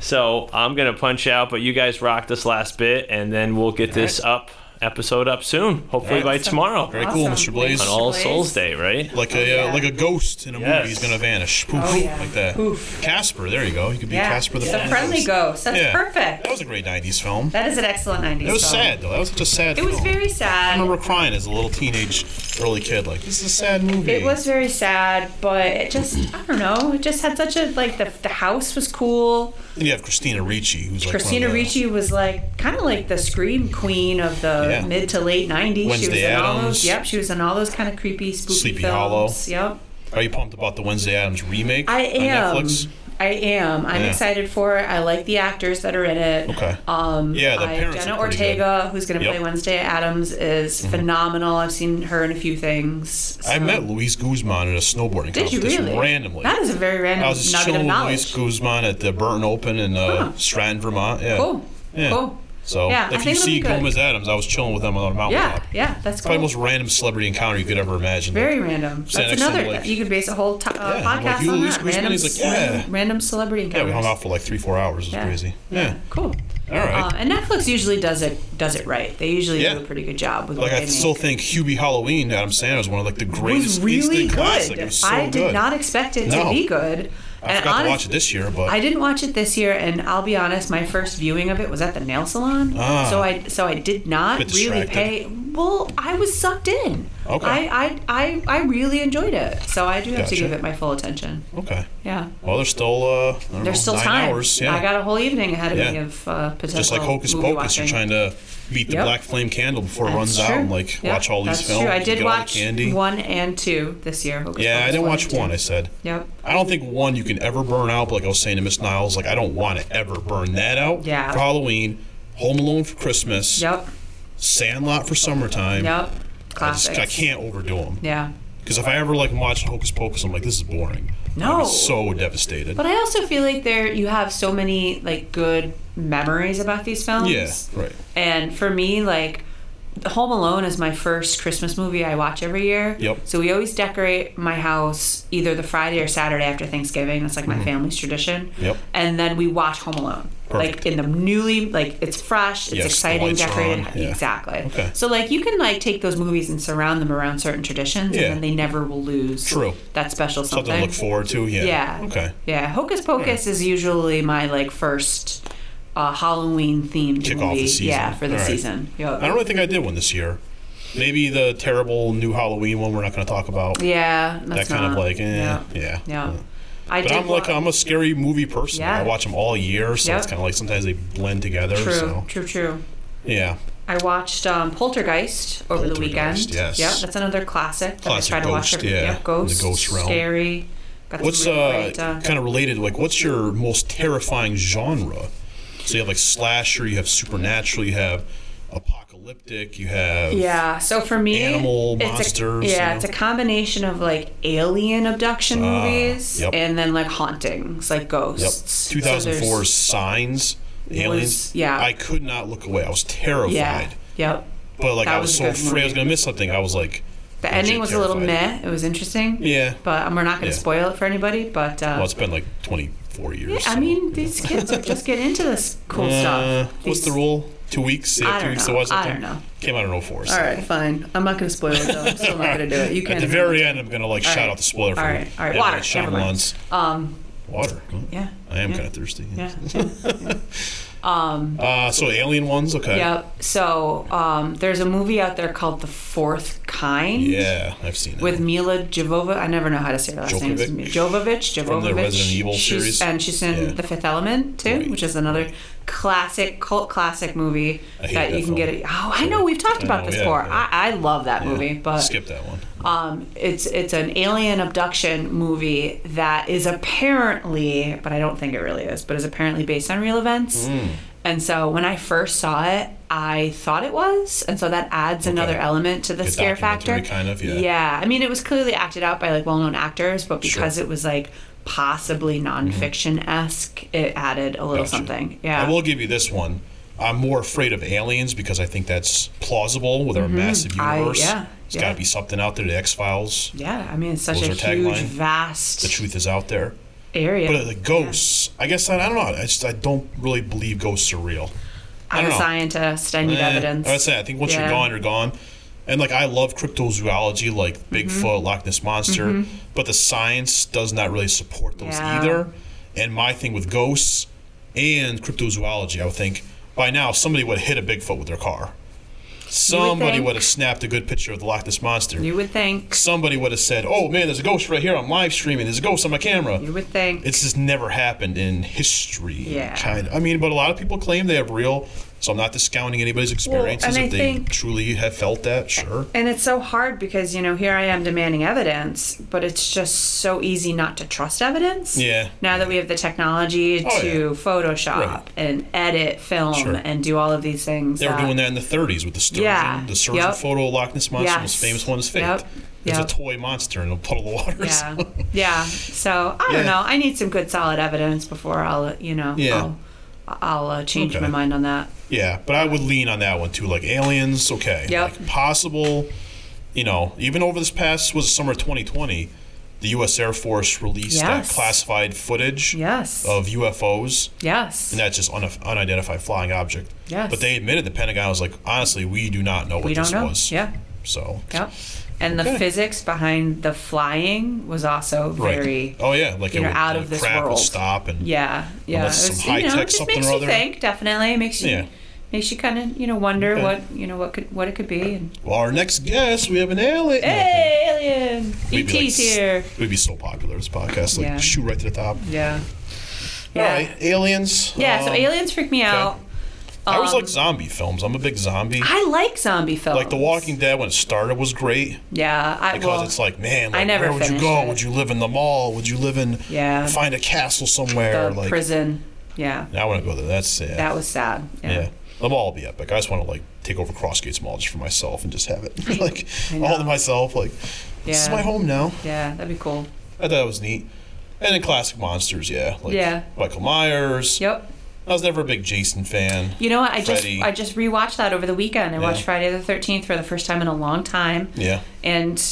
[SPEAKER 1] So I'm gonna punch out, but you guys rock this last bit, and then we'll get this up episode up soon. Hopefully by tomorrow.
[SPEAKER 2] Very cool, Mr. Blaze.
[SPEAKER 1] On
[SPEAKER 2] Mr.
[SPEAKER 1] All Souls Day, right?
[SPEAKER 2] Like a
[SPEAKER 3] Oh, yeah.
[SPEAKER 2] uh, like a ghost in a
[SPEAKER 1] Yes.
[SPEAKER 2] movie, he's gonna vanish. Poof,
[SPEAKER 3] Oh, yeah.
[SPEAKER 2] like that.
[SPEAKER 3] Poof.
[SPEAKER 2] Casper, there you go. You could be
[SPEAKER 3] Yeah,
[SPEAKER 2] Casper the
[SPEAKER 3] it's a friendly ghost. That's
[SPEAKER 2] Yeah.
[SPEAKER 3] perfect.
[SPEAKER 2] That was a great '90s film.
[SPEAKER 3] That is an excellent 90s
[SPEAKER 2] It was
[SPEAKER 3] song.
[SPEAKER 2] sad though. That was such a sad.
[SPEAKER 3] It was
[SPEAKER 2] film.
[SPEAKER 3] very
[SPEAKER 2] I
[SPEAKER 3] sad.
[SPEAKER 2] remember crying as a little teenage, early kid. Like this is a sad movie.
[SPEAKER 3] It was very sad, but it just I don't know. It just had such a like the the house was cool.
[SPEAKER 2] Then you have Christina Ricci, who's like one of
[SPEAKER 3] Christina
[SPEAKER 2] the
[SPEAKER 3] Ricci was like kind of like the scream queen of the
[SPEAKER 2] Yeah.
[SPEAKER 3] mid to late '90s. she was
[SPEAKER 2] Wednesday
[SPEAKER 3] in all those.
[SPEAKER 2] Addams.
[SPEAKER 3] Yep, she was in all those kind of creepy, spooky
[SPEAKER 2] Sleepy
[SPEAKER 3] films.
[SPEAKER 2] Hollow.
[SPEAKER 3] Yep,
[SPEAKER 2] Are you pumped about the Wednesday Adams remake
[SPEAKER 3] I am.
[SPEAKER 2] on Netflix?
[SPEAKER 3] I am. I'm
[SPEAKER 2] Yeah.
[SPEAKER 3] excited for it. I like the actors that are in it.
[SPEAKER 2] Okay.
[SPEAKER 3] Um,
[SPEAKER 2] Yeah, the
[SPEAKER 3] I-
[SPEAKER 2] parents
[SPEAKER 3] Jenna
[SPEAKER 2] are pretty good.
[SPEAKER 3] Ortega, who's going to
[SPEAKER 2] Yep. Mm-hmm.
[SPEAKER 3] play Wednesday Adams, is phenomenal. I've seen her in a few things.
[SPEAKER 2] I
[SPEAKER 3] so-
[SPEAKER 2] met Luis Guzman at a snowboarding
[SPEAKER 3] Did you
[SPEAKER 2] competition
[SPEAKER 3] really?
[SPEAKER 2] randomly.
[SPEAKER 3] That is a very random
[SPEAKER 2] I was just
[SPEAKER 3] nugget of
[SPEAKER 2] chilling with Luis
[SPEAKER 3] knowledge.
[SPEAKER 2] Guzman at the Burton Open in uh,
[SPEAKER 3] Huh.
[SPEAKER 2] Stratton, Vermont. Yeah.
[SPEAKER 3] Cool.
[SPEAKER 2] Yeah.
[SPEAKER 3] Cool.
[SPEAKER 2] So
[SPEAKER 3] Yeah, I
[SPEAKER 2] if
[SPEAKER 3] think
[SPEAKER 2] you
[SPEAKER 3] it'll be
[SPEAKER 2] see
[SPEAKER 3] good.
[SPEAKER 2] Gomez Adams, I was chilling with them on a mountain
[SPEAKER 3] Yeah,
[SPEAKER 2] top.
[SPEAKER 3] yeah, that's
[SPEAKER 2] Probably
[SPEAKER 3] cool.
[SPEAKER 2] the most random celebrity encounter you could ever imagine.
[SPEAKER 3] very random.
[SPEAKER 2] Sat
[SPEAKER 3] That's
[SPEAKER 2] next to him,
[SPEAKER 3] another.
[SPEAKER 2] like-
[SPEAKER 3] you could base a whole t- uh,
[SPEAKER 2] Yeah, I'm like,
[SPEAKER 3] podcast
[SPEAKER 2] you
[SPEAKER 3] on
[SPEAKER 2] Luis
[SPEAKER 3] that.
[SPEAKER 2] Guzman?
[SPEAKER 3] Random,
[SPEAKER 2] He's like, yeah.
[SPEAKER 3] random, random celebrity encounters.
[SPEAKER 2] yeah, we hung out for like three, four hours. It was
[SPEAKER 3] Yeah.
[SPEAKER 2] crazy. Yeah.
[SPEAKER 3] cool.
[SPEAKER 2] All right.
[SPEAKER 3] Uh, and Netflix usually does it does it right. They usually
[SPEAKER 2] Yeah.
[SPEAKER 3] do a pretty good job with
[SPEAKER 2] like
[SPEAKER 3] what
[SPEAKER 2] I
[SPEAKER 3] they
[SPEAKER 2] still
[SPEAKER 3] make.
[SPEAKER 2] think Hubie Halloween, Adam Sandler, was one of like the
[SPEAKER 3] It
[SPEAKER 2] greatest
[SPEAKER 3] was really
[SPEAKER 2] instant
[SPEAKER 3] good.
[SPEAKER 2] classic. It was so
[SPEAKER 3] I did
[SPEAKER 2] good.
[SPEAKER 3] not expect it to
[SPEAKER 2] No.
[SPEAKER 3] be good.
[SPEAKER 2] I forgot to watch it this year, but
[SPEAKER 3] I didn't watch it this year, and I'll be honest, my first viewing of it was at the nail salon.
[SPEAKER 2] Ah.
[SPEAKER 3] so I so I did not
[SPEAKER 2] Bit
[SPEAKER 3] really
[SPEAKER 2] distracted.
[SPEAKER 3] pay. Well, I was sucked in.
[SPEAKER 2] Okay.
[SPEAKER 3] I I, I, I really enjoyed it, so I do have to
[SPEAKER 2] Gotcha.
[SPEAKER 3] give it my full attention.
[SPEAKER 2] okay.
[SPEAKER 3] Yeah.
[SPEAKER 2] Well, there's still uh, I don't know,
[SPEAKER 3] There's still
[SPEAKER 2] nine
[SPEAKER 3] time.
[SPEAKER 2] hours. Yeah.
[SPEAKER 3] I got a whole evening ahead of
[SPEAKER 2] Yeah.
[SPEAKER 3] me of uh, potential.
[SPEAKER 2] just like Hocus
[SPEAKER 3] movie
[SPEAKER 2] Pocus,
[SPEAKER 3] watching.
[SPEAKER 2] you're trying to beat the
[SPEAKER 3] Yep.
[SPEAKER 2] black flame candle before it
[SPEAKER 3] That's
[SPEAKER 2] runs out
[SPEAKER 3] true.
[SPEAKER 2] and like
[SPEAKER 3] Yeah,
[SPEAKER 2] watch all these
[SPEAKER 3] that's
[SPEAKER 2] films.
[SPEAKER 3] True. I
[SPEAKER 2] and
[SPEAKER 3] did
[SPEAKER 2] get all the
[SPEAKER 3] watch
[SPEAKER 2] candy.
[SPEAKER 3] one and two this year. Hocus
[SPEAKER 2] Yeah,
[SPEAKER 3] Pocus
[SPEAKER 2] I didn't watch
[SPEAKER 3] and two.
[SPEAKER 2] one. I said.
[SPEAKER 3] Yep.
[SPEAKER 2] I don't think one you can ever burn out. But like I was saying to Miss Niles, like I don't want to ever burn that out.
[SPEAKER 3] Yeah.
[SPEAKER 2] For Halloween, Home Alone for Christmas,
[SPEAKER 3] Yep.
[SPEAKER 2] Sandlot for summertime. I,
[SPEAKER 3] Yep.
[SPEAKER 2] just,
[SPEAKER 3] Classics.
[SPEAKER 2] I can't overdo them.
[SPEAKER 3] Yeah.
[SPEAKER 2] Because if I ever like watch Hocus Pocus, I'm like, this is boring.
[SPEAKER 3] No.
[SPEAKER 2] I'd be so devastated.
[SPEAKER 3] But I also feel like there you have so many like good memories about these films.
[SPEAKER 2] yeah. Right.
[SPEAKER 3] And for me, like Home Alone is my first Christmas movie I watch every year.
[SPEAKER 2] Yep.
[SPEAKER 3] So we always decorate my house either the Friday or Saturday after Thanksgiving. That's like my family's tradition.
[SPEAKER 2] Mm-hmm. Yep.
[SPEAKER 3] And then we watch Home Alone. Like
[SPEAKER 2] Perfect.
[SPEAKER 3] in the newly like it's fresh, it's
[SPEAKER 2] Yes, the
[SPEAKER 3] exciting,
[SPEAKER 2] lights are
[SPEAKER 3] decorated.
[SPEAKER 2] on, yeah.
[SPEAKER 3] Exactly.
[SPEAKER 2] Okay.
[SPEAKER 3] So like you can like take those movies and surround them around certain traditions
[SPEAKER 2] Yeah.
[SPEAKER 3] and then they never will lose
[SPEAKER 2] True.
[SPEAKER 3] that special something.
[SPEAKER 2] Something to look forward to. Yeah.
[SPEAKER 3] Yeah.
[SPEAKER 2] Okay.
[SPEAKER 3] Yeah, Hocus Pocus is usually my like first uh, Halloween themed
[SPEAKER 2] Kick
[SPEAKER 3] movie.
[SPEAKER 2] off the season.
[SPEAKER 3] Yeah, for the
[SPEAKER 2] All right.
[SPEAKER 3] season. Yup.
[SPEAKER 2] I don't really think I did one this year. Maybe the terrible new Halloween one we're not going to talk about.
[SPEAKER 3] Yeah,
[SPEAKER 2] that
[SPEAKER 3] that's
[SPEAKER 2] kind
[SPEAKER 3] not-
[SPEAKER 2] of like, eh,
[SPEAKER 3] Yeah,
[SPEAKER 2] yeah.
[SPEAKER 3] yeah. I
[SPEAKER 2] But
[SPEAKER 3] did
[SPEAKER 2] I'm like,
[SPEAKER 3] wa-
[SPEAKER 2] I'm a scary movie person.
[SPEAKER 3] Yeah.
[SPEAKER 2] I watch them all year, so
[SPEAKER 3] Yep.
[SPEAKER 2] it's kind of like sometimes they blend together.
[SPEAKER 3] true,
[SPEAKER 2] So
[SPEAKER 3] true, true.
[SPEAKER 2] yeah,
[SPEAKER 3] I watched um, Poltergeist over the
[SPEAKER 2] Poltergeist,
[SPEAKER 3] weekend.
[SPEAKER 2] yes.
[SPEAKER 3] Yep, that's another classic. That
[SPEAKER 2] Classic
[SPEAKER 3] I try to watch
[SPEAKER 2] ghost,
[SPEAKER 3] every
[SPEAKER 2] yeah,
[SPEAKER 3] yep,
[SPEAKER 2] in the
[SPEAKER 3] ghost,
[SPEAKER 2] ghost realm.
[SPEAKER 3] scary. Got some
[SPEAKER 2] what's
[SPEAKER 3] really
[SPEAKER 2] uh,
[SPEAKER 3] great, uh,
[SPEAKER 2] kind of related? Like, what's your most terrifying genre? So you have like slasher, you have supernatural, you have apocalyptic, you have
[SPEAKER 3] Yeah. So for me,
[SPEAKER 2] Animal
[SPEAKER 3] it's a-
[SPEAKER 2] monsters,
[SPEAKER 3] yeah,
[SPEAKER 2] you know? Ah,
[SPEAKER 3] it's a combination of like alien abduction movies
[SPEAKER 2] yep.
[SPEAKER 3] and then like hauntings, like
[SPEAKER 2] Yep.
[SPEAKER 3] ghosts. So there's-
[SPEAKER 2] 2004 Signs, Aliens.
[SPEAKER 3] yeah.
[SPEAKER 2] I could not look away. I was terrified.
[SPEAKER 3] yeah. Yep.
[SPEAKER 2] But like,
[SPEAKER 3] That
[SPEAKER 2] I was,
[SPEAKER 3] was a
[SPEAKER 2] so
[SPEAKER 3] good
[SPEAKER 2] afraid I was
[SPEAKER 3] movie.
[SPEAKER 2] gonna miss something. I was like,
[SPEAKER 3] The
[SPEAKER 2] legit
[SPEAKER 3] ending was a little
[SPEAKER 2] terrified.
[SPEAKER 3] meh. It was interesting.
[SPEAKER 2] Yeah.
[SPEAKER 3] But um, we're not going to
[SPEAKER 2] Yeah.
[SPEAKER 3] spoil it for anybody. But uh,
[SPEAKER 2] Well, it's been like 24 years.
[SPEAKER 3] yeah, I
[SPEAKER 2] so,
[SPEAKER 3] mean,
[SPEAKER 2] you know.
[SPEAKER 3] these kids are just getting into this cool
[SPEAKER 2] Uh,
[SPEAKER 3] stuff.
[SPEAKER 2] what's
[SPEAKER 3] These-
[SPEAKER 2] the rule? Two weeks? They
[SPEAKER 3] I
[SPEAKER 2] have two
[SPEAKER 3] don't
[SPEAKER 2] weeks
[SPEAKER 3] know.
[SPEAKER 2] to watch
[SPEAKER 3] I
[SPEAKER 2] something?
[SPEAKER 3] don't know.
[SPEAKER 2] Came out in 04. So.
[SPEAKER 3] All right, fine. I'm not going to spoil it though. I'm still not going to do it. You
[SPEAKER 2] [laughs]
[SPEAKER 3] can.
[SPEAKER 2] At the very end, I'm going to like shout
[SPEAKER 3] right.
[SPEAKER 2] out the spoiler for
[SPEAKER 3] All right. All right.
[SPEAKER 2] M.
[SPEAKER 3] Water.
[SPEAKER 2] Night
[SPEAKER 3] Never mind.
[SPEAKER 2] Shyamalan's
[SPEAKER 3] Um.
[SPEAKER 2] Water. huh?
[SPEAKER 3] Yeah.
[SPEAKER 2] I am
[SPEAKER 3] Yeah.
[SPEAKER 2] kind of thirsty. [laughs]
[SPEAKER 3] Yeah.
[SPEAKER 2] Uh, so alien ones, okay.
[SPEAKER 3] Yep. So um, there's a movie out there called The Fourth Kind.
[SPEAKER 2] Yeah, I've seen that.
[SPEAKER 3] With Mila Jovova, I never know how to say her last name. It's
[SPEAKER 2] Jovovich?
[SPEAKER 3] Jovovich, Jovovich.
[SPEAKER 2] From the Resident Evil
[SPEAKER 3] she's,
[SPEAKER 2] series?
[SPEAKER 3] and she's in
[SPEAKER 2] Yeah.
[SPEAKER 3] The Fifth Element too,
[SPEAKER 2] Right.
[SPEAKER 3] which is another classic cult classic movie
[SPEAKER 2] I
[SPEAKER 3] that,
[SPEAKER 2] hate
[SPEAKER 3] you
[SPEAKER 2] that
[SPEAKER 3] can get.
[SPEAKER 2] film.
[SPEAKER 3] At, oh, I know we've talked
[SPEAKER 2] I
[SPEAKER 3] about
[SPEAKER 2] know,
[SPEAKER 3] this
[SPEAKER 2] yeah,
[SPEAKER 3] before.
[SPEAKER 2] yeah.
[SPEAKER 3] I, I love that movie, but
[SPEAKER 2] Skip that one.
[SPEAKER 3] um, it's it's an alien abduction movie that is apparently, but I don't think it really is, but is apparently based on real events.
[SPEAKER 2] Hmm.
[SPEAKER 3] And so when I first saw it, I thought it was, and so that adds another element to the
[SPEAKER 2] A
[SPEAKER 3] scare factor.
[SPEAKER 2] documentary kind of, yeah.
[SPEAKER 3] I mean, it was clearly acted out by like well-known actors, but because it was like possibly nonfiction esque, it added a
[SPEAKER 2] Mm-hmm.
[SPEAKER 3] little
[SPEAKER 2] Gotcha.
[SPEAKER 3] something. Yeah.
[SPEAKER 2] I will give you this one. I'm more afraid of aliens because I think that's plausible with our massive
[SPEAKER 3] Mm-hmm. I-
[SPEAKER 2] universe.
[SPEAKER 3] yeah,
[SPEAKER 2] There's
[SPEAKER 3] yeah.
[SPEAKER 2] got to be something out there. The X Files.
[SPEAKER 3] yeah, I mean, it's such
[SPEAKER 2] What
[SPEAKER 3] a
[SPEAKER 2] was her
[SPEAKER 3] huge,
[SPEAKER 2] tagline?
[SPEAKER 3] vast
[SPEAKER 2] The truth is out there. uh,
[SPEAKER 3] area.
[SPEAKER 2] But the ghosts, I guess I, I don't know. I just I don't really believe ghosts are real.
[SPEAKER 3] I'm a
[SPEAKER 2] know.
[SPEAKER 3] scientist. I need
[SPEAKER 2] Eh,
[SPEAKER 3] evidence.
[SPEAKER 2] I would say I think once
[SPEAKER 3] Yeah.
[SPEAKER 2] you're gone, you're gone. And like I love cryptozoology, like
[SPEAKER 3] Mm-hmm.
[SPEAKER 2] Bigfoot, Loch Ness monster, but the science does not really support those
[SPEAKER 3] Yeah.
[SPEAKER 2] either. And my thing with ghosts and cryptozoology, I would think by now somebody would hit a Bigfoot with their car. Somebody
[SPEAKER 3] think.
[SPEAKER 2] would have snapped a good picture of the Loch Ness monster.
[SPEAKER 3] You would think.
[SPEAKER 2] somebody would have said, "Oh man, there's a ghost right here. I'm live streaming. There's a ghost on my camera."
[SPEAKER 3] You would think.
[SPEAKER 2] It's just never happened in history.
[SPEAKER 3] Yeah.
[SPEAKER 2] Kind of. I mean, but a lot of people claim they have real, so I'm not discounting anybody's experiences
[SPEAKER 3] and I
[SPEAKER 2] if they
[SPEAKER 3] think-
[SPEAKER 2] truly have felt that, sure.
[SPEAKER 3] and it's so hard because you know here I am demanding evidence, but it's just so easy not to trust evidence.
[SPEAKER 2] Yeah.
[SPEAKER 3] Now that we have the technology
[SPEAKER 2] Oh,
[SPEAKER 3] to
[SPEAKER 2] yeah.
[SPEAKER 3] Photoshop
[SPEAKER 2] Right.
[SPEAKER 3] and edit film
[SPEAKER 2] Sure.
[SPEAKER 3] and do all of these things,
[SPEAKER 2] They were
[SPEAKER 3] that-
[SPEAKER 2] doing that in the 30s with the sturgeon.
[SPEAKER 3] Yeah.
[SPEAKER 2] The sturgeon
[SPEAKER 3] Yep.
[SPEAKER 2] photo of Loch Ness Monster, the
[SPEAKER 3] Yes.
[SPEAKER 2] most famous one is faked.
[SPEAKER 3] Yep.
[SPEAKER 2] There's
[SPEAKER 3] Yep.
[SPEAKER 2] a toy monster in a puddle of water.
[SPEAKER 3] Yeah,
[SPEAKER 2] so-
[SPEAKER 3] [laughs]
[SPEAKER 2] [laughs]
[SPEAKER 3] yeah. So I don't
[SPEAKER 2] Yeah.
[SPEAKER 3] know. I need some good solid evidence before I'll, you know,
[SPEAKER 2] Yeah.
[SPEAKER 3] I'll, I'll uh, change
[SPEAKER 2] Okay.
[SPEAKER 3] my mind on that.
[SPEAKER 2] Yeah, but I would lean on that one too. Like aliens, okay.
[SPEAKER 3] Yep.
[SPEAKER 2] Like possible, you know, even over this past was summer 2020, the U.S. Air Force released that
[SPEAKER 3] Yes.
[SPEAKER 2] classified footage
[SPEAKER 3] Yes.
[SPEAKER 2] of UFOs,
[SPEAKER 3] yes.
[SPEAKER 2] and that's just un- unidentified flying object.
[SPEAKER 3] Yes.
[SPEAKER 2] But they admitted the Pentagon was like, honestly, we do not know what
[SPEAKER 3] we
[SPEAKER 2] this
[SPEAKER 3] don't know.
[SPEAKER 2] was.
[SPEAKER 3] Yeah.
[SPEAKER 2] So.
[SPEAKER 3] Yep. And the
[SPEAKER 2] Okay.
[SPEAKER 3] physics behind the flying was also
[SPEAKER 2] Right.
[SPEAKER 3] very.
[SPEAKER 2] oh yeah, like
[SPEAKER 3] you
[SPEAKER 2] it
[SPEAKER 3] know,
[SPEAKER 2] would,
[SPEAKER 3] out
[SPEAKER 2] the
[SPEAKER 3] of this
[SPEAKER 2] crap
[SPEAKER 3] world.
[SPEAKER 2] would stop and
[SPEAKER 3] Yeah, yeah.
[SPEAKER 2] Unless some
[SPEAKER 3] you know,
[SPEAKER 2] high-tech
[SPEAKER 3] it just
[SPEAKER 2] something
[SPEAKER 3] makes
[SPEAKER 2] or
[SPEAKER 3] you
[SPEAKER 2] other.
[SPEAKER 3] think. Definitely It makes you
[SPEAKER 2] Yeah.
[SPEAKER 3] makes you kind of you know wonder
[SPEAKER 2] Okay.
[SPEAKER 3] what you know what could what it could be. And,
[SPEAKER 2] Well, our next guest, we have an alien.
[SPEAKER 3] hey, alien!
[SPEAKER 2] We'd
[SPEAKER 3] ET's
[SPEAKER 2] be like,
[SPEAKER 3] here.
[SPEAKER 2] We'd be so popular this podcast, like
[SPEAKER 3] Yeah.
[SPEAKER 2] shoot right to the top.
[SPEAKER 3] Yeah. Yeah.
[SPEAKER 2] All right, aliens.
[SPEAKER 3] Yeah. so
[SPEAKER 2] um,
[SPEAKER 3] aliens freak me out.
[SPEAKER 2] I always
[SPEAKER 3] Um,
[SPEAKER 2] like zombie films. I'm a big zombie.
[SPEAKER 3] I like zombie films.
[SPEAKER 2] Like The Walking Dead when it started was great
[SPEAKER 3] Yeah, I
[SPEAKER 2] because
[SPEAKER 3] well,
[SPEAKER 2] it's like, man,
[SPEAKER 3] I
[SPEAKER 2] like,
[SPEAKER 3] never
[SPEAKER 2] where would you
[SPEAKER 3] finished
[SPEAKER 2] go?
[SPEAKER 3] it.
[SPEAKER 2] Would you live in the mall? Would you live in
[SPEAKER 3] Yeah.
[SPEAKER 2] find a castle
[SPEAKER 3] the
[SPEAKER 2] somewhere? like
[SPEAKER 3] prison. Yeah,
[SPEAKER 2] I want to go there. That's sad.
[SPEAKER 3] that was sad. Yeah.
[SPEAKER 2] yeah. The mall would be epic. I just want to like take over Crossgates Mall just for myself and just have
[SPEAKER 3] [laughs]
[SPEAKER 2] it like all
[SPEAKER 3] know.
[SPEAKER 2] to myself. Like this is
[SPEAKER 3] Yeah.
[SPEAKER 2] my home now.
[SPEAKER 3] Yeah, that'd be cool.
[SPEAKER 2] I thought that was neat. And then classic monsters, yeah. Like
[SPEAKER 3] Yeah.
[SPEAKER 2] Michael Myers.
[SPEAKER 3] Yep.
[SPEAKER 2] I was never a big Jason fan.
[SPEAKER 3] You know what? I just
[SPEAKER 2] Freddy.
[SPEAKER 3] I just rewatched that over the weekend. I watched
[SPEAKER 2] Yeah.
[SPEAKER 3] Friday the Thirteenth for the first time in a long time.
[SPEAKER 2] Yeah.
[SPEAKER 3] And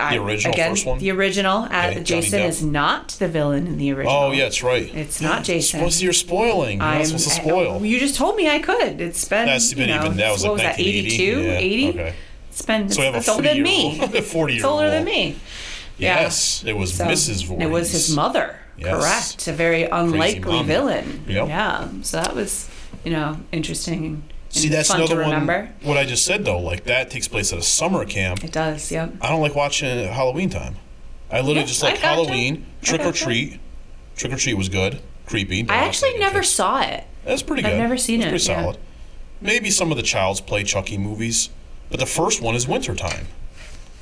[SPEAKER 3] I,
[SPEAKER 2] The original
[SPEAKER 3] again,
[SPEAKER 2] first one?
[SPEAKER 3] The original. Uh,
[SPEAKER 2] Okay, Johnny
[SPEAKER 3] Jason
[SPEAKER 2] Depp.
[SPEAKER 3] is not the villain in the original.
[SPEAKER 2] Oh yeah, that's right.
[SPEAKER 3] It's not Jason.
[SPEAKER 2] Supposed to, you're spoiling. You're
[SPEAKER 3] I'm-
[SPEAKER 2] not supposed to spoil.
[SPEAKER 3] You just told me I could. It's been.
[SPEAKER 2] That's
[SPEAKER 3] you
[SPEAKER 2] been
[SPEAKER 3] know,
[SPEAKER 2] even- that was
[SPEAKER 3] what
[SPEAKER 2] like
[SPEAKER 3] was that?
[SPEAKER 2] 1980?
[SPEAKER 3] 82,
[SPEAKER 2] Yeah,
[SPEAKER 3] 80.
[SPEAKER 2] okay.
[SPEAKER 3] It's been.
[SPEAKER 2] So we have a
[SPEAKER 3] it's older than
[SPEAKER 2] 40-year-old
[SPEAKER 3] [laughs] me.
[SPEAKER 2] [laughs] a 40-year-old
[SPEAKER 3] It's older than me. Yeah.
[SPEAKER 2] Yes, it was
[SPEAKER 3] So-
[SPEAKER 2] Mrs. Voorhees.
[SPEAKER 3] and It was his mother.
[SPEAKER 2] Yes.
[SPEAKER 3] Correct. A very unlikely
[SPEAKER 2] mom.
[SPEAKER 3] villain.
[SPEAKER 2] Yep.
[SPEAKER 3] Yeah. So that was, you know, interesting. and
[SPEAKER 2] See, that's
[SPEAKER 3] fun
[SPEAKER 2] another
[SPEAKER 3] to remember.
[SPEAKER 2] one. What I just said though, like that takes place at a summer camp.
[SPEAKER 3] It does. Yep.
[SPEAKER 2] I don't like watching it at Halloween time. I literally
[SPEAKER 3] Yeah,
[SPEAKER 2] just
[SPEAKER 3] I
[SPEAKER 2] like
[SPEAKER 3] gotcha.
[SPEAKER 2] Halloween.
[SPEAKER 3] I
[SPEAKER 2] Trick or
[SPEAKER 3] gotcha.
[SPEAKER 2] treat. Trick or treat was good. Creepy.
[SPEAKER 3] I actually never saw it.
[SPEAKER 2] That's pretty
[SPEAKER 3] I've
[SPEAKER 2] good.
[SPEAKER 3] never seen
[SPEAKER 2] That's
[SPEAKER 3] it,
[SPEAKER 2] Pretty
[SPEAKER 3] yeah.
[SPEAKER 2] solid. Maybe some of the Child's Play Chucky movies, but the first one is wintertime.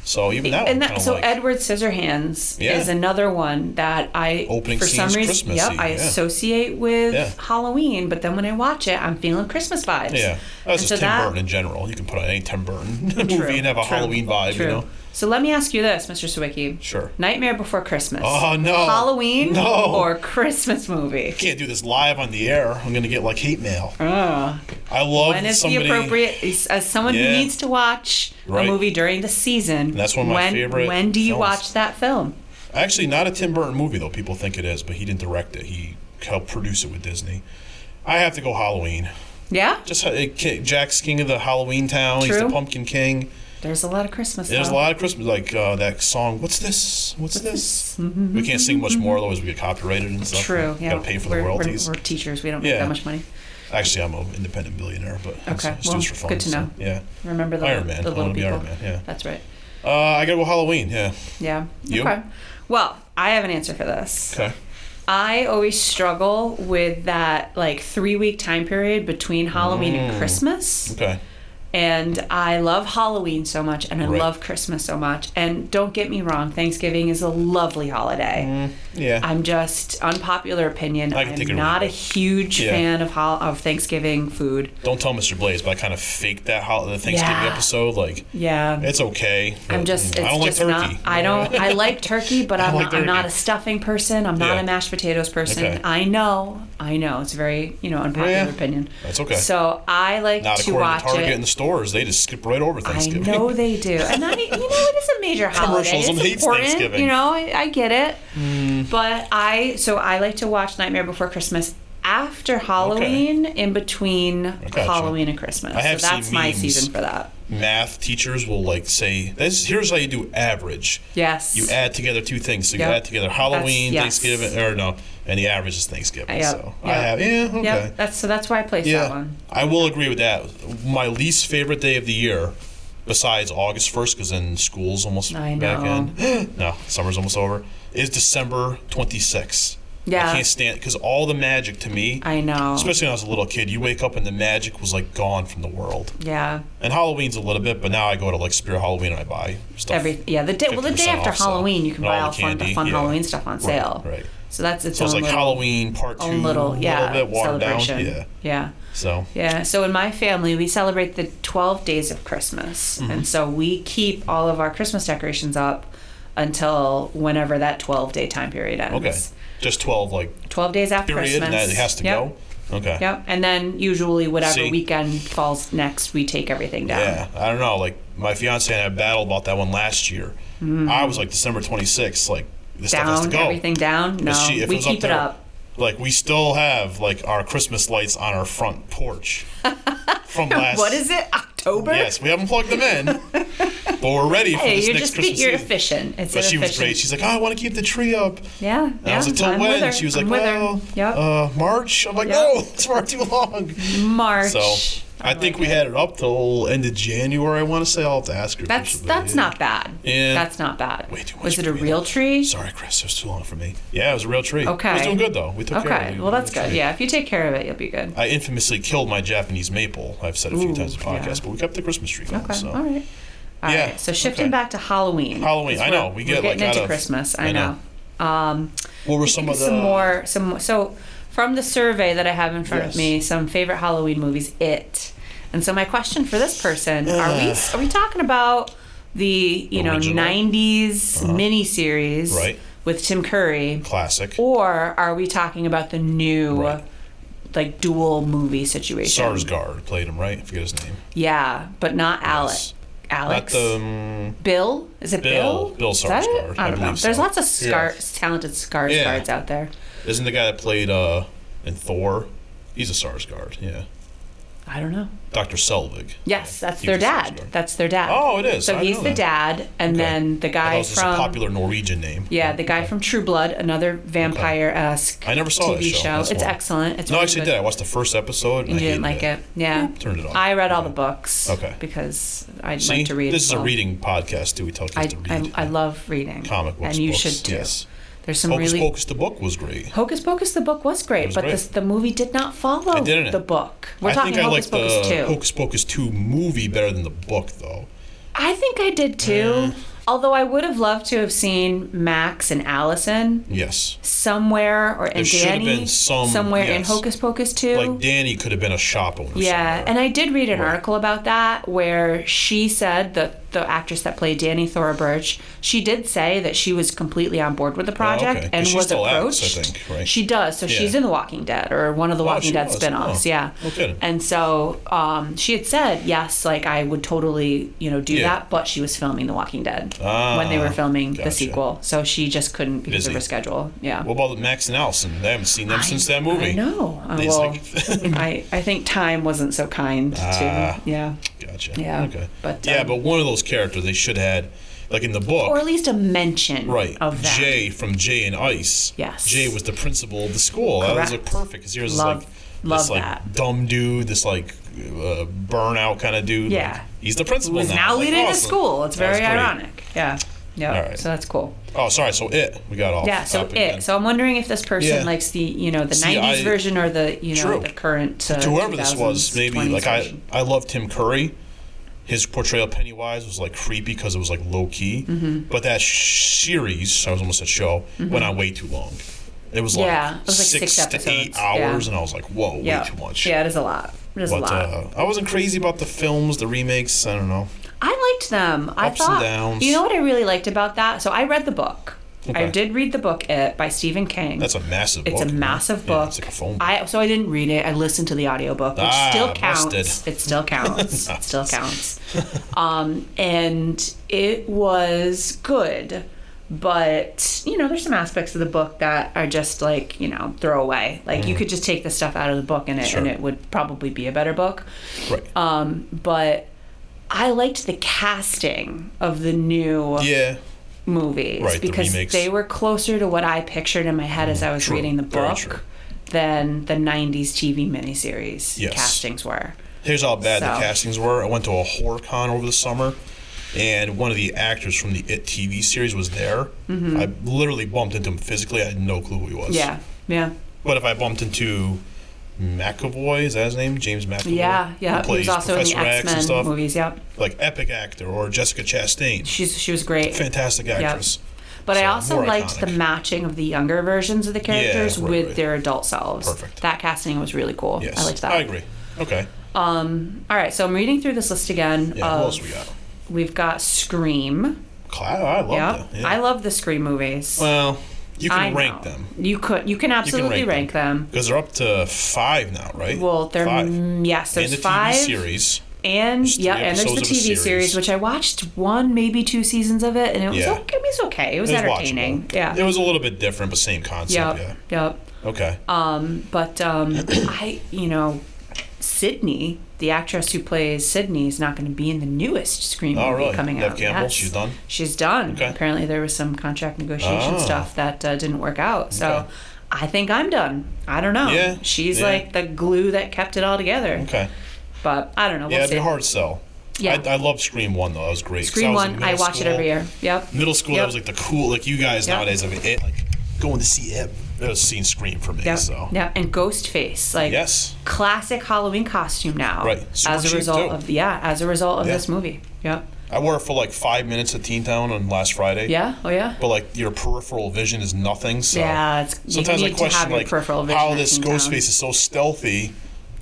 [SPEAKER 2] So even that one
[SPEAKER 3] and
[SPEAKER 2] kinda
[SPEAKER 3] that so
[SPEAKER 2] like,
[SPEAKER 3] Edward Scissorhands
[SPEAKER 2] Yeah.
[SPEAKER 3] is another one that I
[SPEAKER 2] Opening
[SPEAKER 3] for some
[SPEAKER 2] scene's
[SPEAKER 3] reason
[SPEAKER 2] Christmassy,
[SPEAKER 3] yep, I
[SPEAKER 2] yeah.
[SPEAKER 3] associate with
[SPEAKER 2] Yeah.
[SPEAKER 3] Halloween, but then when I watch it, I'm feeling Christmas vibes.
[SPEAKER 2] Yeah,
[SPEAKER 3] And
[SPEAKER 2] that's just
[SPEAKER 3] so
[SPEAKER 2] Tim Burton in general. You can put on any Tim Burton [laughs] movie
[SPEAKER 3] True,
[SPEAKER 2] and have a
[SPEAKER 3] true,
[SPEAKER 2] Halloween vibe,
[SPEAKER 3] true.
[SPEAKER 2] you know?
[SPEAKER 3] So let me ask you this, Mr. Sawicki.
[SPEAKER 2] Sure.
[SPEAKER 3] Nightmare Before Christmas.
[SPEAKER 2] Oh, no.
[SPEAKER 3] Halloween
[SPEAKER 2] No.
[SPEAKER 3] or Christmas movie.
[SPEAKER 2] Can't do this live on the air. I'm gonna get like hate mail.
[SPEAKER 3] Oh.
[SPEAKER 2] I love
[SPEAKER 3] When is
[SPEAKER 2] somebody.
[SPEAKER 3] the appropriate is- as someone who
[SPEAKER 2] Yeah.
[SPEAKER 3] needs to watch
[SPEAKER 2] Right.
[SPEAKER 3] a movie during the season?
[SPEAKER 2] That's one of my
[SPEAKER 3] when,
[SPEAKER 2] favorite
[SPEAKER 3] When do you
[SPEAKER 2] films.
[SPEAKER 3] watch that film?
[SPEAKER 2] Actually, not a Tim Burton movie though. People think it is, but he didn't direct it. He helped produce it with Disney. I have to go Halloween.
[SPEAKER 3] Yeah?
[SPEAKER 2] Just uh, Ki- Jack's King of the Halloween Town. He's the
[SPEAKER 3] True.
[SPEAKER 2] Pumpkin King.
[SPEAKER 3] There's a lot of Christmas.
[SPEAKER 2] There's a
[SPEAKER 3] though.
[SPEAKER 2] lot of Christmas, like uh, that song. What's this? What's this? we can't sing much more, otherwise we get copyrighted and stuff.
[SPEAKER 3] Mm-hmm. True.
[SPEAKER 2] We
[SPEAKER 3] Yeah.
[SPEAKER 2] Gotta pay for
[SPEAKER 3] we're,
[SPEAKER 2] the
[SPEAKER 3] we're-
[SPEAKER 2] royalties.
[SPEAKER 3] We're, teachers. We don't
[SPEAKER 2] Yeah.
[SPEAKER 3] make that much money.
[SPEAKER 2] Actually, I'm an independent millionaire, but it's-
[SPEAKER 3] Okay,
[SPEAKER 2] it's
[SPEAKER 3] well,
[SPEAKER 2] just for fun.
[SPEAKER 3] good to
[SPEAKER 2] so,
[SPEAKER 3] know.
[SPEAKER 2] yeah.
[SPEAKER 3] Remember the,
[SPEAKER 2] Iron Man. I
[SPEAKER 3] the little
[SPEAKER 2] want to be
[SPEAKER 3] people.
[SPEAKER 2] Iron Man. Yeah.
[SPEAKER 3] That's right.
[SPEAKER 2] Uh, I gotta go Halloween. Yeah.
[SPEAKER 3] Yeah.
[SPEAKER 2] You?
[SPEAKER 3] Okay. Well, I have an answer for this.
[SPEAKER 2] Okay.
[SPEAKER 3] I always struggle with that like three week time period between Halloween
[SPEAKER 2] Mm.
[SPEAKER 3] and Christmas.
[SPEAKER 2] Okay.
[SPEAKER 3] And I love Halloween so much and I
[SPEAKER 2] Right.
[SPEAKER 3] love Christmas so much. And don't get me wrong, Thanksgiving is a lovely holiday.
[SPEAKER 2] Yeah.
[SPEAKER 3] I'm just unpopular opinion.
[SPEAKER 2] Mm. I can take it or
[SPEAKER 3] am not a
[SPEAKER 2] leave it.
[SPEAKER 3] huge
[SPEAKER 2] Yeah.
[SPEAKER 3] fan of hol- of Talloween food.
[SPEAKER 2] Don't tell Mr. Blaze, but I kind of faked that hol- the Thanksgiving
[SPEAKER 3] Yeah.
[SPEAKER 2] episode. Like,
[SPEAKER 3] Yeah.
[SPEAKER 2] it's okay.
[SPEAKER 3] I'm
[SPEAKER 2] but,
[SPEAKER 3] just.
[SPEAKER 2] mm,
[SPEAKER 3] It's
[SPEAKER 2] I don't
[SPEAKER 3] just
[SPEAKER 2] like
[SPEAKER 3] not.
[SPEAKER 2] turkey.
[SPEAKER 3] I don't. I like
[SPEAKER 2] [laughs]
[SPEAKER 3] turkey, but I'm,
[SPEAKER 2] like
[SPEAKER 3] not, I'm not
[SPEAKER 2] turkey.
[SPEAKER 3] a stuffing person. I'm not
[SPEAKER 2] Yeah.
[SPEAKER 3] a mashed potatoes person.
[SPEAKER 2] Okay.
[SPEAKER 3] I know. I know. It's a very you know unpopular
[SPEAKER 2] Yeah.
[SPEAKER 3] opinion.
[SPEAKER 2] That's okay.
[SPEAKER 3] So I like
[SPEAKER 2] Not
[SPEAKER 3] to
[SPEAKER 2] according
[SPEAKER 3] watch
[SPEAKER 2] to Target
[SPEAKER 3] it.
[SPEAKER 2] and the stores. They just skip right over
[SPEAKER 3] I
[SPEAKER 2] Thanksgiving. [laughs]
[SPEAKER 3] know they do, and I, you know, it is a major holiday.
[SPEAKER 2] Commercialism
[SPEAKER 3] It's
[SPEAKER 2] hates Hmm.
[SPEAKER 3] important,
[SPEAKER 2] Thanksgiving.
[SPEAKER 3] you know. I, I get it, but I so I like to watch Nightmare Before Christmas after Halloween, in between
[SPEAKER 2] gotcha.
[SPEAKER 3] Halloween and Christmas.
[SPEAKER 2] I have
[SPEAKER 3] so that's
[SPEAKER 2] seen
[SPEAKER 3] my
[SPEAKER 2] memes.
[SPEAKER 3] season for that.
[SPEAKER 2] Math teachers will like say, "This here's how you do average."
[SPEAKER 3] Yes.
[SPEAKER 2] You add together two things. So you
[SPEAKER 3] Yep.
[SPEAKER 2] add together Halloween,
[SPEAKER 3] That's- yes.
[SPEAKER 2] Thanksgiving, or no, and the average is Thanksgiving.
[SPEAKER 3] Yep,
[SPEAKER 2] So I
[SPEAKER 3] yep.
[SPEAKER 2] have, yeah, okay.
[SPEAKER 3] Yeah, that's so that's why I placed that
[SPEAKER 2] Yeah,
[SPEAKER 3] one.
[SPEAKER 2] I will agree with that. My least favorite day of the year, besides August first, because then school's almost
[SPEAKER 3] I
[SPEAKER 2] back
[SPEAKER 3] know.
[SPEAKER 2] in. [gasps] no, summer's almost over. Is December twenty sixth.
[SPEAKER 3] Yeah.
[SPEAKER 2] I can't stand because all the magic to me,
[SPEAKER 3] I know.
[SPEAKER 2] especially when I was a little kid, you wake up and the magic was like gone from the world.
[SPEAKER 3] yeah.
[SPEAKER 2] And Halloween's a little bit, but now I go to like Spirit Halloween and I buy stuff.
[SPEAKER 3] Every yeah, the day well the day
[SPEAKER 2] Oh, 50%
[SPEAKER 3] after
[SPEAKER 2] off, so-
[SPEAKER 3] Halloween you can
[SPEAKER 2] and all
[SPEAKER 3] buy
[SPEAKER 2] the
[SPEAKER 3] all fun,
[SPEAKER 2] candy,
[SPEAKER 3] fun
[SPEAKER 2] yeah.
[SPEAKER 3] Halloween stuff on sale.
[SPEAKER 2] right.
[SPEAKER 3] So that's its
[SPEAKER 2] So
[SPEAKER 3] own
[SPEAKER 2] it's like
[SPEAKER 3] little,
[SPEAKER 2] Halloween part two,
[SPEAKER 3] own little yeah
[SPEAKER 2] little bit watered down.
[SPEAKER 3] celebration.
[SPEAKER 2] Yeah.
[SPEAKER 3] yeah.
[SPEAKER 2] So
[SPEAKER 3] Yeah, so in my family, we celebrate the 12 days of Christmas.
[SPEAKER 2] Mm-hmm.
[SPEAKER 3] And so we keep all of our Christmas decorations up until whenever that 12 day time period ends.
[SPEAKER 2] okay, just twelve like
[SPEAKER 3] 12 days after
[SPEAKER 2] period,
[SPEAKER 3] Christmas.
[SPEAKER 2] and that it has to
[SPEAKER 3] Yep.
[SPEAKER 2] go. Okay.
[SPEAKER 3] Yep. And then usually, whatever
[SPEAKER 2] See?
[SPEAKER 3] weekend falls next, we take everything down.
[SPEAKER 2] Yeah, I don't know. Like my fiance and I battled about that one last year. I was like December 26th. Like this stuff has to
[SPEAKER 3] Mm-hmm. Down,
[SPEAKER 2] go.
[SPEAKER 3] everything down. No,
[SPEAKER 2] But she- if
[SPEAKER 3] we
[SPEAKER 2] was
[SPEAKER 3] keep it
[SPEAKER 2] there-
[SPEAKER 3] up.
[SPEAKER 2] Like we still have like our Christmas lights on our front
[SPEAKER 3] [laughs]
[SPEAKER 2] porch from last.
[SPEAKER 3] What is it? October?
[SPEAKER 2] Yes, we haven't plugged them in, but we're ready for
[SPEAKER 3] Hey,
[SPEAKER 2] this
[SPEAKER 3] you're
[SPEAKER 2] next
[SPEAKER 3] just
[SPEAKER 2] Christmas
[SPEAKER 3] you're
[SPEAKER 2] season.
[SPEAKER 3] efficient. It's
[SPEAKER 2] But she
[SPEAKER 3] efficient.
[SPEAKER 2] was great. She's like, oh, I want to keep the tree up.
[SPEAKER 3] yeah,
[SPEAKER 2] And I was like, till
[SPEAKER 3] I'm
[SPEAKER 2] when?
[SPEAKER 3] With her.
[SPEAKER 2] And she was like,
[SPEAKER 3] I'm with her.
[SPEAKER 2] well,
[SPEAKER 3] yep.
[SPEAKER 2] uh, March. I'm like,
[SPEAKER 3] Yep.
[SPEAKER 2] no, [laughs] it's far too long.
[SPEAKER 3] March.
[SPEAKER 2] So I,
[SPEAKER 3] like
[SPEAKER 2] think we
[SPEAKER 3] it.
[SPEAKER 2] had it up till end of January. I want to say I'll have to ask her.
[SPEAKER 3] That's
[SPEAKER 2] officially.
[SPEAKER 3] that's not bad.
[SPEAKER 2] Yeah.
[SPEAKER 3] That's not bad.
[SPEAKER 2] Way too much
[SPEAKER 3] Was it
[SPEAKER 2] for
[SPEAKER 3] a
[SPEAKER 2] me,
[SPEAKER 3] real
[SPEAKER 2] though.
[SPEAKER 3] tree?
[SPEAKER 2] Sorry, Chris. It was too long for me. Yeah, it was a real tree. It
[SPEAKER 3] Okay.
[SPEAKER 2] was doing good though. We took care of it.
[SPEAKER 3] Okay.
[SPEAKER 2] We
[SPEAKER 3] Well, that's
[SPEAKER 2] really
[SPEAKER 3] good.
[SPEAKER 2] tried.
[SPEAKER 3] Yeah. If you take care of it, you'll be good.
[SPEAKER 2] I infamously killed my Japanese maple. I've said a few
[SPEAKER 3] Ooh,
[SPEAKER 2] times in the
[SPEAKER 3] yeah.
[SPEAKER 2] podcast, but we kept the Christmas tree going.
[SPEAKER 3] Okay.
[SPEAKER 2] So.
[SPEAKER 3] All right. All right.
[SPEAKER 2] Yeah,
[SPEAKER 3] So shifting
[SPEAKER 2] okay.
[SPEAKER 3] back to Halloween.
[SPEAKER 2] Halloween,
[SPEAKER 3] 'cause
[SPEAKER 2] I know, we
[SPEAKER 3] we're- we're
[SPEAKER 2] get, like,
[SPEAKER 3] getting
[SPEAKER 2] out
[SPEAKER 3] into
[SPEAKER 2] of-
[SPEAKER 3] Christmas.
[SPEAKER 2] I
[SPEAKER 3] I know.
[SPEAKER 2] know.
[SPEAKER 3] Um,
[SPEAKER 2] What were
[SPEAKER 3] I
[SPEAKER 2] some
[SPEAKER 3] think
[SPEAKER 2] of the
[SPEAKER 3] some more some more- so from the survey that I have in front
[SPEAKER 2] Yes.
[SPEAKER 3] of me, some favorite Halloween movies. It. And so my question for this person: Are we
[SPEAKER 2] Ugh.
[SPEAKER 3] are we talking about the you know
[SPEAKER 2] Original? Uh-huh.
[SPEAKER 3] '90s miniseries
[SPEAKER 2] Right.
[SPEAKER 3] with Tim Curry?
[SPEAKER 2] classic?
[SPEAKER 3] Or are we talking about the new,
[SPEAKER 2] Right.
[SPEAKER 3] like, dual movie situation?
[SPEAKER 2] Sarsgaard played him, right? I forget his name.
[SPEAKER 3] Yeah, but not Alec.
[SPEAKER 2] Yes.
[SPEAKER 3] Alex?
[SPEAKER 2] Not the um,
[SPEAKER 3] Bill? Is it Bill?
[SPEAKER 2] Bill- Bill
[SPEAKER 3] Is that it?
[SPEAKER 2] Sarsgaard,
[SPEAKER 3] I
[SPEAKER 2] I
[SPEAKER 3] don't know.
[SPEAKER 2] believe
[SPEAKER 3] There's
[SPEAKER 2] so.
[SPEAKER 3] lots of scar-
[SPEAKER 2] Yeah.
[SPEAKER 3] talented Skarsgards
[SPEAKER 2] Yeah.
[SPEAKER 3] out there.
[SPEAKER 2] isn't the guy that played uh in Thor? He's a Sarsgaard. Yeah.
[SPEAKER 3] I don't know.
[SPEAKER 2] Dr. Selvig.
[SPEAKER 3] Yes, that's
[SPEAKER 2] he
[SPEAKER 3] their
[SPEAKER 2] was a
[SPEAKER 3] dad.
[SPEAKER 2] Sarsgaard.
[SPEAKER 3] That's their dad.
[SPEAKER 2] Oh, it is.
[SPEAKER 3] So
[SPEAKER 2] I
[SPEAKER 3] he's
[SPEAKER 2] know
[SPEAKER 3] the
[SPEAKER 2] that.
[SPEAKER 3] dad, and
[SPEAKER 2] Okay.
[SPEAKER 3] then the
[SPEAKER 2] I thought it
[SPEAKER 3] guy
[SPEAKER 2] was just a
[SPEAKER 3] from
[SPEAKER 2] popular Norwegian name.
[SPEAKER 3] yeah, the guy from True Blood, another vampire esque
[SPEAKER 2] I never saw
[SPEAKER 3] TV
[SPEAKER 2] that show. That's
[SPEAKER 3] It's
[SPEAKER 2] why.
[SPEAKER 3] excellent. It's
[SPEAKER 2] No, I
[SPEAKER 3] really
[SPEAKER 2] actually
[SPEAKER 3] good.
[SPEAKER 2] did. I watched the first episode. And
[SPEAKER 3] You
[SPEAKER 2] I
[SPEAKER 3] didn't like
[SPEAKER 2] hated
[SPEAKER 3] it. Yeah.
[SPEAKER 2] Turned it off.
[SPEAKER 3] I read all the books.
[SPEAKER 2] Okay.
[SPEAKER 3] Because I
[SPEAKER 2] See,
[SPEAKER 3] like to read.
[SPEAKER 2] this
[SPEAKER 3] as
[SPEAKER 2] is a
[SPEAKER 3] well.
[SPEAKER 2] reading podcast. Do we tell kids
[SPEAKER 3] I,
[SPEAKER 2] to read? uh,
[SPEAKER 3] I, I love reading.
[SPEAKER 2] comic books.
[SPEAKER 3] And you
[SPEAKER 2] books,
[SPEAKER 3] should too.
[SPEAKER 2] Yes.
[SPEAKER 3] There's some
[SPEAKER 2] Hocus
[SPEAKER 3] really.
[SPEAKER 2] Pocus the book was great.
[SPEAKER 3] Hocus Pocus, the book was great,
[SPEAKER 2] was
[SPEAKER 3] but
[SPEAKER 2] great.
[SPEAKER 3] This, the movie did not follow
[SPEAKER 2] It didn't.
[SPEAKER 3] the book. We're
[SPEAKER 2] I
[SPEAKER 3] talking
[SPEAKER 2] think I
[SPEAKER 3] Hocus
[SPEAKER 2] liked
[SPEAKER 3] Pocus
[SPEAKER 2] the
[SPEAKER 3] 2.
[SPEAKER 2] Hocus Pocus two movie better than the book though.
[SPEAKER 3] I think I did too. Although I would have loved to have seen Max and Allison
[SPEAKER 2] Yes.
[SPEAKER 3] somewhere, or and
[SPEAKER 2] should have
[SPEAKER 3] Danny
[SPEAKER 2] been some-
[SPEAKER 3] somewhere in
[SPEAKER 2] yes.
[SPEAKER 3] Hocus Pocus 2.
[SPEAKER 2] Like Danny could have been a shop owner.
[SPEAKER 3] Yeah,
[SPEAKER 2] somewhere.
[SPEAKER 3] and I did read an article about that where she said that the actress that played Danny Thora Birch, she did say that she was completely on board with the project
[SPEAKER 2] Oh, okay. 'Cause
[SPEAKER 3] and
[SPEAKER 2] she
[SPEAKER 3] was
[SPEAKER 2] still
[SPEAKER 3] approached.
[SPEAKER 2] acts, I think, right?
[SPEAKER 3] She does, so she's
[SPEAKER 2] Yeah.
[SPEAKER 3] in The Walking Dead or one of the Walking
[SPEAKER 2] she
[SPEAKER 3] Dead
[SPEAKER 2] was?
[SPEAKER 3] spin-offs,
[SPEAKER 2] Oh.
[SPEAKER 3] yeah.
[SPEAKER 2] No kidding.
[SPEAKER 3] And so um, she had said, yes, like I would totally, you know, do
[SPEAKER 2] Yeah.
[SPEAKER 3] that, but she was filming The Walking Dead when they
[SPEAKER 2] Ah,
[SPEAKER 3] were filming the
[SPEAKER 2] gotcha.
[SPEAKER 3] sequel, so she just couldn't because
[SPEAKER 2] Busy.
[SPEAKER 3] of her schedule. Yeah.
[SPEAKER 2] What about Max and Allison? I haven't seen them since that movie.
[SPEAKER 3] I know. Uh,
[SPEAKER 2] He's
[SPEAKER 3] well,
[SPEAKER 2] like-
[SPEAKER 3] I, I think time wasn't so kind
[SPEAKER 2] Ah.
[SPEAKER 3] to yeah.
[SPEAKER 2] [laughs] Gotcha.
[SPEAKER 3] [laughs] Yeah,
[SPEAKER 2] Okay.
[SPEAKER 3] but,
[SPEAKER 2] yeah,
[SPEAKER 3] um,
[SPEAKER 2] but one of those characters they should have had, like in the book.
[SPEAKER 3] or at least a mention
[SPEAKER 2] Right.
[SPEAKER 3] of that.
[SPEAKER 2] Jay from Jay and Ice.
[SPEAKER 3] Yes.
[SPEAKER 2] Jay was the principal of the school. That was like
[SPEAKER 3] Correct.
[SPEAKER 2] perfect because here's
[SPEAKER 3] Love-
[SPEAKER 2] this like
[SPEAKER 3] love
[SPEAKER 2] this like
[SPEAKER 3] that.
[SPEAKER 2] dumb dude, this like uh, burnout kind of dude.
[SPEAKER 3] Yeah.
[SPEAKER 2] Like, he's the principal
[SPEAKER 3] Who's
[SPEAKER 2] now.
[SPEAKER 3] now
[SPEAKER 2] Like,
[SPEAKER 3] leading the
[SPEAKER 2] awesome.
[SPEAKER 3] school. It's
[SPEAKER 2] That was
[SPEAKER 3] very
[SPEAKER 2] great.
[SPEAKER 3] ironic. Yeah. Yeah.
[SPEAKER 2] All right.
[SPEAKER 3] So that's cool.
[SPEAKER 2] Oh, sorry. So it we got off.
[SPEAKER 3] Yeah. So
[SPEAKER 2] topic
[SPEAKER 3] it.
[SPEAKER 2] again.
[SPEAKER 3] So I'm wondering if this person
[SPEAKER 2] Yeah.
[SPEAKER 3] likes the you know the
[SPEAKER 2] See,
[SPEAKER 3] 90s
[SPEAKER 2] I-
[SPEAKER 3] version or the you know
[SPEAKER 2] True.
[SPEAKER 3] the current. Uh,
[SPEAKER 2] to whoever this was,
[SPEAKER 3] 2000s,
[SPEAKER 2] maybe
[SPEAKER 3] 20s
[SPEAKER 2] like I
[SPEAKER 3] version.
[SPEAKER 2] I love Tim Curry. His portrayal of Pennywise was like creepy because it was like low key.
[SPEAKER 3] Mm-hmm.
[SPEAKER 2] But that sh- series, I was almost a show, went on way too long. It was like,
[SPEAKER 3] Yeah, it was, like,
[SPEAKER 2] six,
[SPEAKER 3] six
[SPEAKER 2] to eight
[SPEAKER 3] episodes, yeah.
[SPEAKER 2] hours, and I was like, whoa,
[SPEAKER 3] yeah.
[SPEAKER 2] way too much.
[SPEAKER 3] Yeah, it is a lot. It is a
[SPEAKER 2] But
[SPEAKER 3] lot.
[SPEAKER 2] uh, I wasn't crazy about the films, the remakes. I don't know.
[SPEAKER 3] I liked them. I
[SPEAKER 2] Ups and
[SPEAKER 3] thought
[SPEAKER 2] downs.
[SPEAKER 3] you know what I really liked about that. So I read the book. I
[SPEAKER 2] Okay.
[SPEAKER 3] did read the book It by Stephen King.
[SPEAKER 2] That's a massive.
[SPEAKER 3] It's
[SPEAKER 2] book,
[SPEAKER 3] a
[SPEAKER 2] man.
[SPEAKER 3] massive book.
[SPEAKER 2] Yeah, it's like a phone. Book.
[SPEAKER 3] I so I didn't read it. I listened to the audiobook, which
[SPEAKER 2] Ah,
[SPEAKER 3] still counts.
[SPEAKER 2] busted. [laughs]
[SPEAKER 3] It still counts. it still counts. Um, and it was good, But, you know, there's some aspects of the book that are just like, you know, throwaway. Like, you could just take the stuff out of the book and it,
[SPEAKER 2] Mm. Sure.
[SPEAKER 3] and it would probably be a better book.
[SPEAKER 2] Right.
[SPEAKER 3] Um, but I liked the casting of the new
[SPEAKER 2] yeah.
[SPEAKER 3] movies
[SPEAKER 2] Right, the
[SPEAKER 3] because
[SPEAKER 2] remakes. Mm,
[SPEAKER 3] they were closer to what I pictured in my head as I was
[SPEAKER 2] true.
[SPEAKER 3] reading the
[SPEAKER 2] Very
[SPEAKER 3] book
[SPEAKER 2] true.
[SPEAKER 3] than the 90s TV miniseries
[SPEAKER 2] Yes.
[SPEAKER 3] castings were.
[SPEAKER 2] Here's how bad the
[SPEAKER 3] So.
[SPEAKER 2] castings were. I went to a horror con over the summer, and one of the actors from the It TV series was there. I literally bumped into him physically. I had no clue who he was.
[SPEAKER 3] Mm-hmm. Yeah. Yeah.
[SPEAKER 2] But if I bumped into McAvoy, is that his name? James McAvoy.
[SPEAKER 3] Yeah.
[SPEAKER 2] Who
[SPEAKER 3] Yeah. He
[SPEAKER 2] plays
[SPEAKER 3] was also in the
[SPEAKER 2] Professor X and
[SPEAKER 3] X Men
[SPEAKER 2] stuff.
[SPEAKER 3] movies. Yep.
[SPEAKER 2] Like epic actor or Jessica Chastain.
[SPEAKER 3] She's, she was great.
[SPEAKER 2] Fantastic actress.
[SPEAKER 3] But I
[SPEAKER 2] So,
[SPEAKER 3] also
[SPEAKER 2] more
[SPEAKER 3] liked the
[SPEAKER 2] iconic.
[SPEAKER 3] matching of the younger versions of the characters
[SPEAKER 2] right,
[SPEAKER 3] with
[SPEAKER 2] right.
[SPEAKER 3] their adult selves.
[SPEAKER 2] Perfect.
[SPEAKER 3] That casting was really cool.
[SPEAKER 2] Yes.
[SPEAKER 3] I liked that.
[SPEAKER 2] I agree. Okay.
[SPEAKER 3] All right, so I'm reading through this list again.
[SPEAKER 2] Yeah.
[SPEAKER 3] of-
[SPEAKER 2] who else we got?
[SPEAKER 3] We've got Scream.
[SPEAKER 2] Cloud. I love
[SPEAKER 3] Yep.
[SPEAKER 2] that. Yeah.
[SPEAKER 3] I love the Scream movies.
[SPEAKER 2] Well, you can
[SPEAKER 3] I
[SPEAKER 2] rank
[SPEAKER 3] know.
[SPEAKER 2] them
[SPEAKER 3] You could. You can absolutely
[SPEAKER 2] rank
[SPEAKER 3] rank, them.
[SPEAKER 2] because they're up to five now, right?
[SPEAKER 3] Well, there.
[SPEAKER 2] five.
[SPEAKER 3] mm, Yes,
[SPEAKER 2] and
[SPEAKER 3] there's
[SPEAKER 2] the TV
[SPEAKER 3] five.
[SPEAKER 2] series.
[SPEAKER 3] And
[SPEAKER 2] three
[SPEAKER 3] yeah, and there's the
[SPEAKER 2] episodes of a
[SPEAKER 3] TV series.
[SPEAKER 2] series.
[SPEAKER 3] which I watched one, maybe two seasons of it, and it was
[SPEAKER 2] Yeah.
[SPEAKER 3] okay. It was okay. It was,
[SPEAKER 2] It was
[SPEAKER 3] entertaining.
[SPEAKER 2] watchable.
[SPEAKER 3] Yeah.
[SPEAKER 2] It was a little bit different, but same concept.
[SPEAKER 3] yep.
[SPEAKER 2] Yeah.
[SPEAKER 3] Yep.
[SPEAKER 2] Okay. [clears throat]
[SPEAKER 3] But um, I, you know, Sydney, the actress who plays Sydney, is not going to be in the newest Scream
[SPEAKER 2] Oh,
[SPEAKER 3] movie
[SPEAKER 2] really?
[SPEAKER 3] coming
[SPEAKER 2] Nev
[SPEAKER 3] out.
[SPEAKER 2] Campbell? She's done?
[SPEAKER 3] She's done.
[SPEAKER 2] Okay.
[SPEAKER 3] Apparently, there was some contract negotiation
[SPEAKER 2] Ah.
[SPEAKER 3] stuff that uh, didn't work out. So.
[SPEAKER 2] Okay.
[SPEAKER 3] I think I'm done. I don't know.
[SPEAKER 2] Yeah,
[SPEAKER 3] She's
[SPEAKER 2] yeah.
[SPEAKER 3] like the glue that kept it all together.
[SPEAKER 2] okay.
[SPEAKER 3] But I don't know. We'll
[SPEAKER 2] yeah, it'd
[SPEAKER 3] see.
[SPEAKER 2] be a hard sell.
[SPEAKER 3] Yeah.
[SPEAKER 2] I, I love Scream One though. That was great. 'cause
[SPEAKER 3] Scream
[SPEAKER 2] was in
[SPEAKER 3] one, I
[SPEAKER 2] middle
[SPEAKER 3] watch it every
[SPEAKER 2] school.
[SPEAKER 3] year. Yep.
[SPEAKER 2] Middle school,
[SPEAKER 3] Yep.
[SPEAKER 2] that was like the cool, like you guys
[SPEAKER 3] Yep.
[SPEAKER 2] nowadays of it, like going to see it. That was seeing Scream for me. [laughs]
[SPEAKER 3] Yep.
[SPEAKER 2] So
[SPEAKER 3] Yeah, and Ghostface, like
[SPEAKER 2] yes,
[SPEAKER 3] classic Halloween costume now.
[SPEAKER 2] Right. Super
[SPEAKER 3] as
[SPEAKER 2] cheap,
[SPEAKER 3] a result
[SPEAKER 2] too.
[SPEAKER 3] of yeah, as a result of
[SPEAKER 2] Yeah.
[SPEAKER 3] this movie. Yep.
[SPEAKER 2] I wore it for like five minutes at Teen Town on last Friday.
[SPEAKER 3] Yeah. Oh yeah.
[SPEAKER 2] But like your peripheral vision is nothing. So
[SPEAKER 3] Yeah, it's, you
[SPEAKER 2] sometimes
[SPEAKER 3] need
[SPEAKER 2] I
[SPEAKER 3] to have
[SPEAKER 2] question
[SPEAKER 3] your
[SPEAKER 2] like
[SPEAKER 3] peripheral vision
[SPEAKER 2] how
[SPEAKER 3] at
[SPEAKER 2] this
[SPEAKER 3] Teen
[SPEAKER 2] ghost
[SPEAKER 3] Town.
[SPEAKER 2] face is so stealthy.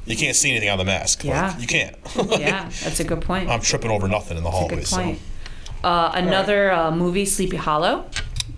[SPEAKER 2] You can't see anything on the mask. Like,
[SPEAKER 3] Yeah.
[SPEAKER 2] you can't. [laughs]
[SPEAKER 3] Yeah, that's a good point.
[SPEAKER 2] I'm tripping over nothing in the
[SPEAKER 3] good
[SPEAKER 2] hallway. So
[SPEAKER 3] point. Uh, another uh, movie, Sleepy Hollow.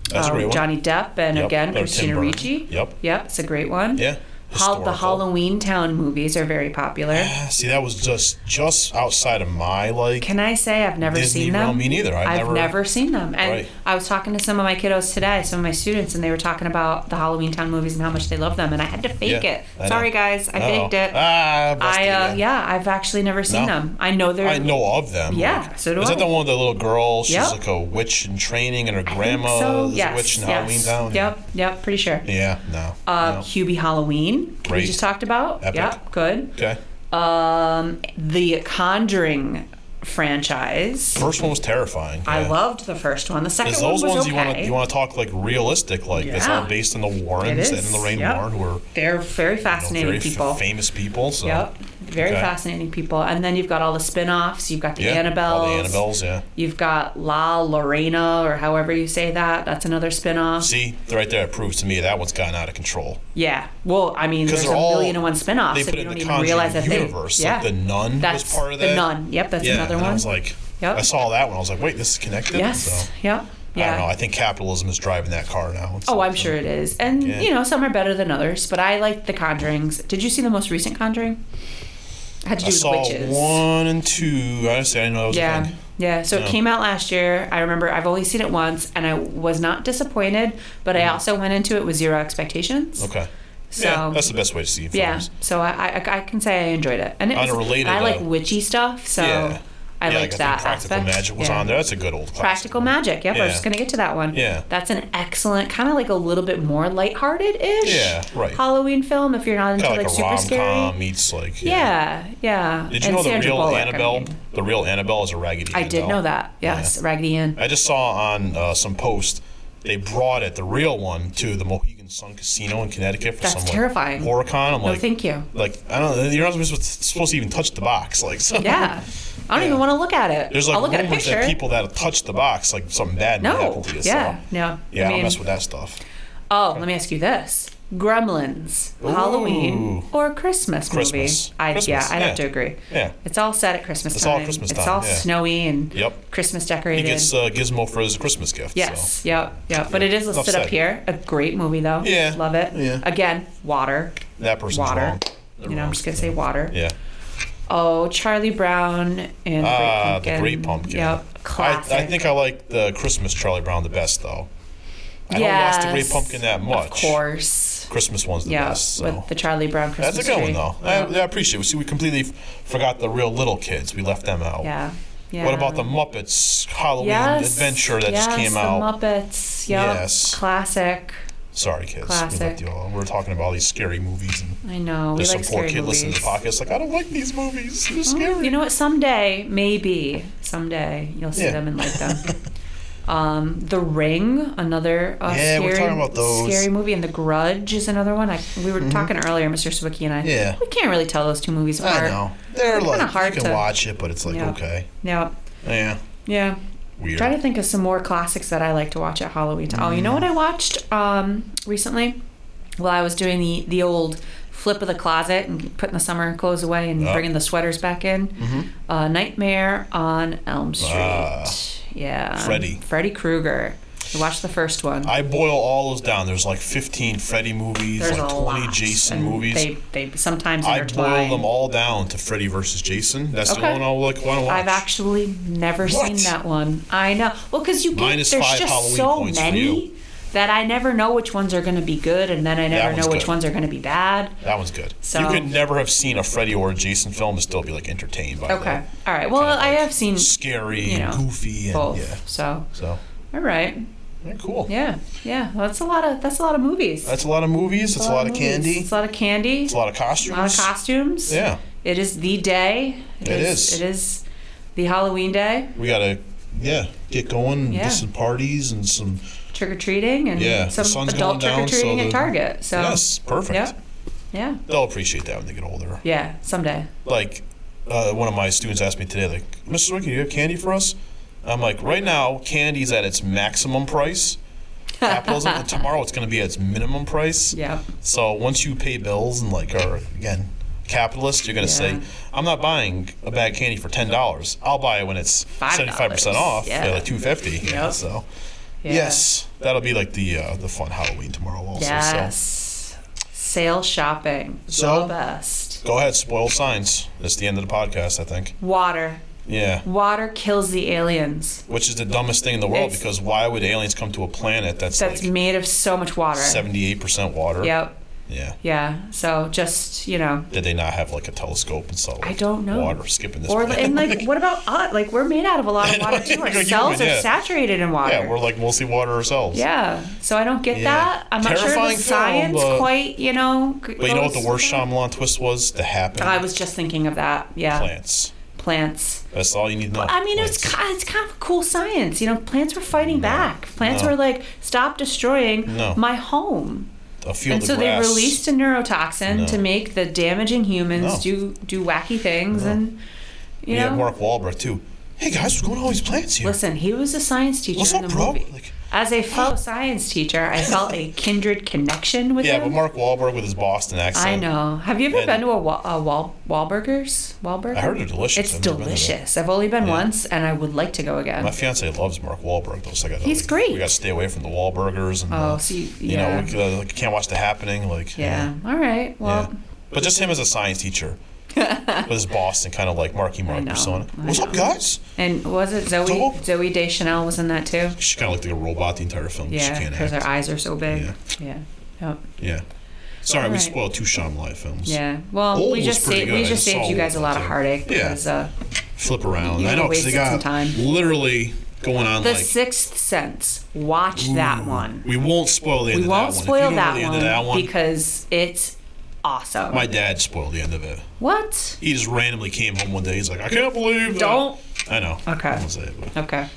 [SPEAKER 2] that's a
[SPEAKER 3] um,
[SPEAKER 2] great one.
[SPEAKER 3] Johnny Depp and
[SPEAKER 2] Yep,
[SPEAKER 3] again
[SPEAKER 2] another Tim
[SPEAKER 3] Christina
[SPEAKER 2] Burton.
[SPEAKER 3] Ricci.
[SPEAKER 2] Yep.
[SPEAKER 3] Yep, it's a great one.
[SPEAKER 2] Yeah.
[SPEAKER 3] Hol- the
[SPEAKER 2] Historical.
[SPEAKER 3] Halloween Town movies are very popular.
[SPEAKER 2] See, that was just just outside of my like.
[SPEAKER 3] Can I say I've never
[SPEAKER 2] Disney
[SPEAKER 3] seen them?
[SPEAKER 2] realm, me neither. I've
[SPEAKER 3] I've,
[SPEAKER 2] never-
[SPEAKER 3] never, seen them. And
[SPEAKER 2] Right.
[SPEAKER 3] I was talking to some of my kiddos today, some of my students, and they were talking about the Halloween Town movies and how much they love them. And I had to fake
[SPEAKER 2] Yeah,
[SPEAKER 3] it.
[SPEAKER 2] I know.
[SPEAKER 3] Sorry, guys, I
[SPEAKER 2] Uh-oh.
[SPEAKER 3] faked it.
[SPEAKER 2] Ah, busted
[SPEAKER 3] I uh,
[SPEAKER 2] again.
[SPEAKER 3] yeah, I've actually never seen
[SPEAKER 2] No.
[SPEAKER 3] them. I know they're
[SPEAKER 2] I know of them.
[SPEAKER 3] Yeah,
[SPEAKER 2] Like,
[SPEAKER 3] so do
[SPEAKER 2] Is that
[SPEAKER 3] I.
[SPEAKER 2] the one with the little girl? She's
[SPEAKER 3] Yep.
[SPEAKER 2] like a witch in training, and her
[SPEAKER 3] I think
[SPEAKER 2] grandma
[SPEAKER 3] so.
[SPEAKER 2] is
[SPEAKER 3] yes,
[SPEAKER 2] a witch in
[SPEAKER 3] yes.
[SPEAKER 2] Halloween Town.
[SPEAKER 3] Yep, yep, pretty sure.
[SPEAKER 2] Yeah. No.
[SPEAKER 3] Uh,
[SPEAKER 2] no.
[SPEAKER 3] Hubie Halloween, we
[SPEAKER 2] Great.
[SPEAKER 3] just talked about.
[SPEAKER 2] Epic.
[SPEAKER 3] Yep, good.
[SPEAKER 2] Okay.
[SPEAKER 3] Um, the Conjuring franchise.
[SPEAKER 2] First one was terrifying.
[SPEAKER 3] I
[SPEAKER 2] yeah.
[SPEAKER 3] loved the first one. The second
[SPEAKER 2] Is
[SPEAKER 3] one
[SPEAKER 2] those
[SPEAKER 3] was
[SPEAKER 2] ones
[SPEAKER 3] okay.
[SPEAKER 2] you want to you want to talk like realistic like that's all
[SPEAKER 3] Yeah.
[SPEAKER 2] based on the Warrens
[SPEAKER 3] It
[SPEAKER 2] and
[SPEAKER 3] is,
[SPEAKER 2] Lorraine
[SPEAKER 3] yep.
[SPEAKER 2] Warren who are you know,
[SPEAKER 3] They're very fascinating
[SPEAKER 2] very f-
[SPEAKER 3] people.
[SPEAKER 2] famous people so
[SPEAKER 3] Yep. Very
[SPEAKER 2] Okay.
[SPEAKER 3] fascinating people. And then you've got all the spin offs. You've got the
[SPEAKER 2] yeah
[SPEAKER 3] Annabelle.
[SPEAKER 2] all the Annabelles yeah
[SPEAKER 3] You've got La Lorena, or however you say that. That's another spin off.
[SPEAKER 2] see right there it proves to me that one's gotten out of control
[SPEAKER 3] Yeah. Well, I mean,
[SPEAKER 2] because
[SPEAKER 3] there's
[SPEAKER 2] they're
[SPEAKER 3] a
[SPEAKER 2] all
[SPEAKER 3] million and one spin offs,
[SPEAKER 2] They
[SPEAKER 3] Ah, so
[SPEAKER 2] put
[SPEAKER 3] you
[SPEAKER 2] it in
[SPEAKER 3] don't
[SPEAKER 2] the
[SPEAKER 3] even realize that
[SPEAKER 2] Conjuring
[SPEAKER 3] they.
[SPEAKER 2] universe
[SPEAKER 3] yeah.
[SPEAKER 2] like the nun
[SPEAKER 3] that's
[SPEAKER 2] was part of
[SPEAKER 3] The
[SPEAKER 2] that.
[SPEAKER 3] nun. Yep, that's
[SPEAKER 2] yeah
[SPEAKER 3] another
[SPEAKER 2] and
[SPEAKER 3] one.
[SPEAKER 2] I was like
[SPEAKER 3] Yep.
[SPEAKER 2] I saw that one I was like wait this is connected
[SPEAKER 3] yes.
[SPEAKER 2] so,
[SPEAKER 3] Yep. Yeah.
[SPEAKER 2] I don't know I think capitalism is driving that car now
[SPEAKER 3] Oh, I'm sure it is. And,
[SPEAKER 2] Yeah.
[SPEAKER 3] you know, some are better than others, but I liked the Conjurings. Did you see the most recent Conjuring? It had to do
[SPEAKER 2] I
[SPEAKER 3] with
[SPEAKER 2] saw
[SPEAKER 3] witches.
[SPEAKER 2] one and two honestly I didn't know that was a
[SPEAKER 3] Yeah.
[SPEAKER 2] thing.
[SPEAKER 3] Yeah. So it came out last year. I remember I've only seen it once and I was not disappointed, but
[SPEAKER 2] Mm-hmm.
[SPEAKER 3] I also went into it with zero expectations.
[SPEAKER 2] okay
[SPEAKER 3] So
[SPEAKER 2] yeah that's the best way to see films.
[SPEAKER 3] yeah. So I, I I can say I enjoyed it. And it
[SPEAKER 2] On
[SPEAKER 3] was,
[SPEAKER 2] a related,
[SPEAKER 3] I like
[SPEAKER 2] uh,
[SPEAKER 3] witchy stuff, so
[SPEAKER 2] Yeah.
[SPEAKER 3] I
[SPEAKER 2] Yeah,
[SPEAKER 3] liked
[SPEAKER 2] like,
[SPEAKER 3] that
[SPEAKER 2] think Practical
[SPEAKER 3] aspect.
[SPEAKER 2] Magic was
[SPEAKER 3] Yeah.
[SPEAKER 2] on there. That's a good old classic.
[SPEAKER 3] Practical Magic. Yep, I
[SPEAKER 2] Yeah.
[SPEAKER 3] was just gonna get to that one.
[SPEAKER 2] Yeah.
[SPEAKER 3] that's an excellent, kind of like a little bit more lighthearted-ish
[SPEAKER 2] Yeah, right.
[SPEAKER 3] Halloween film. If you're not into
[SPEAKER 2] Kind
[SPEAKER 3] like,
[SPEAKER 2] of like, a
[SPEAKER 3] super
[SPEAKER 2] rom
[SPEAKER 3] scary,
[SPEAKER 2] com meets like.
[SPEAKER 3] yeah, yeah.
[SPEAKER 2] Did you
[SPEAKER 3] And
[SPEAKER 2] know the
[SPEAKER 3] Sandra
[SPEAKER 2] real
[SPEAKER 3] Bullock, I
[SPEAKER 2] Annabelle?
[SPEAKER 3] mean.
[SPEAKER 2] the real Annabelle is a Raggedy
[SPEAKER 3] I
[SPEAKER 2] Ann
[SPEAKER 3] did
[SPEAKER 2] doll.
[SPEAKER 3] know that. Yes, Raggedy Ann.
[SPEAKER 2] I just saw on uh, some post they brought it, the real one, to the Mohegan Sun Casino in Connecticut for
[SPEAKER 3] That's
[SPEAKER 2] some like,
[SPEAKER 3] terrifying.
[SPEAKER 2] horror con. I'm
[SPEAKER 3] No,
[SPEAKER 2] like,
[SPEAKER 3] thank you.
[SPEAKER 2] like I don't. know, You're not supposed to, supposed to even touch the box. Like so.
[SPEAKER 3] Yeah. I don't even want to look at it.
[SPEAKER 2] There's like
[SPEAKER 3] I'll look at a
[SPEAKER 2] rumors
[SPEAKER 3] picture.
[SPEAKER 2] that people that have touched the box, like something bad might
[SPEAKER 3] no.
[SPEAKER 2] happen to you. so-
[SPEAKER 3] Yeah. No.
[SPEAKER 2] Yeah, I,
[SPEAKER 3] mean-
[SPEAKER 2] don't mess with that stuff.
[SPEAKER 3] Oh, let me ask you this: Gremlins, Halloween, or Christmas,
[SPEAKER 2] Christmas.
[SPEAKER 3] movie? I yeah,
[SPEAKER 2] Christmas,
[SPEAKER 3] I'd
[SPEAKER 2] yeah.
[SPEAKER 3] have to agree.
[SPEAKER 2] Yeah.
[SPEAKER 3] It's all set at Christmas
[SPEAKER 2] It's all
[SPEAKER 3] time.
[SPEAKER 2] Christmas
[SPEAKER 3] it's
[SPEAKER 2] time,
[SPEAKER 3] all
[SPEAKER 2] yeah.
[SPEAKER 3] snowy and
[SPEAKER 2] Yep.
[SPEAKER 3] Christmas
[SPEAKER 2] He
[SPEAKER 3] decorated.
[SPEAKER 2] gets uh, Gizmo for his Christmas gift.
[SPEAKER 3] yes.
[SPEAKER 2] So.
[SPEAKER 3] Yep. Yep. But it is listed
[SPEAKER 2] Upset.
[SPEAKER 3] up here. A great movie though.
[SPEAKER 2] Yeah,
[SPEAKER 3] Love it.
[SPEAKER 2] yeah.
[SPEAKER 3] Again, water.
[SPEAKER 2] That person's
[SPEAKER 3] Water.
[SPEAKER 2] wrong.
[SPEAKER 3] You know, I'm just gonna say water.
[SPEAKER 2] Yeah.
[SPEAKER 3] Oh, Charlie Brown and
[SPEAKER 2] Ah,
[SPEAKER 3] Great Pumpkin.
[SPEAKER 2] the Great Pumpkin.
[SPEAKER 3] Yep.
[SPEAKER 2] I,
[SPEAKER 3] Classic.
[SPEAKER 2] I think I like the Christmas Charlie Brown the best though. I don't watch the
[SPEAKER 3] Yes.
[SPEAKER 2] Great Pumpkin that much.
[SPEAKER 3] Of course.
[SPEAKER 2] Christmas one's the
[SPEAKER 3] Yeah,
[SPEAKER 2] best. So.
[SPEAKER 3] with the Charlie Brown Christmas
[SPEAKER 2] That's a good
[SPEAKER 3] tree.
[SPEAKER 2] one though. I, I appreciate. it. See, we completely f- forgot the real little kids. We left them out.
[SPEAKER 3] Yeah. yeah.
[SPEAKER 2] What about the Muppets Halloween
[SPEAKER 3] yes.
[SPEAKER 2] Adventure that
[SPEAKER 3] yes,
[SPEAKER 2] just came
[SPEAKER 3] the
[SPEAKER 2] out?
[SPEAKER 3] Muppets. Yep.
[SPEAKER 2] Yes.
[SPEAKER 3] Classic.
[SPEAKER 2] Sorry, kids. We
[SPEAKER 3] Classic.
[SPEAKER 2] left you all. We're talking about all these scary movies, and
[SPEAKER 3] I know.
[SPEAKER 2] there's some
[SPEAKER 3] we like
[SPEAKER 2] poor
[SPEAKER 3] scary
[SPEAKER 2] kid
[SPEAKER 3] movies. Oh, Mm-hmm.
[SPEAKER 2] listening to the podcast like, I don't like these movies. They're scary.
[SPEAKER 3] You know what? Someday, maybe, someday you'll see
[SPEAKER 2] Yeah.
[SPEAKER 3] them and
[SPEAKER 2] [laughs]
[SPEAKER 3] like them. um, the Ring, another uh,
[SPEAKER 2] Yeah,
[SPEAKER 3] scary,
[SPEAKER 2] we're talking about those. Mm-hmm.
[SPEAKER 3] scary movie, and The Grudge is another one. I, we were talking earlier, Mr. Sawicki and I.
[SPEAKER 2] Yeah.
[SPEAKER 3] We can't really tell those two movies apart.
[SPEAKER 2] I know. They're
[SPEAKER 3] kinda
[SPEAKER 2] like
[SPEAKER 3] hard
[SPEAKER 2] you can
[SPEAKER 3] to-
[SPEAKER 2] watch it, but it's like
[SPEAKER 3] Yeah.
[SPEAKER 2] okay,
[SPEAKER 3] Yeah.
[SPEAKER 2] yeah,
[SPEAKER 3] Yeah.
[SPEAKER 2] weird.
[SPEAKER 3] Try to think of some more classics that I like to watch at Halloween. time. Oh, you know
[SPEAKER 2] Mm.
[SPEAKER 3] what I watched um, recently? Well, I was doing the the old flip of the closet and putting the summer clothes away and
[SPEAKER 2] Oh. Mm-hmm.
[SPEAKER 3] bringing the sweaters back in. Uh, Nightmare on Elm Street.
[SPEAKER 2] Ah.
[SPEAKER 3] yeah.
[SPEAKER 2] Freddy.
[SPEAKER 3] Freddy Krueger. I watched the first one.
[SPEAKER 2] I boil all those down. There's like 15 Freddy movies,
[SPEAKER 3] There's
[SPEAKER 2] like 20
[SPEAKER 3] a lot.
[SPEAKER 2] Jason
[SPEAKER 3] and
[SPEAKER 2] movies.
[SPEAKER 3] They they sometimes
[SPEAKER 2] I boil
[SPEAKER 3] intertwine.
[SPEAKER 2] them all down to Freddy versus Jason. That's the
[SPEAKER 3] Okay.
[SPEAKER 2] one I like. Want to watch?
[SPEAKER 3] I've actually never seen
[SPEAKER 2] What?
[SPEAKER 3] that one. I know. Well, because you get
[SPEAKER 2] Minus
[SPEAKER 3] there's
[SPEAKER 2] five
[SPEAKER 3] just
[SPEAKER 2] Halloween
[SPEAKER 3] so
[SPEAKER 2] points for
[SPEAKER 3] many
[SPEAKER 2] you.
[SPEAKER 3] that I never know which ones are going to be good, and then I never
[SPEAKER 2] one's
[SPEAKER 3] know which
[SPEAKER 2] good.
[SPEAKER 3] ones are going to be bad.
[SPEAKER 2] That one's good. you
[SPEAKER 3] So-
[SPEAKER 2] could never have seen a Freddy or a Jason film and still be like entertained by
[SPEAKER 3] Okay.
[SPEAKER 2] that.
[SPEAKER 3] All right. Well,
[SPEAKER 2] Kind of
[SPEAKER 3] I
[SPEAKER 2] like
[SPEAKER 3] have seen
[SPEAKER 2] scary,
[SPEAKER 3] you know,
[SPEAKER 2] and goofy, and
[SPEAKER 3] both.
[SPEAKER 2] yeah.
[SPEAKER 3] So,
[SPEAKER 2] So
[SPEAKER 3] all right.
[SPEAKER 2] yeah, cool.
[SPEAKER 3] Yeah. Yeah. Well, that's a lot of that's a lot of movies.
[SPEAKER 2] That's a lot of movies. That's a lot of
[SPEAKER 3] movies.
[SPEAKER 2] candy.
[SPEAKER 3] It's
[SPEAKER 2] It's
[SPEAKER 3] a lot of candy.
[SPEAKER 2] a lot of costumes.
[SPEAKER 3] A lot of costumes.
[SPEAKER 2] Yeah,
[SPEAKER 3] It is the day.
[SPEAKER 2] It is.
[SPEAKER 3] It is the Halloween day.
[SPEAKER 2] we gotta yeah get going.
[SPEAKER 3] Yeah.
[SPEAKER 2] Do some parties and some
[SPEAKER 3] Trick or treating and
[SPEAKER 2] Yeah, the
[SPEAKER 3] some
[SPEAKER 2] sun's
[SPEAKER 3] adult
[SPEAKER 2] going
[SPEAKER 3] trick or
[SPEAKER 2] down, so
[SPEAKER 3] treating
[SPEAKER 2] the-
[SPEAKER 3] at Target. So
[SPEAKER 2] yes, perfect.
[SPEAKER 3] Yeah. Yeah.
[SPEAKER 2] They'll appreciate that when they get older.
[SPEAKER 3] Yeah, someday.
[SPEAKER 2] like uh, one of my students asked me today, like, Mr. Ricky, do you have candy for us? I'm like, right now, candy's at its maximum
[SPEAKER 3] [laughs]
[SPEAKER 2] price. Capitalism. and tomorrow, it's going to be at its minimum price.
[SPEAKER 3] Yeah.
[SPEAKER 2] So once you pay bills and like are again capitalist, you're going to
[SPEAKER 3] Yeah.
[SPEAKER 2] say, I'm not buying a bag of candy for ten dollars. I'll buy it when it's seventy five
[SPEAKER 3] $5.
[SPEAKER 2] percent off.
[SPEAKER 3] Yeah.
[SPEAKER 2] Yeah, like two fifty. Yeah.
[SPEAKER 3] Yep.
[SPEAKER 2] So
[SPEAKER 3] yeah.
[SPEAKER 2] yes, that'll be like the uh, the fun Halloween tomorrow also. So
[SPEAKER 3] Yes. Sale shopping.
[SPEAKER 2] So-
[SPEAKER 3] the best.
[SPEAKER 2] go ahead, spoil signs. That's the end of the podcast, I think.
[SPEAKER 3] Water.
[SPEAKER 2] Yeah.
[SPEAKER 3] Water kills the aliens.
[SPEAKER 2] Which is the dumbest thing in the world
[SPEAKER 3] It's-
[SPEAKER 2] because why would aliens come to a planet that's,
[SPEAKER 3] That's
[SPEAKER 2] like
[SPEAKER 3] made of so much water.
[SPEAKER 2] seventy-eight percent water?
[SPEAKER 3] Yep.
[SPEAKER 2] Yeah.
[SPEAKER 3] Yeah. So just, you know.
[SPEAKER 2] Did they not have like a telescope and saw like,
[SPEAKER 3] I don't know.
[SPEAKER 2] water skipping this?
[SPEAKER 3] Or
[SPEAKER 2] planet?
[SPEAKER 3] and like what about us? Like we're made out of a lot
[SPEAKER 2] [laughs]
[SPEAKER 3] of water too. Our
[SPEAKER 2] Like a
[SPEAKER 3] cells
[SPEAKER 2] human,
[SPEAKER 3] are
[SPEAKER 2] yeah.
[SPEAKER 3] saturated in
[SPEAKER 2] [laughs]
[SPEAKER 3] water.
[SPEAKER 2] yeah, we're like mostly water ourselves.
[SPEAKER 3] Yeah. So I don't get
[SPEAKER 2] Yeah.
[SPEAKER 3] that. I'm not sure
[SPEAKER 2] Terrifying
[SPEAKER 3] the
[SPEAKER 2] film,
[SPEAKER 3] science
[SPEAKER 2] but-
[SPEAKER 3] quite, you know.
[SPEAKER 2] But you know what the worst Shyamalan twist was? The happen
[SPEAKER 3] I was just thinking of that. Yeah.
[SPEAKER 2] plants.
[SPEAKER 3] Plants.
[SPEAKER 2] That's all you need to know.
[SPEAKER 3] I mean, it was
[SPEAKER 2] Plants.
[SPEAKER 3] ki- it's kind of a cool science. You know, plants were fighting back. Plants
[SPEAKER 2] No.
[SPEAKER 3] were like, stop destroying
[SPEAKER 2] No.
[SPEAKER 3] my home.
[SPEAKER 2] a field
[SPEAKER 3] and
[SPEAKER 2] of
[SPEAKER 3] so
[SPEAKER 2] grass.
[SPEAKER 3] they released a neurotoxin
[SPEAKER 2] No.
[SPEAKER 3] to make the damaging humans
[SPEAKER 2] No.
[SPEAKER 3] do do wacky things. And,
[SPEAKER 2] We
[SPEAKER 3] you know,
[SPEAKER 2] had Mark Wahlberg too. Hey guys, what's going on with all these plants here?
[SPEAKER 3] listen, he was a science teacher
[SPEAKER 2] what's
[SPEAKER 3] in
[SPEAKER 2] up,
[SPEAKER 3] the
[SPEAKER 2] bro?
[SPEAKER 3] movie.
[SPEAKER 2] Like,
[SPEAKER 3] As a fellow science teacher, I felt a kindred connection with
[SPEAKER 2] yeah,
[SPEAKER 3] him.
[SPEAKER 2] but Mark Wahlberg with his Boston accent.
[SPEAKER 3] I know. Have you ever
[SPEAKER 2] And-
[SPEAKER 3] been to a, Wa- a Wal- Wahlburgers? Wahlburger?
[SPEAKER 2] I heard they're delicious.
[SPEAKER 3] It's
[SPEAKER 2] I've never been to them.
[SPEAKER 3] delicious. I've only been once, and I would like to go again.
[SPEAKER 2] My fiance loves Mark Wahlberg though, so I gotta,
[SPEAKER 3] He's
[SPEAKER 2] like,
[SPEAKER 3] great.
[SPEAKER 2] We gotta stay away from the Wahlburgers and.
[SPEAKER 3] Oh,
[SPEAKER 2] uh,
[SPEAKER 3] so you,
[SPEAKER 2] You
[SPEAKER 3] yeah.
[SPEAKER 2] know, we, uh, like, can't watch The Happening. Like,
[SPEAKER 3] yeah. All right.
[SPEAKER 2] yeah.
[SPEAKER 3] Well,
[SPEAKER 2] But just him as a science
[SPEAKER 3] [laughs]
[SPEAKER 2] teacher with his Boston kind of like Marky Mark
[SPEAKER 3] know,
[SPEAKER 2] persona.
[SPEAKER 3] I
[SPEAKER 2] What's up,
[SPEAKER 3] know.
[SPEAKER 2] guys?
[SPEAKER 3] and was it Zoe?
[SPEAKER 2] Cool.
[SPEAKER 3] Zoe Deschanel was in that too.
[SPEAKER 2] She kind of looked like a robot the entire film. she
[SPEAKER 3] Yeah,
[SPEAKER 2] can't
[SPEAKER 3] because
[SPEAKER 2] act.
[SPEAKER 3] her eyes are so big.
[SPEAKER 2] Yeah.
[SPEAKER 3] Yeah. Yep.
[SPEAKER 2] Yeah. Sorry, we
[SPEAKER 3] Alright.
[SPEAKER 2] spoiled two Shyamalan films.
[SPEAKER 3] Yeah. Well,
[SPEAKER 2] Old
[SPEAKER 3] we
[SPEAKER 2] was
[SPEAKER 3] just
[SPEAKER 2] pretty
[SPEAKER 3] saved
[SPEAKER 2] good.
[SPEAKER 3] we
[SPEAKER 2] I
[SPEAKER 3] just saved
[SPEAKER 2] saw
[SPEAKER 3] you guys a
[SPEAKER 2] Old,
[SPEAKER 3] lot of
[SPEAKER 2] too.
[SPEAKER 3] heartache
[SPEAKER 2] Yeah.
[SPEAKER 3] because uh,
[SPEAKER 2] Flip around.
[SPEAKER 3] You
[SPEAKER 2] I know because they
[SPEAKER 3] wasted
[SPEAKER 2] got
[SPEAKER 3] some time.
[SPEAKER 2] literally going on
[SPEAKER 3] the
[SPEAKER 2] like. mm,
[SPEAKER 3] Sixth Sense. Watch that one.
[SPEAKER 2] We won't spoil the end
[SPEAKER 3] We
[SPEAKER 2] of
[SPEAKER 3] won't
[SPEAKER 2] that
[SPEAKER 3] spoil
[SPEAKER 2] one. If you don't know
[SPEAKER 3] that
[SPEAKER 2] the end
[SPEAKER 3] one,
[SPEAKER 2] of that one.
[SPEAKER 3] because it's awesome.
[SPEAKER 2] My dad spoiled the end of it.
[SPEAKER 3] what?
[SPEAKER 2] He just randomly came home one day. He's like, I can't believe. that."
[SPEAKER 3] Don't.
[SPEAKER 2] I know.
[SPEAKER 3] Okay.
[SPEAKER 2] I won't say it, but-
[SPEAKER 3] Okay.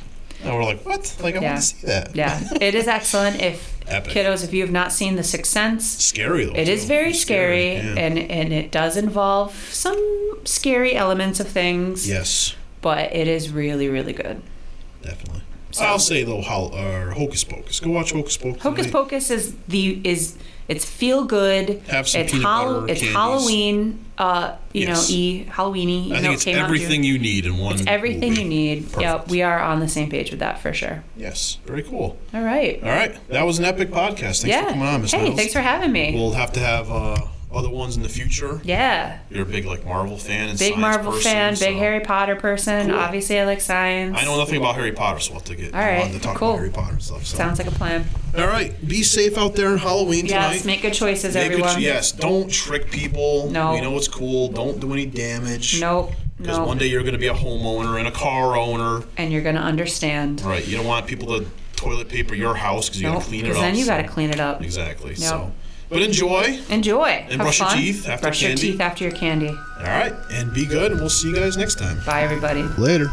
[SPEAKER 2] And we're like, what? Like, I
[SPEAKER 3] Yeah.
[SPEAKER 2] want to see that. [laughs]
[SPEAKER 3] Yeah, it is excellent. If
[SPEAKER 2] Epic.
[SPEAKER 3] kiddos, if you have not seen The Sixth Sense,
[SPEAKER 2] Scary though.
[SPEAKER 3] it is
[SPEAKER 2] too.
[SPEAKER 3] very scary,
[SPEAKER 2] yeah.
[SPEAKER 3] and and it does involve some scary elements of things.
[SPEAKER 2] yes,
[SPEAKER 3] but it is really really good.
[SPEAKER 2] definitely. I'll say though, how uh, Hocus Pocus. Go watch Hocus Pocus.
[SPEAKER 3] Hocus
[SPEAKER 2] tonight.
[SPEAKER 3] Pocus is the is it's feel good.
[SPEAKER 2] Have some
[SPEAKER 3] it's
[SPEAKER 2] peanut
[SPEAKER 3] Hall-
[SPEAKER 2] butter
[SPEAKER 3] it's
[SPEAKER 2] candies.
[SPEAKER 3] Halloween. Uh, you
[SPEAKER 2] Yes.
[SPEAKER 3] know, e Halloweeny. even
[SPEAKER 2] I
[SPEAKER 3] though
[SPEAKER 2] think
[SPEAKER 3] it
[SPEAKER 2] it's
[SPEAKER 3] came out in June.
[SPEAKER 2] everything you need in one.
[SPEAKER 3] It's everything
[SPEAKER 2] movie.
[SPEAKER 3] you need. Yeah,
[SPEAKER 2] Perfect.
[SPEAKER 3] we are on the same page with that for sure.
[SPEAKER 2] Yes, very cool.
[SPEAKER 3] All right.
[SPEAKER 2] All right, that was an epic podcast. Thanks
[SPEAKER 3] yeah.
[SPEAKER 2] for coming on, Miss
[SPEAKER 3] hey,
[SPEAKER 2] Mills.
[SPEAKER 3] thanks for having me.
[SPEAKER 2] We'll have to have uh, other ones in the future.
[SPEAKER 3] Yeah.
[SPEAKER 2] You're a big like Marvel fan and
[SPEAKER 3] Big
[SPEAKER 2] science
[SPEAKER 3] Marvel
[SPEAKER 2] person,
[SPEAKER 3] fan, big
[SPEAKER 2] so-
[SPEAKER 3] Harry Potter person. Obviously, I like science.
[SPEAKER 2] I know nothing about Harry Potter, so we'll have to get
[SPEAKER 3] All right,
[SPEAKER 2] on to talk
[SPEAKER 3] cool.
[SPEAKER 2] about Harry Potter and stuff. So.
[SPEAKER 3] Sounds like a plan.
[SPEAKER 2] All right, be safe out there on Halloween tonight.
[SPEAKER 3] Yes, make good choices,
[SPEAKER 2] Make
[SPEAKER 3] everyone.
[SPEAKER 2] It, yes, don't trick people.
[SPEAKER 3] No.
[SPEAKER 2] We know it's cool. Don't do any damage.
[SPEAKER 3] Nope.
[SPEAKER 2] Because
[SPEAKER 3] Nope.
[SPEAKER 2] one day you're going to be a homeowner and a car owner.
[SPEAKER 3] and you're gonna understand.
[SPEAKER 2] Right. You don't want people to toilet paper your house because you got
[SPEAKER 3] Nope.
[SPEAKER 2] to clean it
[SPEAKER 3] Because
[SPEAKER 2] up.
[SPEAKER 3] then you
[SPEAKER 2] so-
[SPEAKER 3] gotta clean it up.
[SPEAKER 2] Exactly. So. But enjoy.
[SPEAKER 3] Enjoy. Have
[SPEAKER 2] brush your
[SPEAKER 3] fun.
[SPEAKER 2] teeth after
[SPEAKER 3] brush
[SPEAKER 2] candy.
[SPEAKER 3] your teeth after your candy.
[SPEAKER 2] All right. And be good. And we'll see you guys next time.
[SPEAKER 3] Bye, everybody.
[SPEAKER 5] Later.